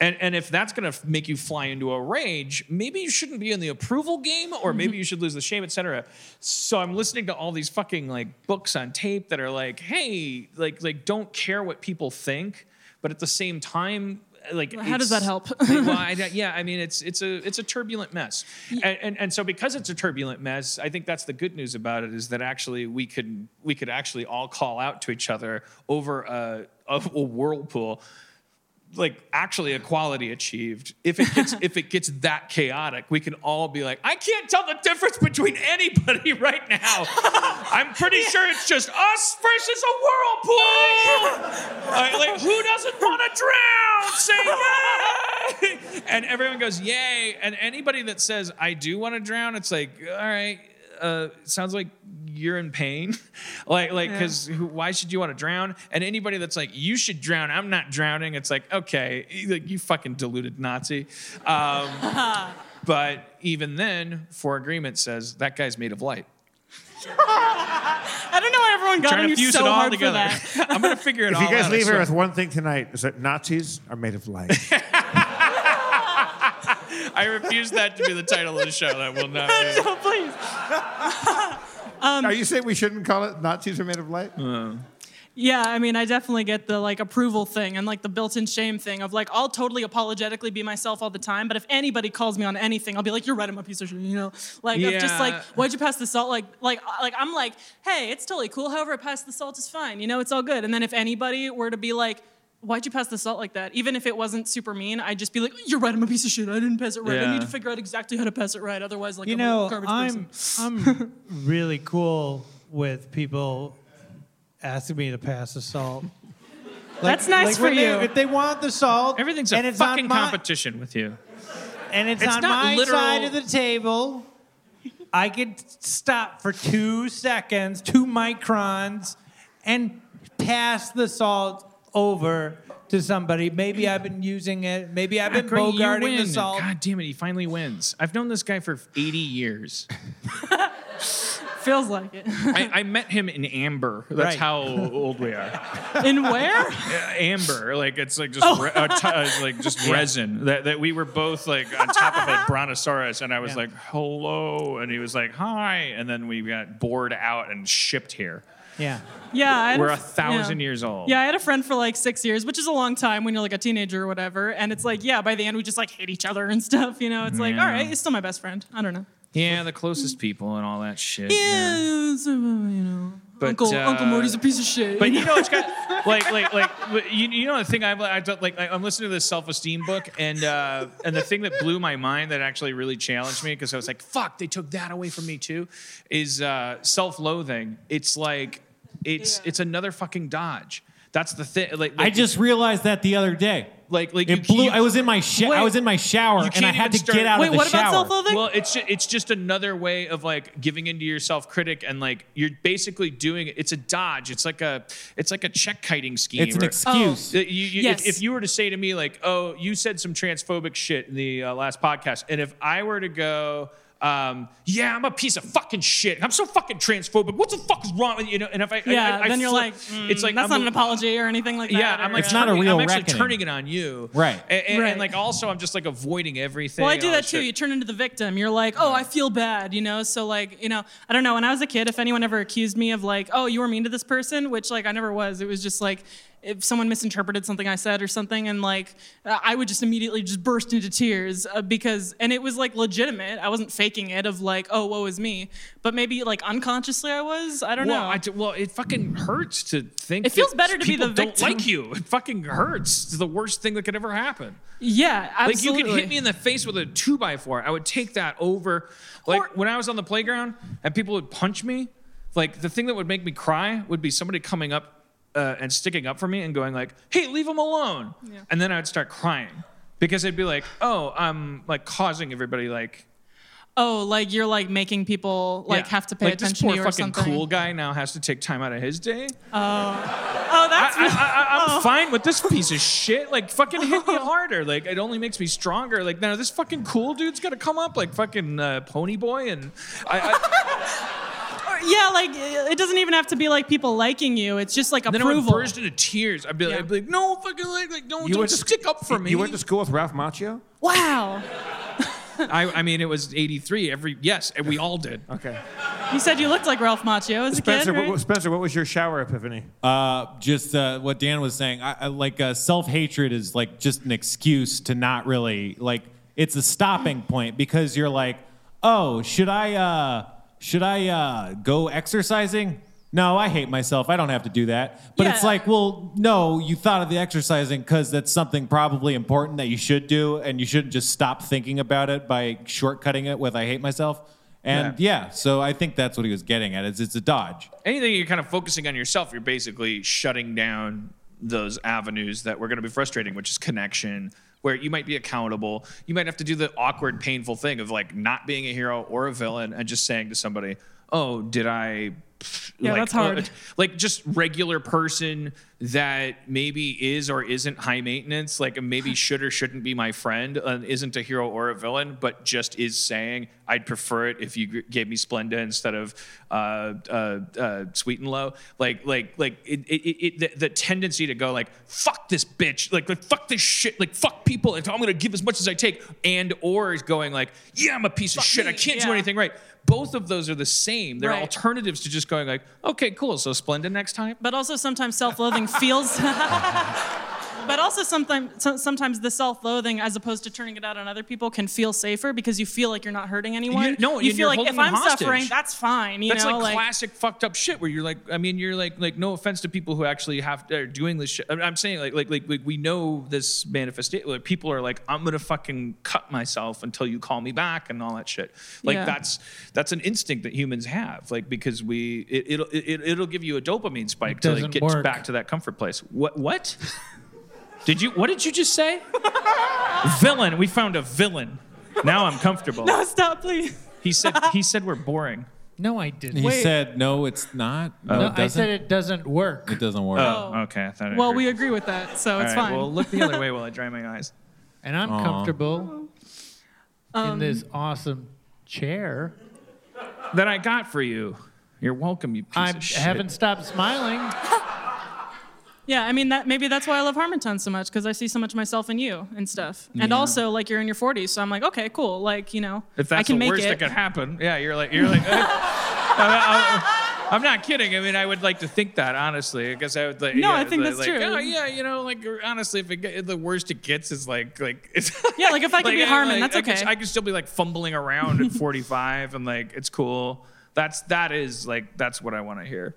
S3: and and if that's going to make you fly into a rage maybe you shouldn't be in the approval game or maybe you should lose the shame etc so i'm listening to all these fucking like books on tape that are like hey like like don't care what people think but at the same time like
S5: How does
S3: it's-
S5: that help?
S3: well, I, don't- yeah, I mean it's it's a it's a turbulent mess, and, and and so because it's a turbulent mess, I think that's the good news about it is that actually we could we could actually all call out to each other over a a, a whirlpool, like actually equality achieved. If it gets if it gets that chaotic, we can all be like, I can't tell the difference between anybody right now. I'm pretty sure it's just us versus a whirlpool. Uh, like who doesn't want to drown? Say yay! and everyone goes yay. And anybody that says I do want to drown, it's like all right. Uh, sounds like you're in pain, like like because why should you want to drown? And anybody that's like you should drown, I'm not drowning. It's like okay, e, like you fucking deluded Nazi. Um, but even then, for agreement says that guy's made of light.
S5: I don't know why everyone
S4: Oh,
S5: got on
S3: Trying to
S5: you
S3: fuse
S5: so
S3: it all
S5: hard
S3: together.
S5: for that.
S3: I'm gonna figure it
S1: If
S3: all out.
S1: you guys
S3: I
S1: leave here
S3: swear.
S1: with one thing tonight, is that Nazis are made of light.
S3: I refuse that to be the title of the show. That will not. Be.
S5: so please. Um,
S1: are you saying we shouldn't call it Nazis are made of light?
S3: Uh,
S5: Yeah, I mean, I definitely get the like approval thing and like the built-in shame thing of like I'll totally apologetically be myself all the time, but if anybody calls me on anything, I'll be like, "You're right, I'm a piece of shit," you know? Like, I'm just like,
S3: Yeah.
S5: "Why'd you pass the salt?" Like, like, uh, like I'm like, "Hey, it's totally cool. However, I passed the salt is fine. You know, it's all good." And then if anybody were to be like. Why'd you pass the salt like that? Even if it wasn't super mean, I'd just be like, "You're right. I'm a piece of shit. I didn't pass it right. I
S3: Yeah.
S5: need to figure out exactly how to pass it right. Otherwise, like,
S4: you
S5: I'm
S4: know,
S5: a garbage person."
S4: I'm I'm really cool with people asking me to pass the salt. Like-
S5: That's nice
S4: like
S5: for
S4: when they-
S5: you.
S4: if they want the salt,
S3: Everything's
S4: and
S3: a
S4: it's on
S3: fucking
S4: my-
S3: competition with you.
S4: and it's,
S3: It's
S4: on
S3: not
S4: my
S3: literal-
S4: side of the table. I could stop for two seconds, two microns, and pass the salt over to somebody. Maybe I've been using it. Maybe I've been
S3: Great, you
S4: bogarting the
S3: win.
S4: salt.
S3: God damn it, he finally wins. I've known this guy for 80 years.
S5: Feels like it.
S3: I, I met him in Amber. That's
S4: Right.
S3: how old we are.
S5: In where?
S3: Uh, Amber, like it's like just re- uh, t- uh, like just resin. That, that we were both like on top of a brontosaurus, and I was like, "Hello," and he was like, "Hi," and then we got bored out and shipped here.
S4: Yeah.
S5: Yeah, I had
S3: We're a
S5: f-
S3: thousand
S5: yeah.
S3: years old.
S5: Yeah, I had a friend for like six years, which is a long time when you're like a teenager or whatever. And it's like, yeah, by the end we just like hate each other and stuff. You know, it's like,
S3: Yeah.
S5: all right, he's still my best friend. I don't know.
S3: yeah, the closest people and all that shit. yeah.
S5: Yeah, it's, uh, you know,
S3: But,
S5: Uncle Uncle
S3: uh,
S5: Morty's a piece of shit.
S3: But you know, it's got like, like, like you, you know the thing I've, I've done, like I'm listening to this self-esteem book, and uh, and the thing that blew my mind that actually really challenged me because I was like, fuck, they took that away from me too, is uh, self-loathing. It's like, it's
S5: Yeah.
S3: it's another fucking dodge. That's the thing. Like,
S2: I just realized that the other day.
S3: like like
S2: It
S3: you-
S2: blew.
S3: you-
S2: I was in my sh-
S5: Wait.
S2: I was in my shower
S3: You
S2: and I
S3: can't
S2: had to
S3: even start-
S2: get out
S5: wait,
S2: of the
S5: what
S2: shower.
S5: about self-loathing?
S3: Well, it's ju- it's just another way of like giving into your self critic and like you're basically doing it. It's a dodge. It's like a it's like a check kiting scheme.
S2: It's an
S3: or-
S2: excuse.
S3: Uh, you- you- if-
S5: Yes.
S3: if, you were to say to me like, "Oh, you said some transphobic shit in the uh, last podcast," and if I were to go. Um, yeah, I'm a piece of fucking shit. I'm so fucking transphobic. What the fuck is wrong with you? know, And if I, I-
S5: yeah,
S3: I, I
S5: then you're
S3: flip-
S5: like, mm,
S3: it's like I'm
S5: that's not
S3: a-
S5: an apology or anything like that.
S3: Yeah,
S5: or-
S3: I'm like,
S2: It's not a
S3: turning-
S2: real
S3: I'm actually
S2: reckoning.
S3: turning it on you,
S2: Right.
S3: And, and-
S5: Right.
S3: and, like also, I'm just like avoiding everything.
S5: Well, I
S3: and
S5: do
S3: all
S5: that
S3: this
S5: too.
S3: shit.
S5: You turn into the victim. You're like, oh, I feel bad, you know? So, like, you know, I don't know. When I was a kid, if anyone ever accused me of, like, oh, you were mean to this person, which, like, I never was, it was just like, if someone misinterpreted something I said or something, and like, uh, I would just immediately just burst into tears uh, because, and it was like legitimate. I wasn't faking it of like, oh, woe is me. But maybe like unconsciously I was. I don't
S3: well,
S5: know.
S3: I do- well, it fucking hurts to think.
S5: It feels
S3: that
S5: better to be
S3: people
S5: the victim.
S3: Don't like you. It fucking hurts. It's the worst thing that could ever happen.
S5: yeah,
S3: Like you
S5: absolutely.
S3: could hit me in the face with a two by four. I would take that over. Like
S5: Or-
S3: when I was on the playground and people would punch me. Like the thing that would make me cry would be somebody coming up uh, and sticking up for me and going like, "Hey, leave him alone," and then I would start crying. because it'd be like, oh, I'm like causing everybody like
S5: Oh, like you're like making people like
S3: yeah.
S5: have to pay
S3: like,
S5: attention
S3: This
S5: to
S3: poor
S5: you or
S3: fucking
S5: something.
S3: cool guy now has to take time out of his day.
S5: Oh, that's
S3: I, I,
S1: Oh.
S3: I, I'm fine with this piece of shit. Like, fucking hit me harder. Like, it only makes me stronger. Like, now this fucking cool dude's got to come up like fucking uh, Pony Boy, and I, I
S5: yeah. Like it doesn't even have to be like people liking you. It's just like
S3: then I would
S5: approval.
S3: burst into tears. I'd be, like,
S5: Yeah.
S3: I'd be like, no, fucking like, like don't,
S1: You
S3: don't
S1: went to sc-
S3: stick up for me.
S1: You went to school with Ralph Macchio?
S5: wow.
S3: I, I mean, it was '83. Every yes, and we all did.
S1: Okay.
S5: You said you looked like Ralph Macchio as a
S1: Spencer,
S5: kid.
S1: what,
S5: Right?
S1: what- Spencer, what was your shower epiphany?
S2: Uh, just uh, what Dan was saying, I, I, like uh, self hatred is like just an excuse to not really like. It's a stopping point because you're like, oh, should I uh, should I uh, go exercising? No, I hate myself. I don't have to do that. But it's
S5: Yeah.
S2: like, well, no, you thought of the exercising because that's something probably important that you should do, and you shouldn't just stop thinking about it by shortcutting it with "I hate myself." And yeah, so I think that's what he was getting at. Is it's a dodge.
S3: Anything you're kind of focusing on yourself, you're basically shutting down those avenues that were going to be frustrating, which is connection, where you might be accountable. You might have to do the awkward, painful thing of like not being a hero or a villain and just saying to somebody, "Oh, did I?"
S5: Yeah,
S3: like,
S5: that's hard.
S3: uh, like just regular person that maybe is or isn't high maintenance, like maybe should or shouldn't be my friend, and isn't a hero or a villain, but just is saying I'd prefer it if you g- gave me Splenda instead of uh, uh, uh, Sweet and Low. Like, like, like it, it, it, it, the, the tendency to go like fuck this bitch, like, like fuck this shit, like fuck people, and I'm gonna give as much as I take, and or is going like yeah, I'm a piece of shit, I
S5: me,
S3: can't do
S5: yeah.
S3: anything right. Both of those are the same. They're
S5: Right.
S3: alternatives to just going like, okay, cool. So Splenda next time.
S5: But also sometimes self-loathing feels. But also sometimes so- sometimes the self-loathing, as opposed to turning it out on other people, can feel safer because you feel like you're not hurting anyone.
S3: You- no,
S5: you
S3: and
S5: feel
S3: you're
S5: like if
S3: holding
S5: I'm
S3: them hostage.
S5: suffering, that's fine. You
S3: That's
S5: know,
S3: like, classic fucked up shit where you're like, I mean, you're like, like no offense to people who actually have are doing this shit. I mean, I'm saying like, like, like, like we know this manifestation. Like people are like, I'm gonna fucking cut myself until you call me back and all that shit. Like
S5: Yeah.
S3: that's that's an instinct that humans have. Like because we it, it'll it, it'll give you a dopamine spike to like
S7: doesn't
S3: get
S7: work.
S3: back to that comfort place. What what? did you what did you just say? villain. We found a villain. Now I'm comfortable.
S5: no, "Oh, stop, please.
S3: He said he said we're boring.
S7: No, I didn't.
S2: He said, "No, it's not. No,
S7: no,
S2: it
S7: I
S2: doesn't.
S7: said it doesn't work.
S2: it doesn't work."
S3: Oh, okay. I thought I
S5: Well,
S3: heard.
S5: we agree with that, so it's
S3: All right,
S5: fine.
S3: Well, look the other way while I dry my eyes.
S7: And I'm comfortable
S5: Um,
S7: in this awesome chair.
S3: That I got for you. You're welcome, you piece
S7: I
S3: of shit. Oh
S7: haven't stopped smiling.
S5: Yeah, I mean that maybe that's why I love Harmontown so much because I see so much of myself in you and stuff. And also like you're in your 40s, so I'm like, okay, cool. Like you know,
S3: if that's
S5: I can
S3: the
S5: make
S3: worst
S5: it.
S3: that could happen, yeah, you're like, you're like. I, am not kidding. I mean, I would like to think that honestly. I guess I would like.
S5: No,
S3: yeah,
S5: I think
S3: like-
S5: that's
S3: like,
S5: true.
S3: Oh, yeah, you know, like honestly, if it get, the worst it gets is like, like it's.
S5: Yeah, like, if I could be
S3: I'm
S5: Harmon, that's
S3: I could-
S5: okay.
S3: I could still be like fumbling around at 45, and like it's cool. That's that is like that's what I want to hear.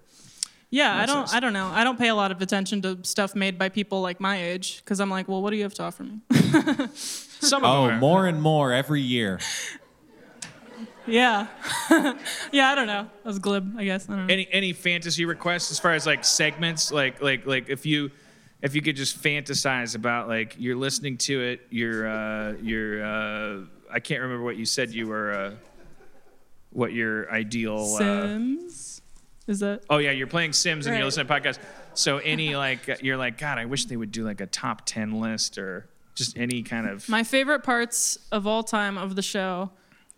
S5: yeah, I
S3: That's
S5: don't,
S3: us.
S5: I don't know. I don't pay a lot of attention to stuff made by people like my age because I'm like, well, what do you have to offer me?
S3: Some of
S2: Oh,
S3: them are.
S2: more and more every year.
S5: yeah, yeah, I don't know. That was glib, I guess. I don't know.
S3: any any fantasy requests as far as like segments like like like if you if you could just fantasize about like you're listening to it you're uh you're uh i can't remember what you said you were uh what your ideal uh,
S5: Sims, is that?
S3: oh yeah you're playing sims and
S5: Right.
S3: you're listening to podcasts so any like you're like god i wish they would do like a top 10 list or just any kind of
S5: My favorite parts of all time of the show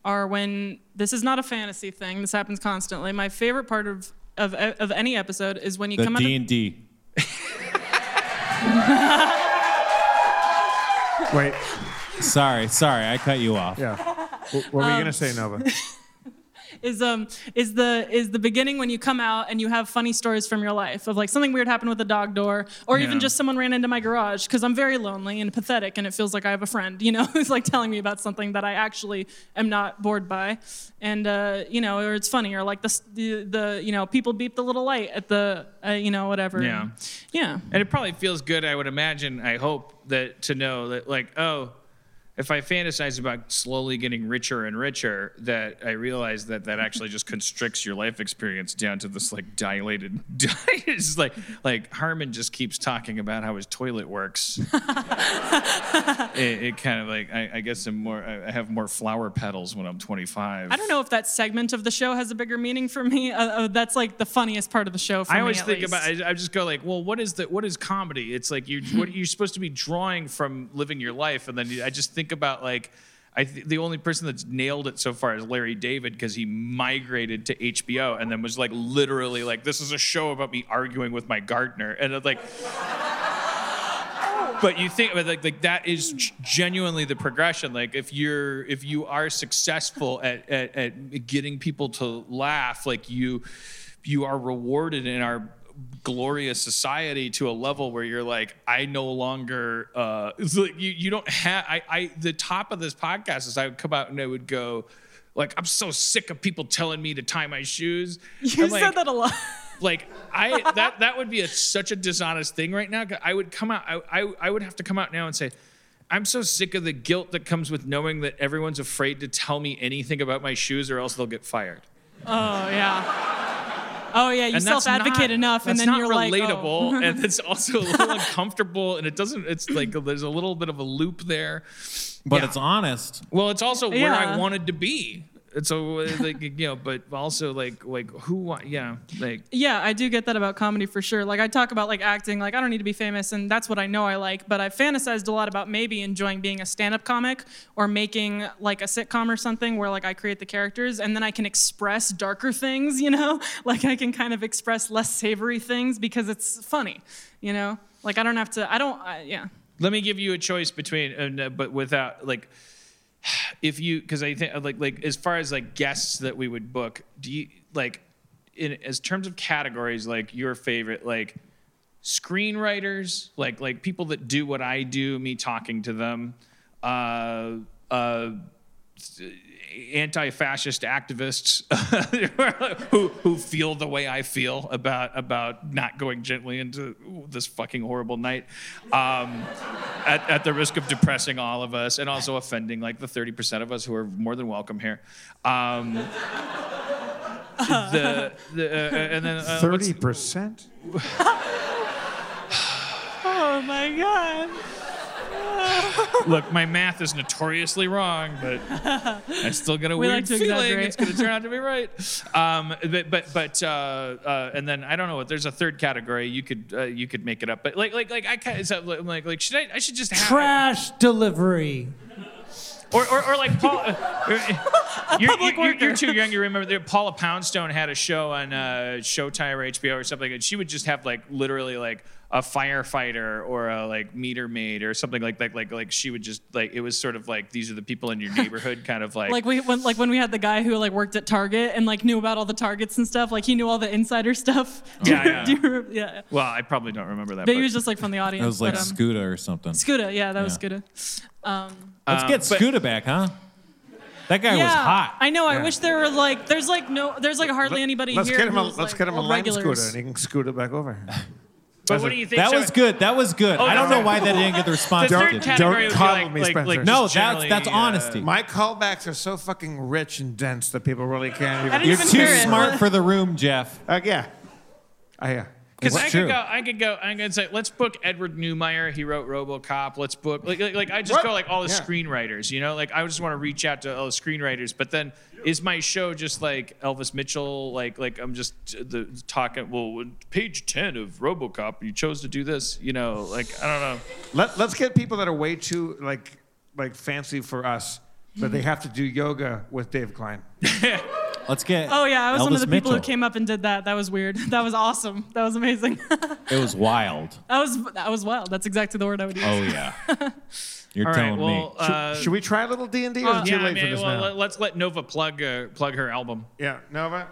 S5: are when this is not a fantasy thing. This happens constantly. My favorite part of of, of any episode is when you
S2: The
S5: come out.
S2: D and D.
S1: Wait,
S2: Sorry, sorry, I cut you off.
S1: yeah. Wh- What were you
S5: Um,
S1: going to say, Nova?
S5: is um is the is the beginning when you come out and you have funny stories from your life of like something weird happened with a dog door or even just someone ran into my garage because I'm very lonely and pathetic and it feels like I have a friend you know who's like telling me about something that I actually am not bored by and uh, you know or it's funny or like the s- the, the you know people beep the little light at the uh, you know whatever
S3: Yeah.
S5: yeah
S3: And it probably feels good, I would imagine, I hope, that to know that like, oh, if I fantasize about slowly getting richer and richer, that I realize that that actually just constricts your life experience down to this like dilated. it's just like like Harmon just keeps talking about how his toilet works. it, it kind of like I, I guess I'm more I I have more flower petals when I'm 25.
S5: I don't know if that segment of the show has a bigger meaning for me. Uh, uh, that's like the funniest part of the show for me.
S3: I always
S5: at
S3: think
S5: least.
S3: about. I, I just go like, well, what is the what is comedy? It's like you what you're supposed to be drawing from living your life, and then you- I just think about like. I th- the only person that's nailed it so far is Larry David because he migrated to HBO and then was like literally like this is a show about me arguing with my gardener and it's like but you think but like like that is g- genuinely the progression like if you're if you are successful at at, at getting people to laugh like you you are rewarded in our glorious society to a level where you're like i no longer uh it's like you, you don't have i i the top of this podcast is i would come out and i would go like i'm so sick of people telling me to tie my shoes
S5: You
S3: I'm
S5: said
S3: like,
S5: that a lot.
S3: like I that that would be a, such a dishonest thing right now. 'cause I would come out. I, I I would have to come out now and say, I'm so sick of the guilt that comes with knowing that everyone's afraid to tell me anything about my shoes, or else they'll get fired.
S5: Oh yeah. Oh yeah. You self-advocate
S3: not-
S5: enough, and
S3: that's
S5: then
S3: not
S5: you're
S3: relatable,
S5: like, oh.
S3: and it's also a little uncomfortable, and it doesn't. It's like there's a little bit of a loop there.
S2: But
S3: Yeah.
S2: it's honest.
S3: Well, it's also where
S5: Yeah.
S3: I wanted to be. And so, uh, like you know, but also like like who? wa- Yeah, like
S5: yeah, I do get that about comedy for sure. Like I talk about like acting, like I don't need to be famous, and that's what I know I like. But I fantasized a lot about maybe enjoying being a stand-up comic or making like a sitcom or something where like I create the characters and then I can express darker things, you know, like I can kind of express less savory things because it's funny, you know. Like I don't have to. I don't. I, yeah.
S3: let me give you a choice between and, uh, but without like if you because i think like like as far as like guests that we would book do you like in as terms of categories like your favorite like screenwriters like like people that do what i do me talking to them uh uh anti-fascist activists who who feel the way I feel about about not going gently into this fucking horrible night, um, at, at the risk of depressing all of us and also offending like the thirty percent of us who are more than welcome here. Um, the, the, uh, and then uh, what's-
S1: Thirty percent.
S5: Oh my god.
S3: Look, my math is notoriously wrong, but I still got a
S5: We
S3: weird
S5: like to
S3: feeling
S5: exaggerate.
S3: it's going to turn out to be right. Um, but but but uh, uh, and then I don't know what. There's a third category you could uh, you could make it up, but like like like I kind of like like, like should I I should just have
S4: Trash delivery.
S3: or, or, or like Paul. uh, you're, you're-
S5: public
S3: you're- you're
S5: worker.
S3: too young. You remember that Paula Poundstone had a show on uh, Showtime or HBO or something, and she would just have like literally like a firefighter or a like meter maid or something like that. Like like she would just like it was sort of like these are the people in your neighborhood kind of like.
S5: Like we when like when we had the guy who like worked at Target and like knew about all the targets and stuff. Like he knew all the insider stuff. Do
S3: Yeah,
S5: you-
S3: yeah.
S5: do you remember- yeah.
S3: well, I probably don't remember that.
S5: But
S3: but-
S5: he was just like from the audience.
S2: It was like
S5: but, um,
S2: Scooter or something.
S5: Scooter, yeah, that was
S2: Yeah.
S5: Scooter. Um,
S2: Let's
S3: Um,
S2: get
S3: but-
S2: Scooter back, huh? That guy
S5: yeah,
S2: was hot.
S5: I know. I wish there were like, there's like no, there's like hardly anybody
S1: Let's
S5: here.
S1: get him a
S5: who's,
S1: let's
S5: like,
S1: get him a
S5: old
S1: lime
S5: regulars.
S1: scooter and he can scoot it back over.
S3: But what do you think?
S2: That
S3: so-
S2: was good. That was good. I don't
S3: Oh, no.
S2: know why that didn't get the
S3: The
S2: response. it
S3: third
S2: did.
S1: cat-
S3: category
S1: Don't
S3: would be
S1: coddle
S3: like,
S1: me,
S3: like, like
S1: Spencer.
S3: just
S2: No, that's
S3: generally,
S2: that's
S3: uh,
S2: honesty.
S1: My callbacks are so fucking rich and dense that people really can't even.
S5: didn't
S2: You're
S5: even
S2: too
S5: hear it.
S2: smart for the room, Jeff.
S1: Uh, yeah. I yeah.
S3: Because
S2: It's
S3: I
S2: true.
S3: could go, I could go, I'm gonna say, let's book Edward Newmeyer. He wrote RoboCop. Let's book like like, like, I just
S1: What?
S3: go like all the
S1: Yeah.
S3: screenwriters, you know. Like I just want to reach out to all the screenwriters. But then is my show just like Elvis Mitchell? Like like I'm just the talking. Well, with page ten of RoboCop, you chose to do this, you know. Like I don't know.
S1: Let, let's get people that are way too like like fancy for us, but they have to do yoga with Dave Klein.
S2: Let's get.
S5: Oh yeah, I was one of
S2: Elvis
S5: the people who
S2: Mitchell.
S5: came up and did that. That was weird. That was awesome. That was amazing. that
S2: It was wild.
S5: was that was wild. That's exactly the word I would use.
S2: Oh yeah. You're
S3: All right,
S2: telling
S3: well,
S2: me.
S3: uh,
S1: Should we try a little D and D? Or is it too
S3: yeah, I
S1: late
S3: mean,
S1: for this
S3: well,
S1: now?
S3: let- let's let Nova plug uh, plug her album.
S1: yeah, Nova.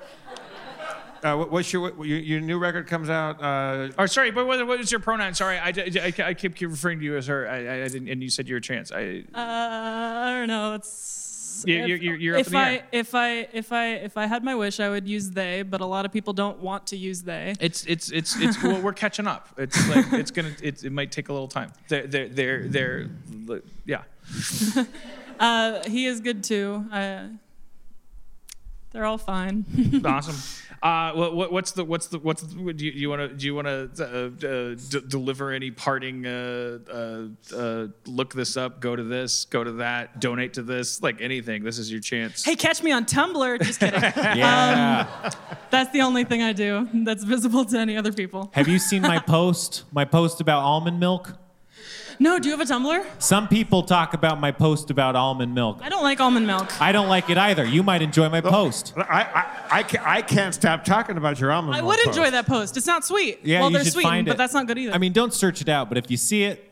S1: Uh, what- what's your, what, your your new record comes out? Uh,
S3: Or sorry, but what, what is your pronoun? Sorry, I, I, I keep referring to you as her. I, I, I didn't, and you said you were trans. I,
S5: Uh, I don't know. It's Yes.
S6: You-
S5: if,
S6: you- you're- you're up
S5: if
S6: in the
S5: I
S6: air.
S5: if I if I if I had my wish, I would use they, but a lot of people don't want to use they.
S3: It's it's it's it's well, we're catching up. It's like it's gonna it's, it might take a little time. They're they're they're, they're yeah.
S5: Uh, he is good too. I, they're all fine.
S3: Awesome. Uh, what, what, what's the what's the what's the, do you- do you want to do you want to uh, uh, d- deliver any parting uh, uh, uh, look this up, go to this, go to that, donate to this, like anything. This is your chance.
S5: hey, catch me on Tumblr. Just kidding. Um,
S2: Yeah.
S5: That's the only thing I do that's visible to any other people.
S2: Have you seen my post? My post about almond milk?
S5: No, do you have a Tumblr?
S2: Some people talk about my post about almond milk.
S5: I don't like almond milk.
S2: I don't like it either. You might enjoy my post.
S1: I, I, I, ca- I can't stop talking about your almond
S5: I
S1: milk
S5: would
S1: post.
S5: enjoy that post. It's not sweet.
S2: Yeah,
S5: well,
S2: you
S5: they're
S2: should
S5: sweet,
S2: find
S5: but
S2: it.
S5: that's not good either.
S2: I mean, don't search it out, but if you see it,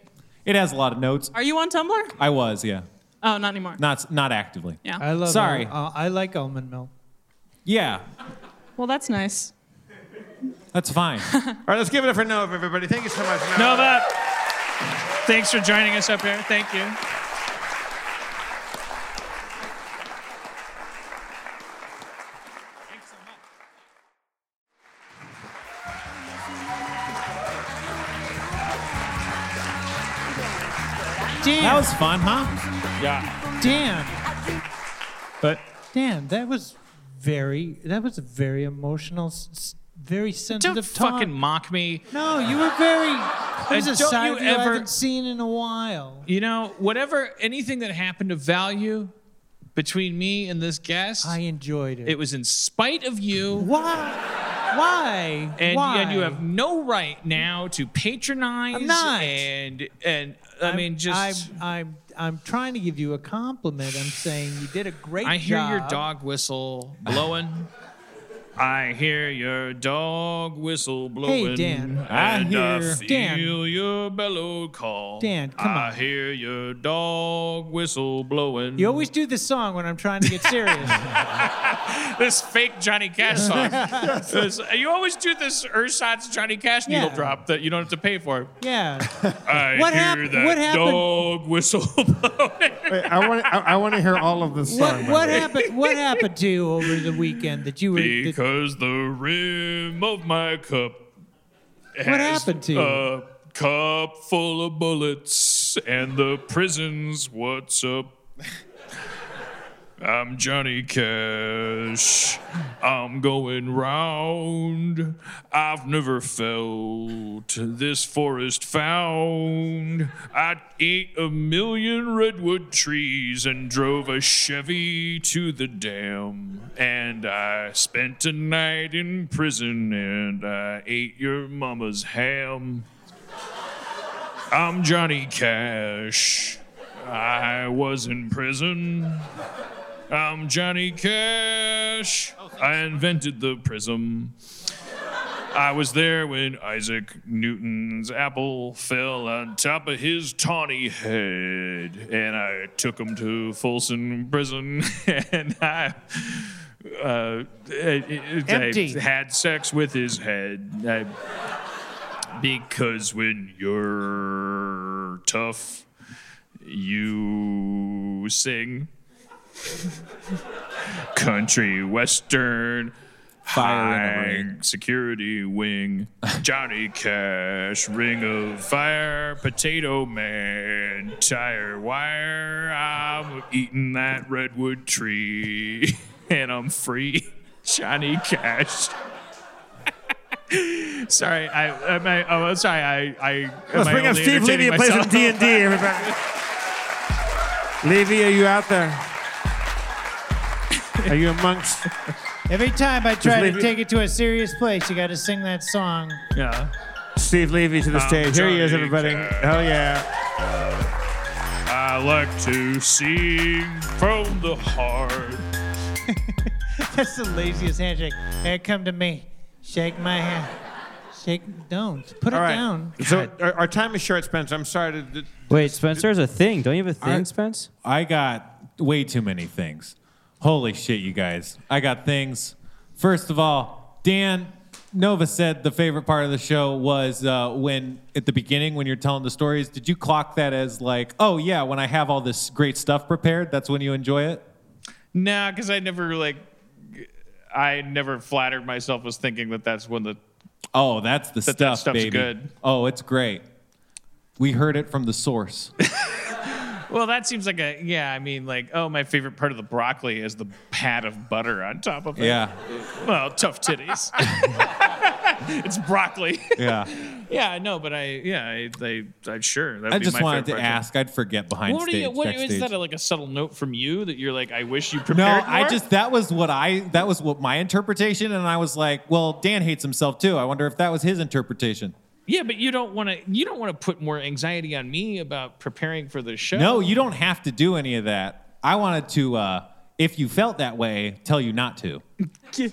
S2: it has a lot of notes.
S5: are you on Tumblr?
S2: I was, yeah.
S5: Oh, not anymore.
S2: Not not actively.
S5: yeah. uh,
S7: I love.
S2: Sorry.
S4: Uh,
S7: al- I like almond milk.
S2: Yeah.
S5: well, that's nice.
S2: That's fine.
S1: All right, let's give it up for Nova, everybody. Thank you so much. Nova.
S3: Nova, thanks for joining us up here. Thank you.
S2: that
S7: Dan,
S2: was fun, huh?
S7: Dan,
S3: But
S7: Dan, that was very. That was a very emotional, s- s- very sensitive
S3: don't
S7: talk.
S3: fucking mock me.
S7: No, you were very. There's a
S3: don't
S7: side
S3: you
S7: of you I
S3: ever-
S7: haven't seen in a while.
S3: You know, whatever anything that happened of value between me and this guest,
S7: I enjoyed it.
S3: it was in spite of you.
S7: Why? Why?
S3: and,
S7: Why?
S3: and you have no right now to patronize
S7: I'm not.
S3: and and I mean just
S7: I'm, I'm, I'm trying to give you a compliment. I'm saying you did a great
S3: i hear your
S7: job.
S3: dog whistle blowing. I hear your dog whistle blowing.
S7: Dan.
S2: I
S3: and I
S2: hear-
S3: feel
S7: Dan.
S3: your bellow call.
S7: Dan, come
S3: I
S7: on.
S3: hear your dog whistle blowing.
S7: You always do this song when I'm trying to get serious.
S3: this fake Johnny Cash song. This- you always do this Ursat's Johnny Cash needle
S7: Yeah.
S3: drop that you don't have to pay for.
S7: yeah.
S3: I
S7: What
S3: hear
S7: hap-
S3: that
S7: what happened-
S3: dog whistle blowing.
S1: Wait, I want I, I want to hear all of this song.
S7: What,
S1: by
S7: what
S1: the way.
S7: happened? What happened to you over the weekend that you were? that-
S3: Because the rim of my cup has
S7: happened to you?
S3: a cup full of bullets and the prison's what's up. I'm Johnny Cash. I'm going round. I've never felt this forest found. I ate a million redwood trees and drove a Chevy to the dam. And I spent a night in prison and I ate your mama's ham. I'm Johnny Cash. I was in prison. I'm Johnny Cash. I invented the prism. I was there when Isaac Newton's apple fell on top of his tawny head, and I took him to Folsom Prison, and I. Uh, I- I-
S7: Empty.
S3: I had sex with his head. I- because when you're tough, you sing country western
S2: Fire in the ring.
S3: high security wing johnny cash ring of fire potato man tire wire i'm eating that redwood tree and i'm free johnny cash Sorry, I, am I, oh, I'm sorry, I, I.
S1: Let's bring up Steve Levy who plays in D and D. Everybody, Levy, are you out there? Are you amongst?
S7: Every time I try
S1: leave
S7: to
S1: it-
S7: take it to a serious place, you got to sing that song.
S3: Yeah.
S1: Steve Levy to the
S3: I'm
S1: stage. Here he is,
S3: Johnny
S1: everybody.
S3: Cash.
S1: Hell yeah.
S3: I like to sing from the heart.
S7: That's the laziest handshake. Hey, come to me. Shake my hand. Shake. Don't put
S1: All
S7: it
S1: right.
S7: down.
S1: So our, our time is short, Spencer. I'm sorry. To, to-
S8: Wait, Spencer has a thing. Don't you have a thing,
S2: I-
S8: Spence?
S2: I got way too many things. Holy shit, you guys. I got things. First of all, Dan Nova said the favorite part of the show was uh, when, at the beginning, when you're telling the stories, did you clock that as like, oh, yeah, when I have all this great stuff prepared, that's when you enjoy it?
S3: Nah, because I never like, I never flattered myself as thinking that that's when the
S2: Oh, that's the
S3: That- that
S2: stuff,
S3: stuff's
S2: baby.
S3: good.
S2: Oh, it's great. We heard it from the source.
S3: Well, that seems like a yeah. I mean, like, oh, my favorite part of the broccoli is the pat of butter on top of it.
S2: yeah,
S3: Well, tough titties. it's broccoli.
S2: yeah.
S3: yeah, no, but I yeah, I, I, I sure. That'd
S2: I
S3: be
S2: just
S3: my
S2: wanted to
S3: favorite part.
S2: ask. I'd forget behind
S3: What, do
S2: stage.
S3: you, what is
S2: backstage.
S3: that? Like a subtle note from you that you're like, I wish you
S2: No,
S3: prepared.
S2: I
S3: more?
S2: just that was what I that was what my interpretation, and I was like, well, Dan hates himself too. I wonder if that was his interpretation.
S3: yeah, but you don't want to you don't want to put more anxiety on me about preparing for the show.
S2: No, you don't have to do any of that. I wanted to, uh, if you felt that way, tell you not to.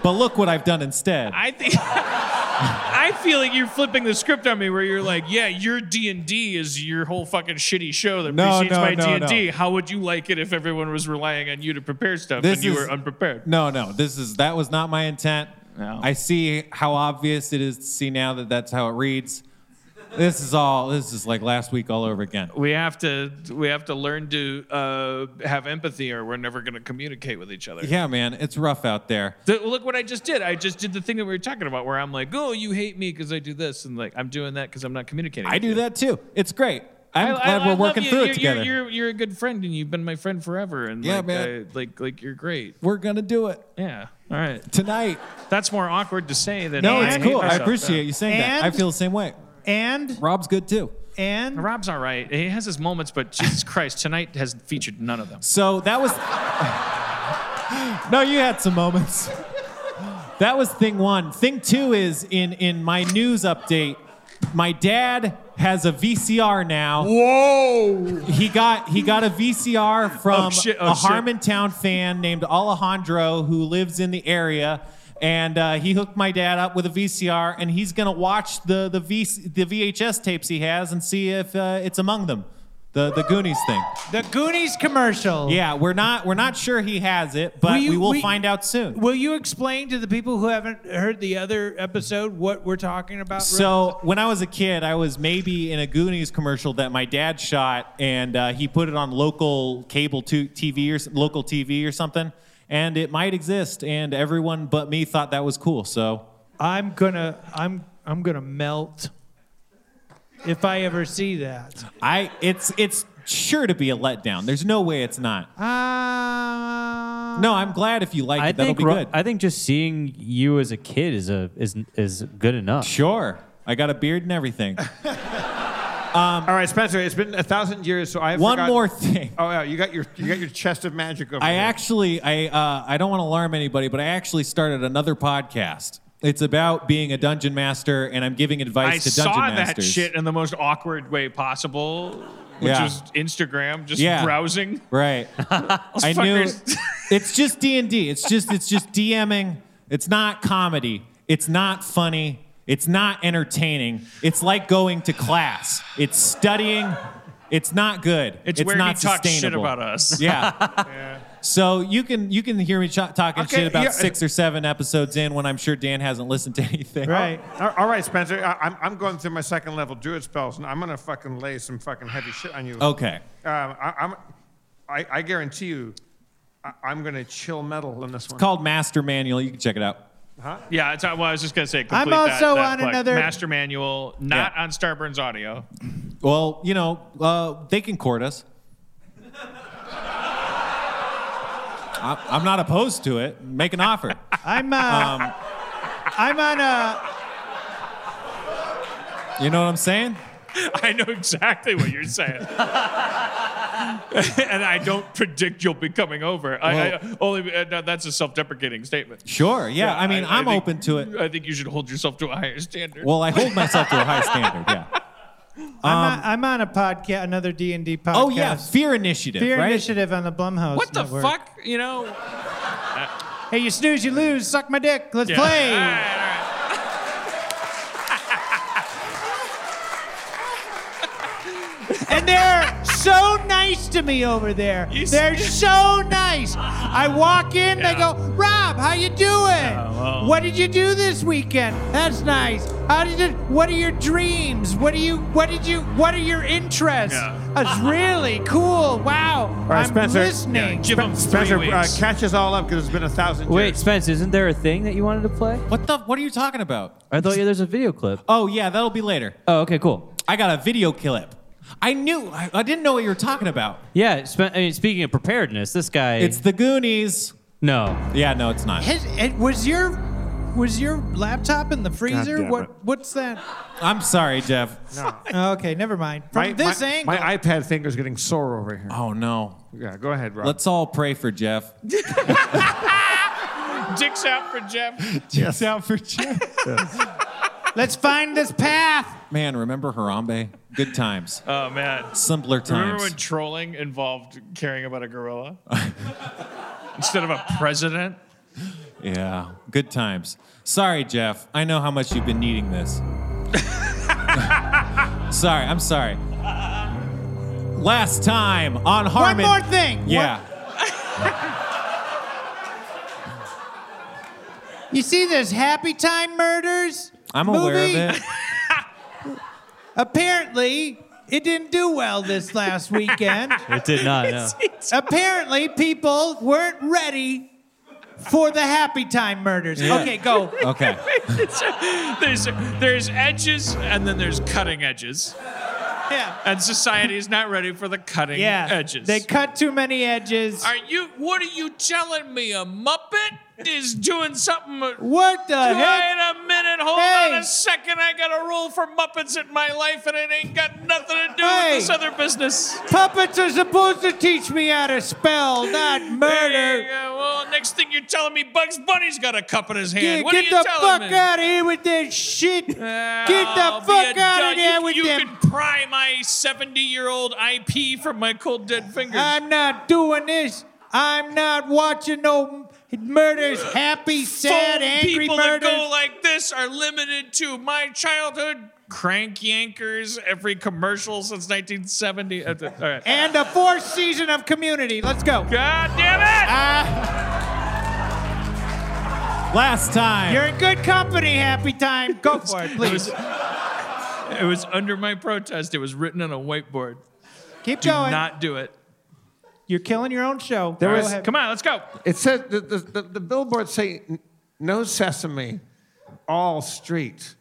S2: but look what I've done instead.
S3: I think I feel like you're flipping the script on me, where you're like, "Yeah, your D and D is your whole fucking shitty show that
S2: No,
S3: precedes
S2: no,
S3: my D
S2: no,
S3: and D. How would you like it if everyone was relying on you to prepare stuff
S2: This
S3: and you
S2: is-
S3: were unprepared?"
S2: No, no, this is that was not my intent.
S3: No.
S2: I see how obvious it is to see now that that's how it reads. This is all. This is like last week all over again.
S3: We have to we have to learn to uh, have empathy, or we're never going to communicate with each other.
S2: Yeah, man, it's rough out there.
S3: Th- look what I just did. I just did the thing that we were talking about, where I'm like, "Oh, you hate me because I do this," and like I'm doing that because I'm not communicating.
S2: I
S3: with
S2: do
S3: you.
S2: that too. It's great. I'm
S3: I- I-
S2: glad
S3: I
S2: we're
S3: love
S2: working
S3: you.
S2: through
S3: you're,
S2: it together.
S3: You're, you're you're a good friend, and you've been my friend forever. And
S2: Yeah,
S3: like,
S2: man.
S3: I- like like you're great.
S2: We're gonna do it
S3: Yeah. All right.
S2: tonight.
S3: That's more awkward to say than
S2: No,
S3: I
S2: it's
S3: hate
S2: cool. I
S3: myself.
S2: appreciate you saying that. I
S4: And-
S2: feel the same way.
S4: And
S2: Rob's good too.
S4: and
S3: Rob's all right. He has his moments, but Jesus Christ, tonight has featured none of them.
S2: So that was. no, you had some moments. That was thing one. Thing two is in in my news update. My dad has a VCR now. Whoa! He got he got a VCR from
S3: Oh, shit. Oh,
S2: a
S3: shit.
S2: Harmontown fan named Alejandro who lives in the area, and uh, he hooked my dad up with a VCR, and he's gonna watch the the, v, the VHS tapes he has and see if uh, it's among them, the the Goonies thing.
S4: the Goonies commercial.
S2: Yeah, we're not we're not sure he has it, but
S4: Will you-
S2: we will
S4: we-
S2: find out soon.
S4: Will you explain to the people who haven't heard the other episode what we're talking about?
S2: So when I was a kid, I was maybe in a Goonies commercial that my dad shot, and uh, he put it on local cable to- TV or s- local TV or something, and it might exist. And everyone but me thought that was cool. So
S4: I'm gonna I'm I'm gonna melt if I ever see that.
S2: I it's it's sure to be a letdown. There's no way it's not.
S4: Uh,
S2: No, I'm glad if you like
S8: I
S2: it. That'll
S8: think
S2: be
S8: Ro-
S2: good.
S8: I think just seeing you as a kid is a is is good enough.
S2: sure, I got a beard and everything.
S1: All right, Spencer, it's been a thousand years, so I have
S2: One
S1: forgotten-
S2: more thing.
S1: Oh yeah, you got your you got your chest of magic over
S2: I
S1: here.
S2: actually, I uh, I don't want to alarm anybody, but I actually started another podcast. It's about being a dungeon master, and I'm giving advice
S3: I
S2: to
S3: saw
S2: dungeon
S3: that
S2: masters.
S3: shit in the most awkward way possible, which
S2: Yeah.
S3: was Instagram, just
S2: Yeah.
S3: browsing.
S2: Right. I knew.
S3: fuckers.
S2: It's just D and D. It's just it's just DMing. It's not comedy. It's not funny. It's not entertaining. It's like going to class. It's studying. It's not good.
S3: It's, where
S2: not
S3: he talks shit
S2: sustainable.
S3: about us.
S2: Yeah. So you can you can hear me ch- talking
S1: Okay,
S2: shit about
S1: yeah.
S2: six or seven episodes in when I'm sure Dan hasn't listened to anything.
S4: right.
S1: All- all right, Spencer. I, I'm, I'm going through my second level druid spells, and I'm gonna fucking lay some fucking heavy shit on you.
S2: Okay.
S1: Um, I, I'm, I, I guarantee you, I, I'm gonna chill metal in this one.
S2: Called Master Manual. You can check it out.
S3: Yeah, that's well, I was just gonna say.
S4: I'm
S3: complete that-
S4: also
S3: that
S4: on
S3: plug.
S4: another-
S3: master manual, not on Starburns Audio.
S2: Well, you know, uh, they can court us. I, I'm not opposed to it. Make an offer. Um,
S4: I'm uh, I'm on a
S2: You know what I'm saying?
S3: I know exactly what you're saying. and I don't predict you'll be coming over. I, I, only uh, no, that's a self-deprecating statement.
S2: Sure. Yeah. I mean, I, am
S3: think-
S2: open to it.
S3: I think you should hold yourself to a higher standard.
S2: Well, I hold myself to a high standard. Yeah.
S4: I'm, on, I'm on a podcast, another D and D podcast.
S2: Um, Oh yeah, Fear Initiative.
S4: Fear
S2: right?
S4: Initiative on the Blumhouse.
S3: what the
S4: Network.
S3: fuck? You know?
S4: Hey, you snooze, you lose. Suck my dick. Let's
S3: Yeah. Ah.
S4: play.
S3: All right, all right.
S4: And they're so nice to me over there.
S3: You
S4: they're so nice. I walk in, they
S3: Yeah.
S4: go, Rob, how you doing?
S3: well.
S4: What did you do this weekend? That's nice. How did you, what are your dreams? What do you what did you what are your interests?
S3: Yeah.
S7: That's really cool. Wow. I'm
S1: Spencer.
S7: listening.
S4: Give him
S1: Spencer,
S4: three
S1: uh,
S4: weeks.
S1: catch us all up because it's been a thousand
S8: Wait,
S1: years.
S8: Spence, isn't there a thing that you wanted to play?
S2: What the? What are you talking about?
S8: I thought yeah, there's a video clip.
S2: Oh yeah, that'll be later.
S8: Oh, okay, cool.
S2: I got a video clip. I knew. I, I didn't know what you were talking about.
S8: Yeah, Spen- I mean, speaking of preparedness, this guy.
S2: It's the Goonies.
S8: no.
S2: Yeah, no, it's not.
S7: Has- it- was your was your laptop in the freezer?
S1: damn it.
S7: What what's that?
S2: I'm sorry, Jeff.
S7: Okay, never mind. From
S1: My-
S7: this
S1: my,
S7: angle,
S1: My iPad finger's getting sore over here.
S2: Oh no.
S1: Yeah, go ahead, Rob.
S2: Let's all pray for Jeff.
S4: Dicks out for Jeff.
S2: Yes. out for Jeff.
S7: let's find this path.
S2: Man, remember Harambe? Good times.
S4: Oh man.
S2: Simpler
S4: Remember when
S2: times.
S4: trolling involved caring about a gorilla instead of a president?
S2: Yeah, good times. Sorry, Jeff. I know how much you've been needing this. sorry, I'm sorry. Last time on
S7: One
S2: Harmon.
S7: more thing.
S2: Yeah.
S7: You see this Happy Time Murders?
S2: I'm aware
S7: movie?
S2: of it.
S7: Apparently, it didn't do well this last weekend.
S8: It did not. No.
S7: Apparently, people weren't ready for the Happy Time Murders. Okay, go.
S2: Okay.
S4: There's there's edges and then there's cutting edges.
S7: Yeah.
S4: And society is not ready for the cutting
S7: Yeah.
S4: edges.
S7: They cut too many edges.
S4: Are you what are you telling me? A Muppet is doing something
S7: What the heck?
S4: Wait a minute, hold
S7: Hey.
S4: on a second. I got a rule for Muppets in my life, and it ain't got nothing to do
S7: Hey.
S4: with this other business.
S7: Puppets are supposed to teach me how to spell, not
S4: There you
S7: murder.
S4: go. Well, next thing you're telling me, Bugs Bunny's got a cup in his hand.
S7: Get,
S4: what
S7: get
S4: are you
S7: the
S4: telling
S7: fuck
S4: me?
S7: out of here with that shit.
S4: Ah,
S7: Get the
S4: I'll be
S7: fuck
S4: a
S7: out of
S4: dud.
S7: there
S4: you,
S7: with
S4: you
S7: them.
S4: can pry my 70 year old IP from my cold dead fingers.
S7: I'm not doing this. I'm not watching no murders. Happy, sad,
S4: Phone
S7: angry
S4: people
S7: murders.
S4: that go like this are limited to my childhood crank yankers, every commercial since 1970. Uh, th- All right.
S7: and a fourth season of Community. Let's go.
S4: God
S7: Ah,
S4: damn it!
S2: Last time.
S7: You're in good company, Happy Time. Go for it, please.
S4: It was under my protest. It was written on a whiteboard.
S7: Keep
S4: Do
S7: going.
S4: not do it.
S7: You're killing your own show.
S1: There
S7: Go
S1: was-
S7: ahead.
S4: Come on, let's go.
S1: It says the, the, the, the billboards say n- no sesame, all street.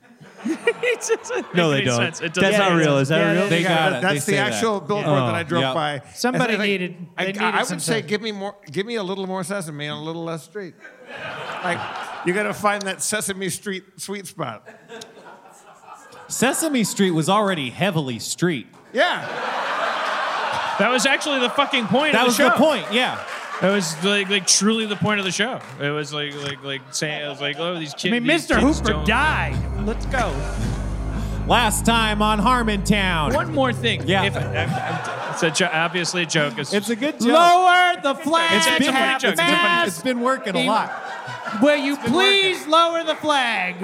S4: It's- it's- it
S8: No,
S4: doesn't
S8: they
S4: make
S8: don't.
S4: sense. It doesn't
S8: That's
S4: make
S8: not
S4: sense.
S8: real. Is that
S7: Yeah,
S8: real?
S2: They got
S1: that-
S2: it.
S1: That's
S2: They
S1: the
S2: say that. Oh,
S1: actual billboard
S8: Yeah.
S1: that I drove
S2: Yep.
S1: by. And
S7: Somebody
S1: it's like,
S7: needed-
S1: I,
S7: they needed
S1: I would say,
S7: something.
S1: give me more, give me a little more sesame and a little less street. like you got to find that Sesame Street sweet spot.
S2: Sesame Street was already heavily street.
S1: Yeah,
S4: That was actually the fucking point
S2: That
S4: of
S2: was
S4: the show.
S2: the point. Yeah.
S4: That was like like truly the point of the show. It was like like like saying it was like oh these kids.
S7: I mean, Mr. Hooper died. Let's go.
S2: Last time on Harmontown.
S4: One more thing.
S2: Yeah.
S4: If, I'm- I'm- it's a jo- obviously a joke. It's,
S2: It's a good joke.
S7: Lower the flag.
S4: It's a
S2: been,
S4: funny
S7: half
S4: joke. It's a funny-
S7: mast.
S2: it's been working a lot.
S7: Will you please lower the flag?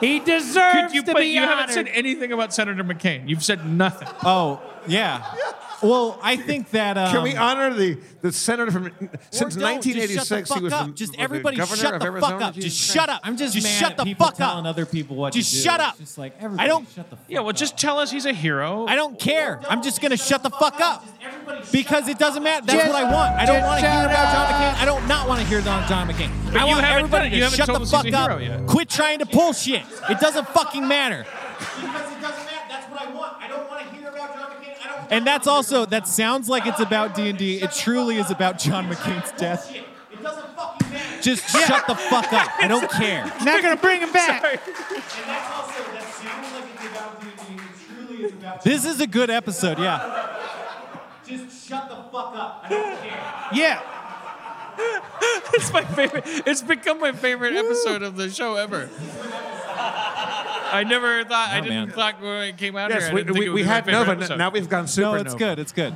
S7: he deserves
S4: Could you,
S7: to
S4: but
S7: be
S4: you
S7: honored.
S4: haven't said anything about Senator McCain. You've said nothing.
S2: Oh, yeah. Well, I think that. Um,
S1: can we honor the, the senator from since
S2: Or don't. Just
S1: 1986?
S2: Shut
S1: He
S2: the
S1: was
S2: fuck
S1: the,
S2: up. just
S1: was the
S2: everybody
S1: governor
S2: shut
S1: of
S2: the
S1: Arizona.
S2: fuck up.
S1: Jesus
S2: Just
S1: Christ.
S2: shut up. I'm just,
S9: Just
S2: mad
S9: shut
S2: at
S9: the
S2: people
S9: fuck up.
S2: telling other people what
S9: Just
S2: to do.
S9: shut
S2: It's
S9: up.
S2: just like
S9: I
S2: everybody
S9: don't-
S2: shut the fuck
S4: Yeah, well,
S2: up.
S4: just tell us he's a hero.
S2: I don't care. I'm just gonna shut the fuck up because it doesn't matter. That's what I want. I don't
S7: just
S2: want to hear
S7: shut
S2: about John
S7: up.
S2: McCain. I don't not want to hear about John McCain.
S4: But
S2: I
S4: you
S2: want
S4: haven't done
S2: everybody
S4: it.
S2: to
S4: You haven't
S2: shut
S4: told
S2: the
S4: us he's
S2: fuck
S4: a
S2: up.
S4: hero yet.
S2: Quit trying to pull shit. It doesn't fucking matter. And that's also that sounds like it's about D and D. It truly is about John McCain's death. Just shut the fuck up. I don't care.
S7: Not gonna bring him back.
S2: This is a good episode. Yeah.
S7: Yeah.
S4: It's my favorite. It's become my favorite episode of the show ever. I never thought. I
S2: Oh,
S4: didn't
S2: man.
S4: thought when I came out
S1: Yes,
S4: here. I
S1: we,
S4: didn't think
S1: we,
S4: it would
S1: we
S4: be my
S1: had
S4: favorite
S1: Nova.
S4: episode.
S1: Now we've gone supernova.
S2: No, it's good. It's good.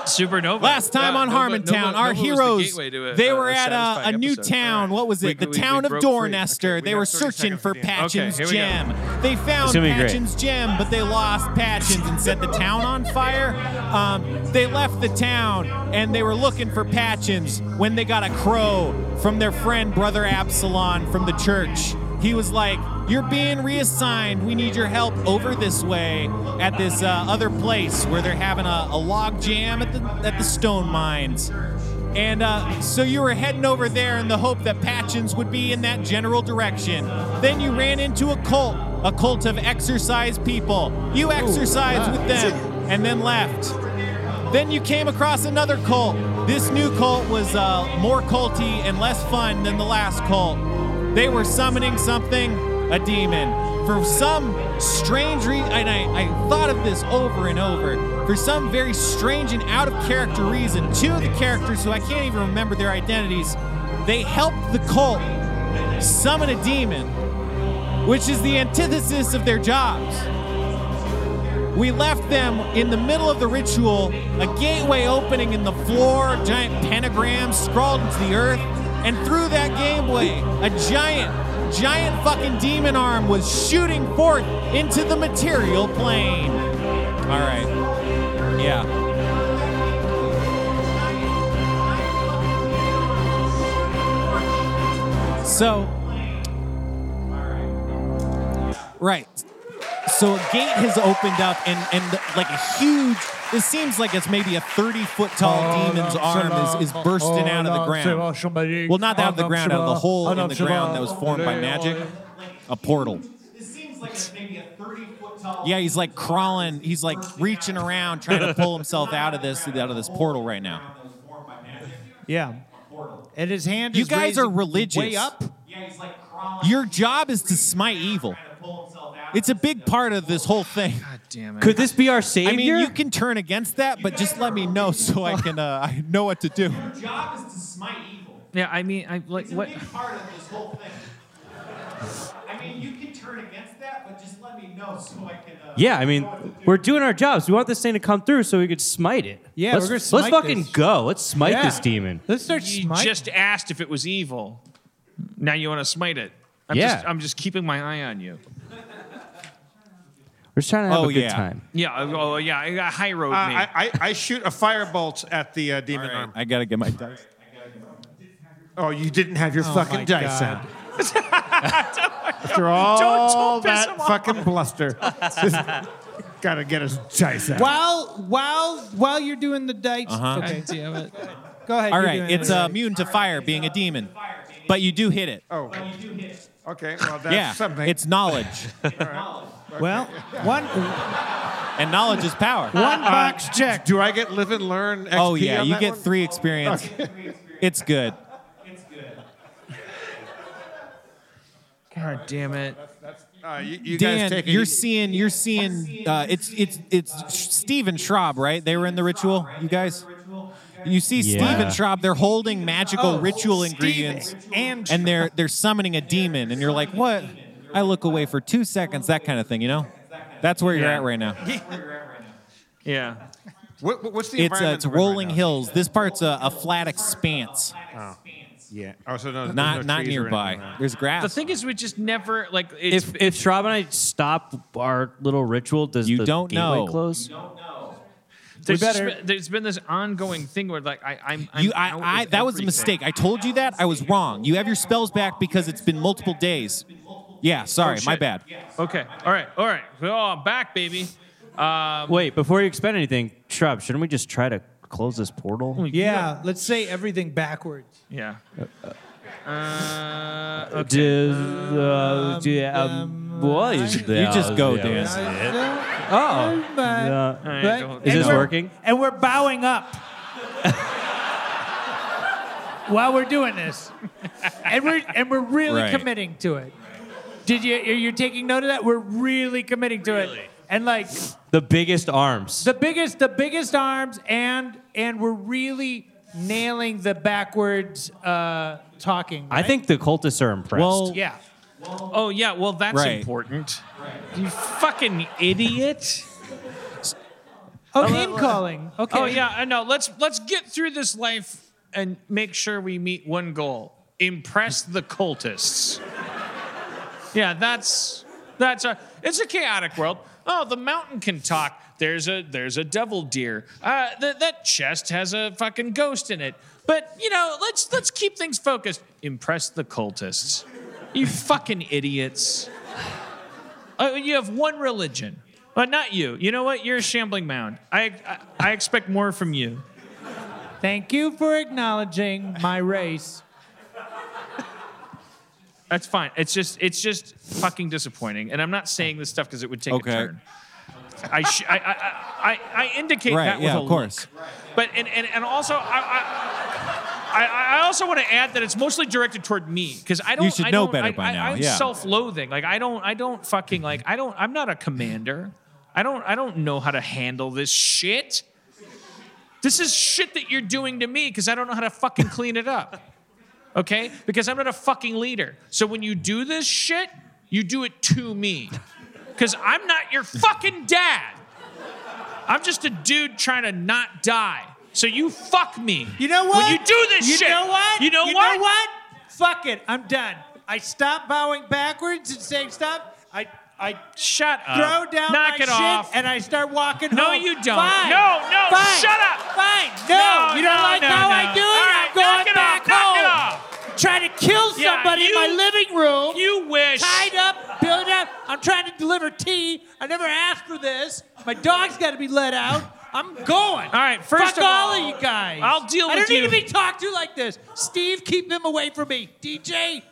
S4: Supernova.
S2: Last time
S4: Yeah,
S2: on
S4: Nova-
S2: Harmontown,
S4: Nova-
S2: our
S4: Nova was the
S2: heroes,
S4: gateway to a-
S2: they
S4: a
S2: were at a, a
S4: satisfying
S2: new
S4: episode.
S2: town.
S4: All right.
S2: What was
S4: We-
S2: it? The
S4: we- we
S2: town of
S4: broke free.
S2: Dornester.
S4: Okay, we
S2: they
S4: got
S2: were
S4: 30
S2: searching
S4: seconds
S2: for
S4: at the end.
S2: Patchen's
S4: Okay, here we go.
S2: gem. They found
S8: gonna be great.
S2: Patchen's gem, but they lost Patchen's and set the town on fire. Um, they left the town and they were looking for Patchen's when they got a crow from their friend Brother Absalon from the church. He was like, "You're being reassigned. We need your help over this way at this uh, other place where they're having a, a log jam at the at the stone mines." And uh, so you were heading over there in the hope that Patchins would be in that general direction. Then you ran into a cult, a cult of exercise people. You exercised with them and then left. Then you came across another cult. This new cult was uh, more culty and less fun than the last cult. They were summoning something, a demon. For some strange reason, and I, I thought of this over and over, for some very strange and out of character reason, two of the characters who I can't even remember their identities, they helped the cult summon a demon, which is the antithesis of their jobs. We left them in the middle of the ritual, a gateway opening in the floor, a giant pentagram scrawled into the earth, and through that gateway, a giant, giant fucking demon arm was shooting forth into the material plane. All right. Yeah. So. Right so a gate has opened up and and like a huge this seems like it's maybe a 30 foot tall demon's arm is, is bursting out of the ground well not out of the ground out of the hole in the ground that was formed by magic
S1: Uh,
S2: a portal yeah, he's like crawling. He's like reaching around, trying to pull himself out of this out of this portal right now.
S4: Yeah. And his hand
S2: You
S4: is
S2: guys are
S4: raised
S2: religious.
S4: Way up.
S2: Your job is to smite evil. It's a big part of this whole thing.
S8: Could this be our savior?
S2: I mean, you can turn against that, but just let me know so I can uh, I know what to do.
S3: Yeah, I mean, I like what?
S2: part of this whole thing. I mean, you can turn against that, but just let me know so I can. Uh,
S8: yeah, I mean, we're doing our jobs. We want this thing to come through so we could smite it.
S4: Yeah,
S8: let's,
S4: we're gonna
S8: let's
S4: smite
S8: fucking
S4: this.
S8: go. Let's smite
S4: Yeah.
S8: this demon.
S4: Let's start
S3: You
S4: smiting.
S3: just asked if it was evil. Now you want to smite it. I'm
S8: Yeah.
S3: Just, I'm just keeping my eye on you.
S8: We're just trying to have
S2: Oh,
S8: a good
S2: yeah.
S8: time.
S3: Yeah. I- Oh, yeah. I got high road
S1: Uh,
S3: me.
S1: I, I, I shoot a firebolt at the uh, demon arm.
S2: I gotta get my dice.
S1: Oh, you didn't have your
S4: my
S1: fucking dice
S4: God.
S1: out. After all
S3: don't piss
S1: that
S3: him off.
S1: fucking bluster, gotta get his dice out.
S4: while while while you're doing the dice.
S3: Uh-huh.
S4: Okay, damn it. Go ahead.
S2: All
S4: you're
S2: right,
S4: doing
S2: it's
S4: it.
S2: uh, immune to fire, being a demon, but you do hit it.
S1: Oh, okay. Well, that's
S2: yeah,
S1: something.
S2: it's knowledge,
S4: well one
S2: and knowledge is power.
S4: one box
S1: Jack, Uh, do I get live and learn? XP
S2: Oh yeah,
S1: on
S2: you
S1: that
S2: get
S1: one?
S2: three experience. It's good.
S3: God damn it.
S1: Uh, you you guys
S2: Dan,
S1: take it
S2: you're
S1: easy.
S2: seeing, you're seeing. Uh, it's it's it's Steve and Schraub, right? They were in the ritual. You guys, you see Steve
S8: Yeah.
S2: and Schraub. They're holding magical
S4: Oh,
S2: ritual
S4: Steve
S2: ingredients,
S4: and
S2: they're they're summoning a demon, and you're like, what? I look away for two seconds, that kind of thing, you know. That's where you're
S3: Yeah.
S2: at right now.
S3: Yeah.
S1: What, what- what's the
S2: It's uh,
S1: environment
S2: it's
S1: we're in right
S2: rolling
S1: now?
S2: hills. This part's a, a flat expanse,
S1: Yeah. Oh, so no, there's
S2: not
S1: no
S2: not
S1: trees or anything
S2: nearby.
S1: around.
S2: There's grass.
S3: The thing is, we just never like. It's,
S8: If if Shrob and I stop our little ritual, does
S2: You
S8: the
S2: don't
S8: gateway
S2: know.
S8: close?
S3: there's, just
S4: better-
S3: been- there's been this ongoing thing where like I, I'm. I'm
S2: You, I,
S3: out
S2: I,
S3: with
S2: that was a
S3: everything.
S2: mistake. I told you that. I was wrong. You have your spells back because it's been multiple days. Yeah, sorry,
S3: Oh,
S2: my
S3: shit.
S2: bad.
S3: Okay. All right. All right. Oh, I'm back, baby. Um,
S8: Wait, before you expend anything, Shrob, shouldn't we just try to close this portal?
S4: Yeah, let's say everything backwards.
S3: yeah. Uh, okay.
S8: Does, uh, do- um, what is
S2: You just go,
S8: yeah.
S2: Dan.
S8: Oh.
S4: Uh,
S8: Yeah.
S3: All right,
S4: Right?
S3: go-
S8: Is
S4: And
S8: this
S4: we're-
S8: working?
S4: And we're bowing up while we're doing this, and we're and we're really
S2: Right.
S4: committing to it. Did you? Are you taking note of that? We're really committing to it, and like
S8: The biggest arms.
S4: the biggest, the biggest arms, and and we're really nailing the backwards uh, talking.
S8: I think the cultists are impressed.
S2: Well,
S4: Yeah.
S3: Oh yeah, well that's
S2: Right.
S3: important. You fucking idiot.
S4: Oh, name calling. Okay.
S3: Oh yeah, I know. Let's let's get through this life and make sure we meet one goal: impress the cultists. yeah, that's that's a it's a chaotic world. Oh, the mountain can talk. There's a there's a devil deer. Uh, that that chest has a fucking ghost in it. But you know, let's let's keep things focused. Impress the cultists. You fucking idiots. Uh, you have one religion. But not you. You know what? You're a shambling mound. I, I, I expect more from you.
S7: Thank you for acknowledging my race.
S3: That's fine. It's just it's just fucking disappointing. And I'm not saying this stuff because it would take
S2: Okay.
S3: a turn. I, sh- I, I, I, I indicate
S2: Right,
S3: that with
S2: yeah,
S3: a
S2: of course.
S3: look. But and, and, and also I, I I, I also want to add that it's mostly directed toward me because I don't.
S2: should
S3: I
S2: know
S3: don't-
S2: better
S3: I,
S2: by
S3: I,
S2: now,
S3: I'm
S2: yeah.
S3: self-loathing. Like I don't. I don't fucking like. I don't. I'm not a commander. I don't. I don't know how to handle this shit. This is shit that you're doing to me because I don't know how to fucking clean it up. Okay? Because I'm not a fucking leader. So when you do this shit, you do it to me. Because I'm not your fucking dad. I'm just a dude trying to not die. So you fuck me.
S7: You know what?
S3: When you do this
S7: you
S3: shit.
S7: know what?
S3: You know
S7: you
S3: what?
S7: Know what? Fuck it. I'm done. I stop bowing backwards and saying stop. I I
S3: Shut up.
S7: throw down
S3: Uh, Knock
S7: my
S3: it
S7: shit
S3: off.
S7: and I start walking
S3: No,
S7: home.
S3: you don't.
S7: Fine.
S3: No, no,
S7: Fine.
S3: shut up.
S7: Fine. No,
S3: No,
S7: you don't
S3: no,
S7: like
S3: no,
S7: how
S3: no.
S7: I do it.
S3: All
S7: I'm
S3: right,
S7: going
S3: knock it
S7: back
S3: off, knock
S7: home.
S3: it off.
S7: Trying to kill
S3: Yeah,
S7: somebody
S3: you-
S7: in my living room.
S3: you wish.
S7: tied up, built up. I'm trying to deliver tea. I never asked for this. My dog's got to be let out. I'm going.
S3: All right, first
S7: Fuck
S3: of
S7: all,
S3: all,
S7: of you guys.
S3: I'll deal
S7: I
S3: with
S7: don't need
S3: you.
S7: to be talked to like this. Steve, keep him away from me. DJ,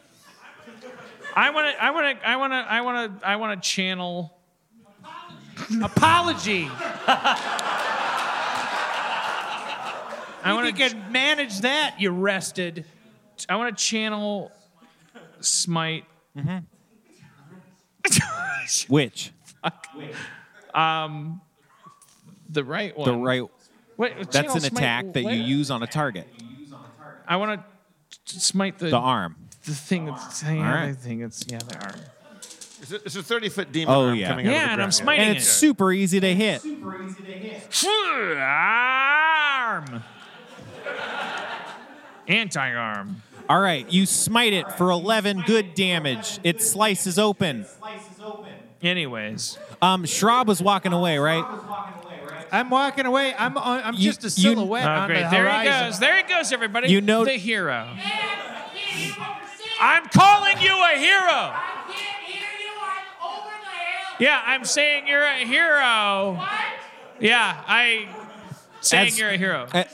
S3: I wanna I wanna I wanna I wanna I wanna channel
S7: apology.
S3: I
S7: I
S3: wanna
S7: you can manage that. You rested.
S3: I want to channel Smite.
S2: Which?
S3: the right one.
S2: The right.
S3: Wait,
S2: That's
S3: channel
S2: an
S3: Smite
S2: attack that you
S3: where?
S2: use on a target.
S3: I want to smite the
S2: The arm.
S3: the thing that's hanging
S2: All
S3: on
S2: right.
S3: the thing. It's yeah, the arm.
S1: It's a- It's a 30 foot demon.
S2: Oh,
S1: arm
S2: yeah.
S1: Coming out of the
S3: Yeah, and I'm
S1: ground.
S3: smiting
S2: And it's super easy to hit.
S3: it. arm. Anti-arm.
S2: All right, you smite it for 11 good damage. It slices open.
S3: Anyways,
S2: Um, Shrob was walking away, right?
S7: I'm walking away. I'm on, I'm
S2: You-
S7: just a
S2: you-
S7: silhouette
S3: oh,
S7: on
S3: great.
S7: the
S3: There he
S7: horizon.
S3: goes. There he goes, everybody.
S2: You know-
S3: the hero. I'm calling you a hero. Yeah, I'm saying you're a hero. Yeah, I saying
S2: As-
S3: you're a hero.
S2: a-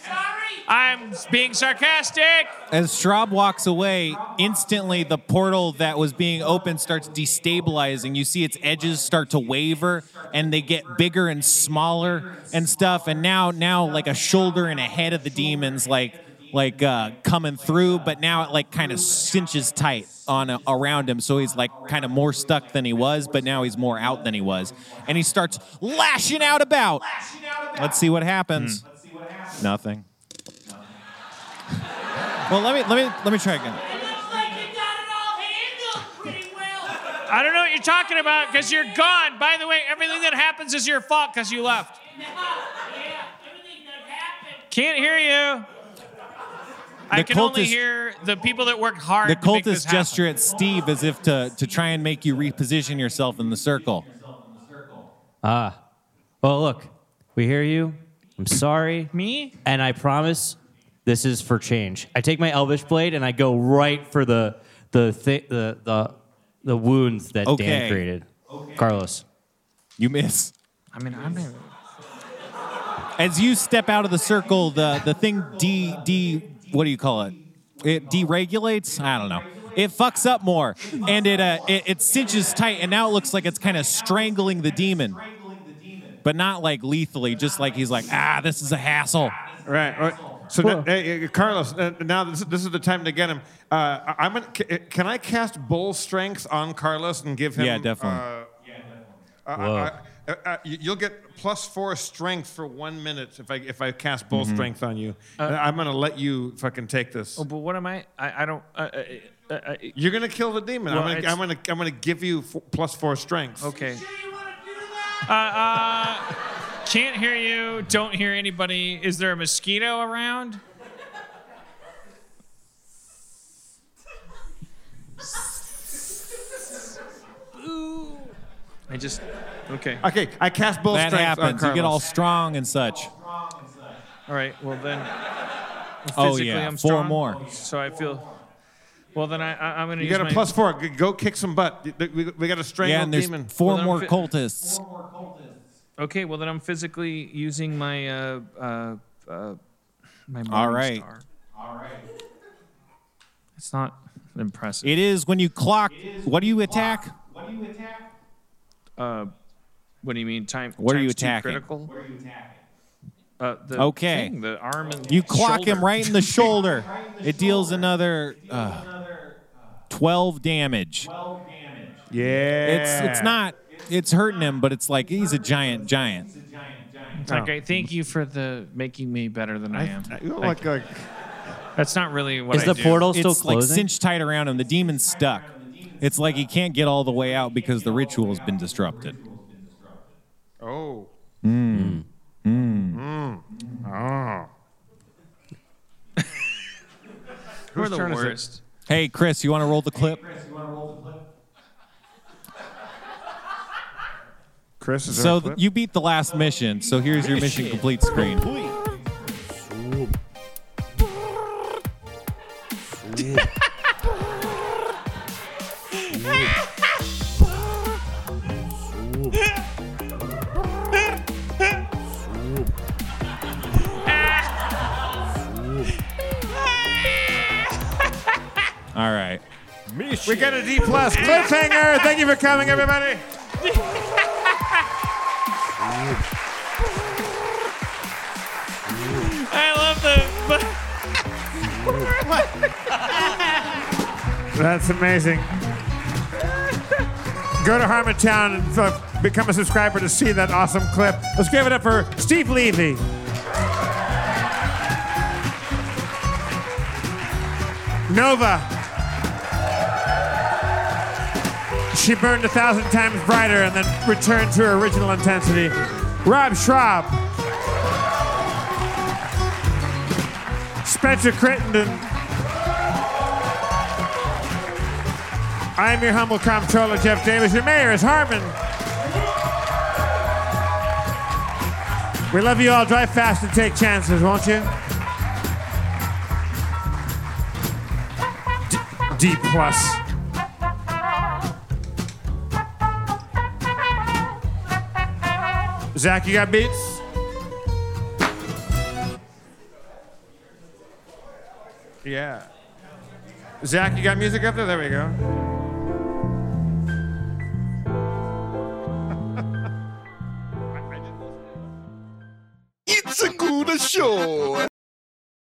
S3: I'm being sarcastic.
S2: As Shrob walks away, instantly the portal that was being open starts destabilizing. You see its edges start to waver and they get bigger and smaller and stuff. And now now like a shoulder and a head of the demons like like uh, coming through, but now it like kind of cinches tight on uh, around him. So he's like kind of more stuck than he was, but now he's more out than he was. And he starts lashing out about. Let's Hmm. see what happens. Nothing. Well, let me let me let me try again.
S3: I don't know what you're talking about because you're gone. By the way, everything that happens is your fault because you left. Can't hear you. I
S2: The
S3: can only
S2: cultist-
S3: hear the people that worked hard.
S2: The
S3: to make this
S2: cultist
S3: happen.
S2: gesture at Steve as if to to try and make you reposition yourself in the circle.
S8: Well, Oh, look, we hear you. I'm sorry.
S3: Me?
S8: And I promise this is for change. I take my elvish blade and I go right for the the thi- the the the wounds that
S2: Okay.
S8: Dan created. Carlos.
S2: You miss.
S3: I mean, I'm not-
S2: As you step out of the circle, the the thing de de what do you call it? It deregulates. I don't know. It fucks up more, and it uh it, it cinches tight, and now it looks like it's kind of strangling the demon, but not like lethally. Just like he's like, ah, this is a hassle.
S1: Right. right. So, now, uh, uh, Carlos, uh, now this, this is the time to get him. Uh, I- I'm gonna, ca- uh, can I cast Bull Strength on Carlos and give him?
S2: Yeah, definitely.
S1: Uh, uh, uh, uh, uh, you- you'll get plus four strength for one minute if I if I cast Bull
S2: Mm-hmm.
S1: Strength on you.
S2: Uh,
S1: And I'm gonna let you fucking take this.
S3: Oh,
S2: oh.
S3: But what am I? I, I don't. Uh, uh, uh, uh,
S1: You're gonna kill the demon.
S3: Well,
S1: I'm, gonna,
S3: it's-
S1: I'm gonna I'm gonna give you f- plus four strength.
S3: okay. Uh, uh, can't hear you. Don't hear anybody. Is there a mosquito around? I just. Okay.
S1: Okay. I cast Bull
S2: That
S1: Strength
S2: happens.
S1: on
S2: You get all
S1: Carlos.
S2: strong and such.
S3: All right. Well then.
S2: Oh
S3: physically
S2: yeah,
S3: I'm
S2: four
S3: strong,
S2: more.
S3: So I feel. Well, then I, I, I'm going to
S1: You
S3: use
S1: got a
S3: my-
S1: plus four. G- Go kick some butt. Y- th- We, we got a
S2: Yeah,
S1: strangle
S2: and there's
S1: demon.
S2: four
S3: Well, then I'm
S2: more
S3: fi-
S2: cultists.
S3: Okay, well then I'm physically using my uh uh, uh my morning
S2: right.
S3: All right. It's not impressive.
S2: It is when you clock. What do you attack?
S3: what do you mean time?
S2: What are
S3: time's
S2: you
S3: too
S2: attacking?
S3: Critical. What are you attacking? Uh, the
S2: Okay.
S3: thing, the arm and
S2: You clock
S3: shoulder.
S2: him right in the shoulder. It deals another uh, 12 damage.
S1: Yeah.
S2: It's it's not it's hurting him, but it's like he's a giant giant.
S3: It's Like, I thank you for the making me better than I, am.
S1: You look like, like
S3: That's not really what
S8: Is
S3: I
S8: the
S3: do.
S8: portal still
S2: It's like
S8: closing?
S2: cinched tight around him. The demon's stuck. It's like he can't get all the way out because the ritual has been disrupted.
S1: oh.
S3: Mm.
S1: Mm.
S3: Ah. We're the
S1: turn is it?
S3: worst.
S2: Hey Chris, you want to roll the clip?
S1: Chris is
S2: So
S1: there a clip?
S2: th- you beat the last mission. So here's your mission complete screen. All right.
S1: we got a D plus cliffhanger. Thank you for coming, everybody.
S3: I love the.
S1: That's amazing. Go to Harmontown and uh, become a subscriber to see that awesome clip. Let's give it up for Steve Levy. Nova. She burned a thousand times brighter and then returned to her original intensity. Rob Schraub. Spencer Crittenden. I am your humble comptroller, Jeff Davis. Your mayor is Harmon. We love you all. Drive fast and take chances, won't you? D, D plus. Zach, you got beats? Yeah. Zach, you got music up there? There we go.
S7: It's a good show.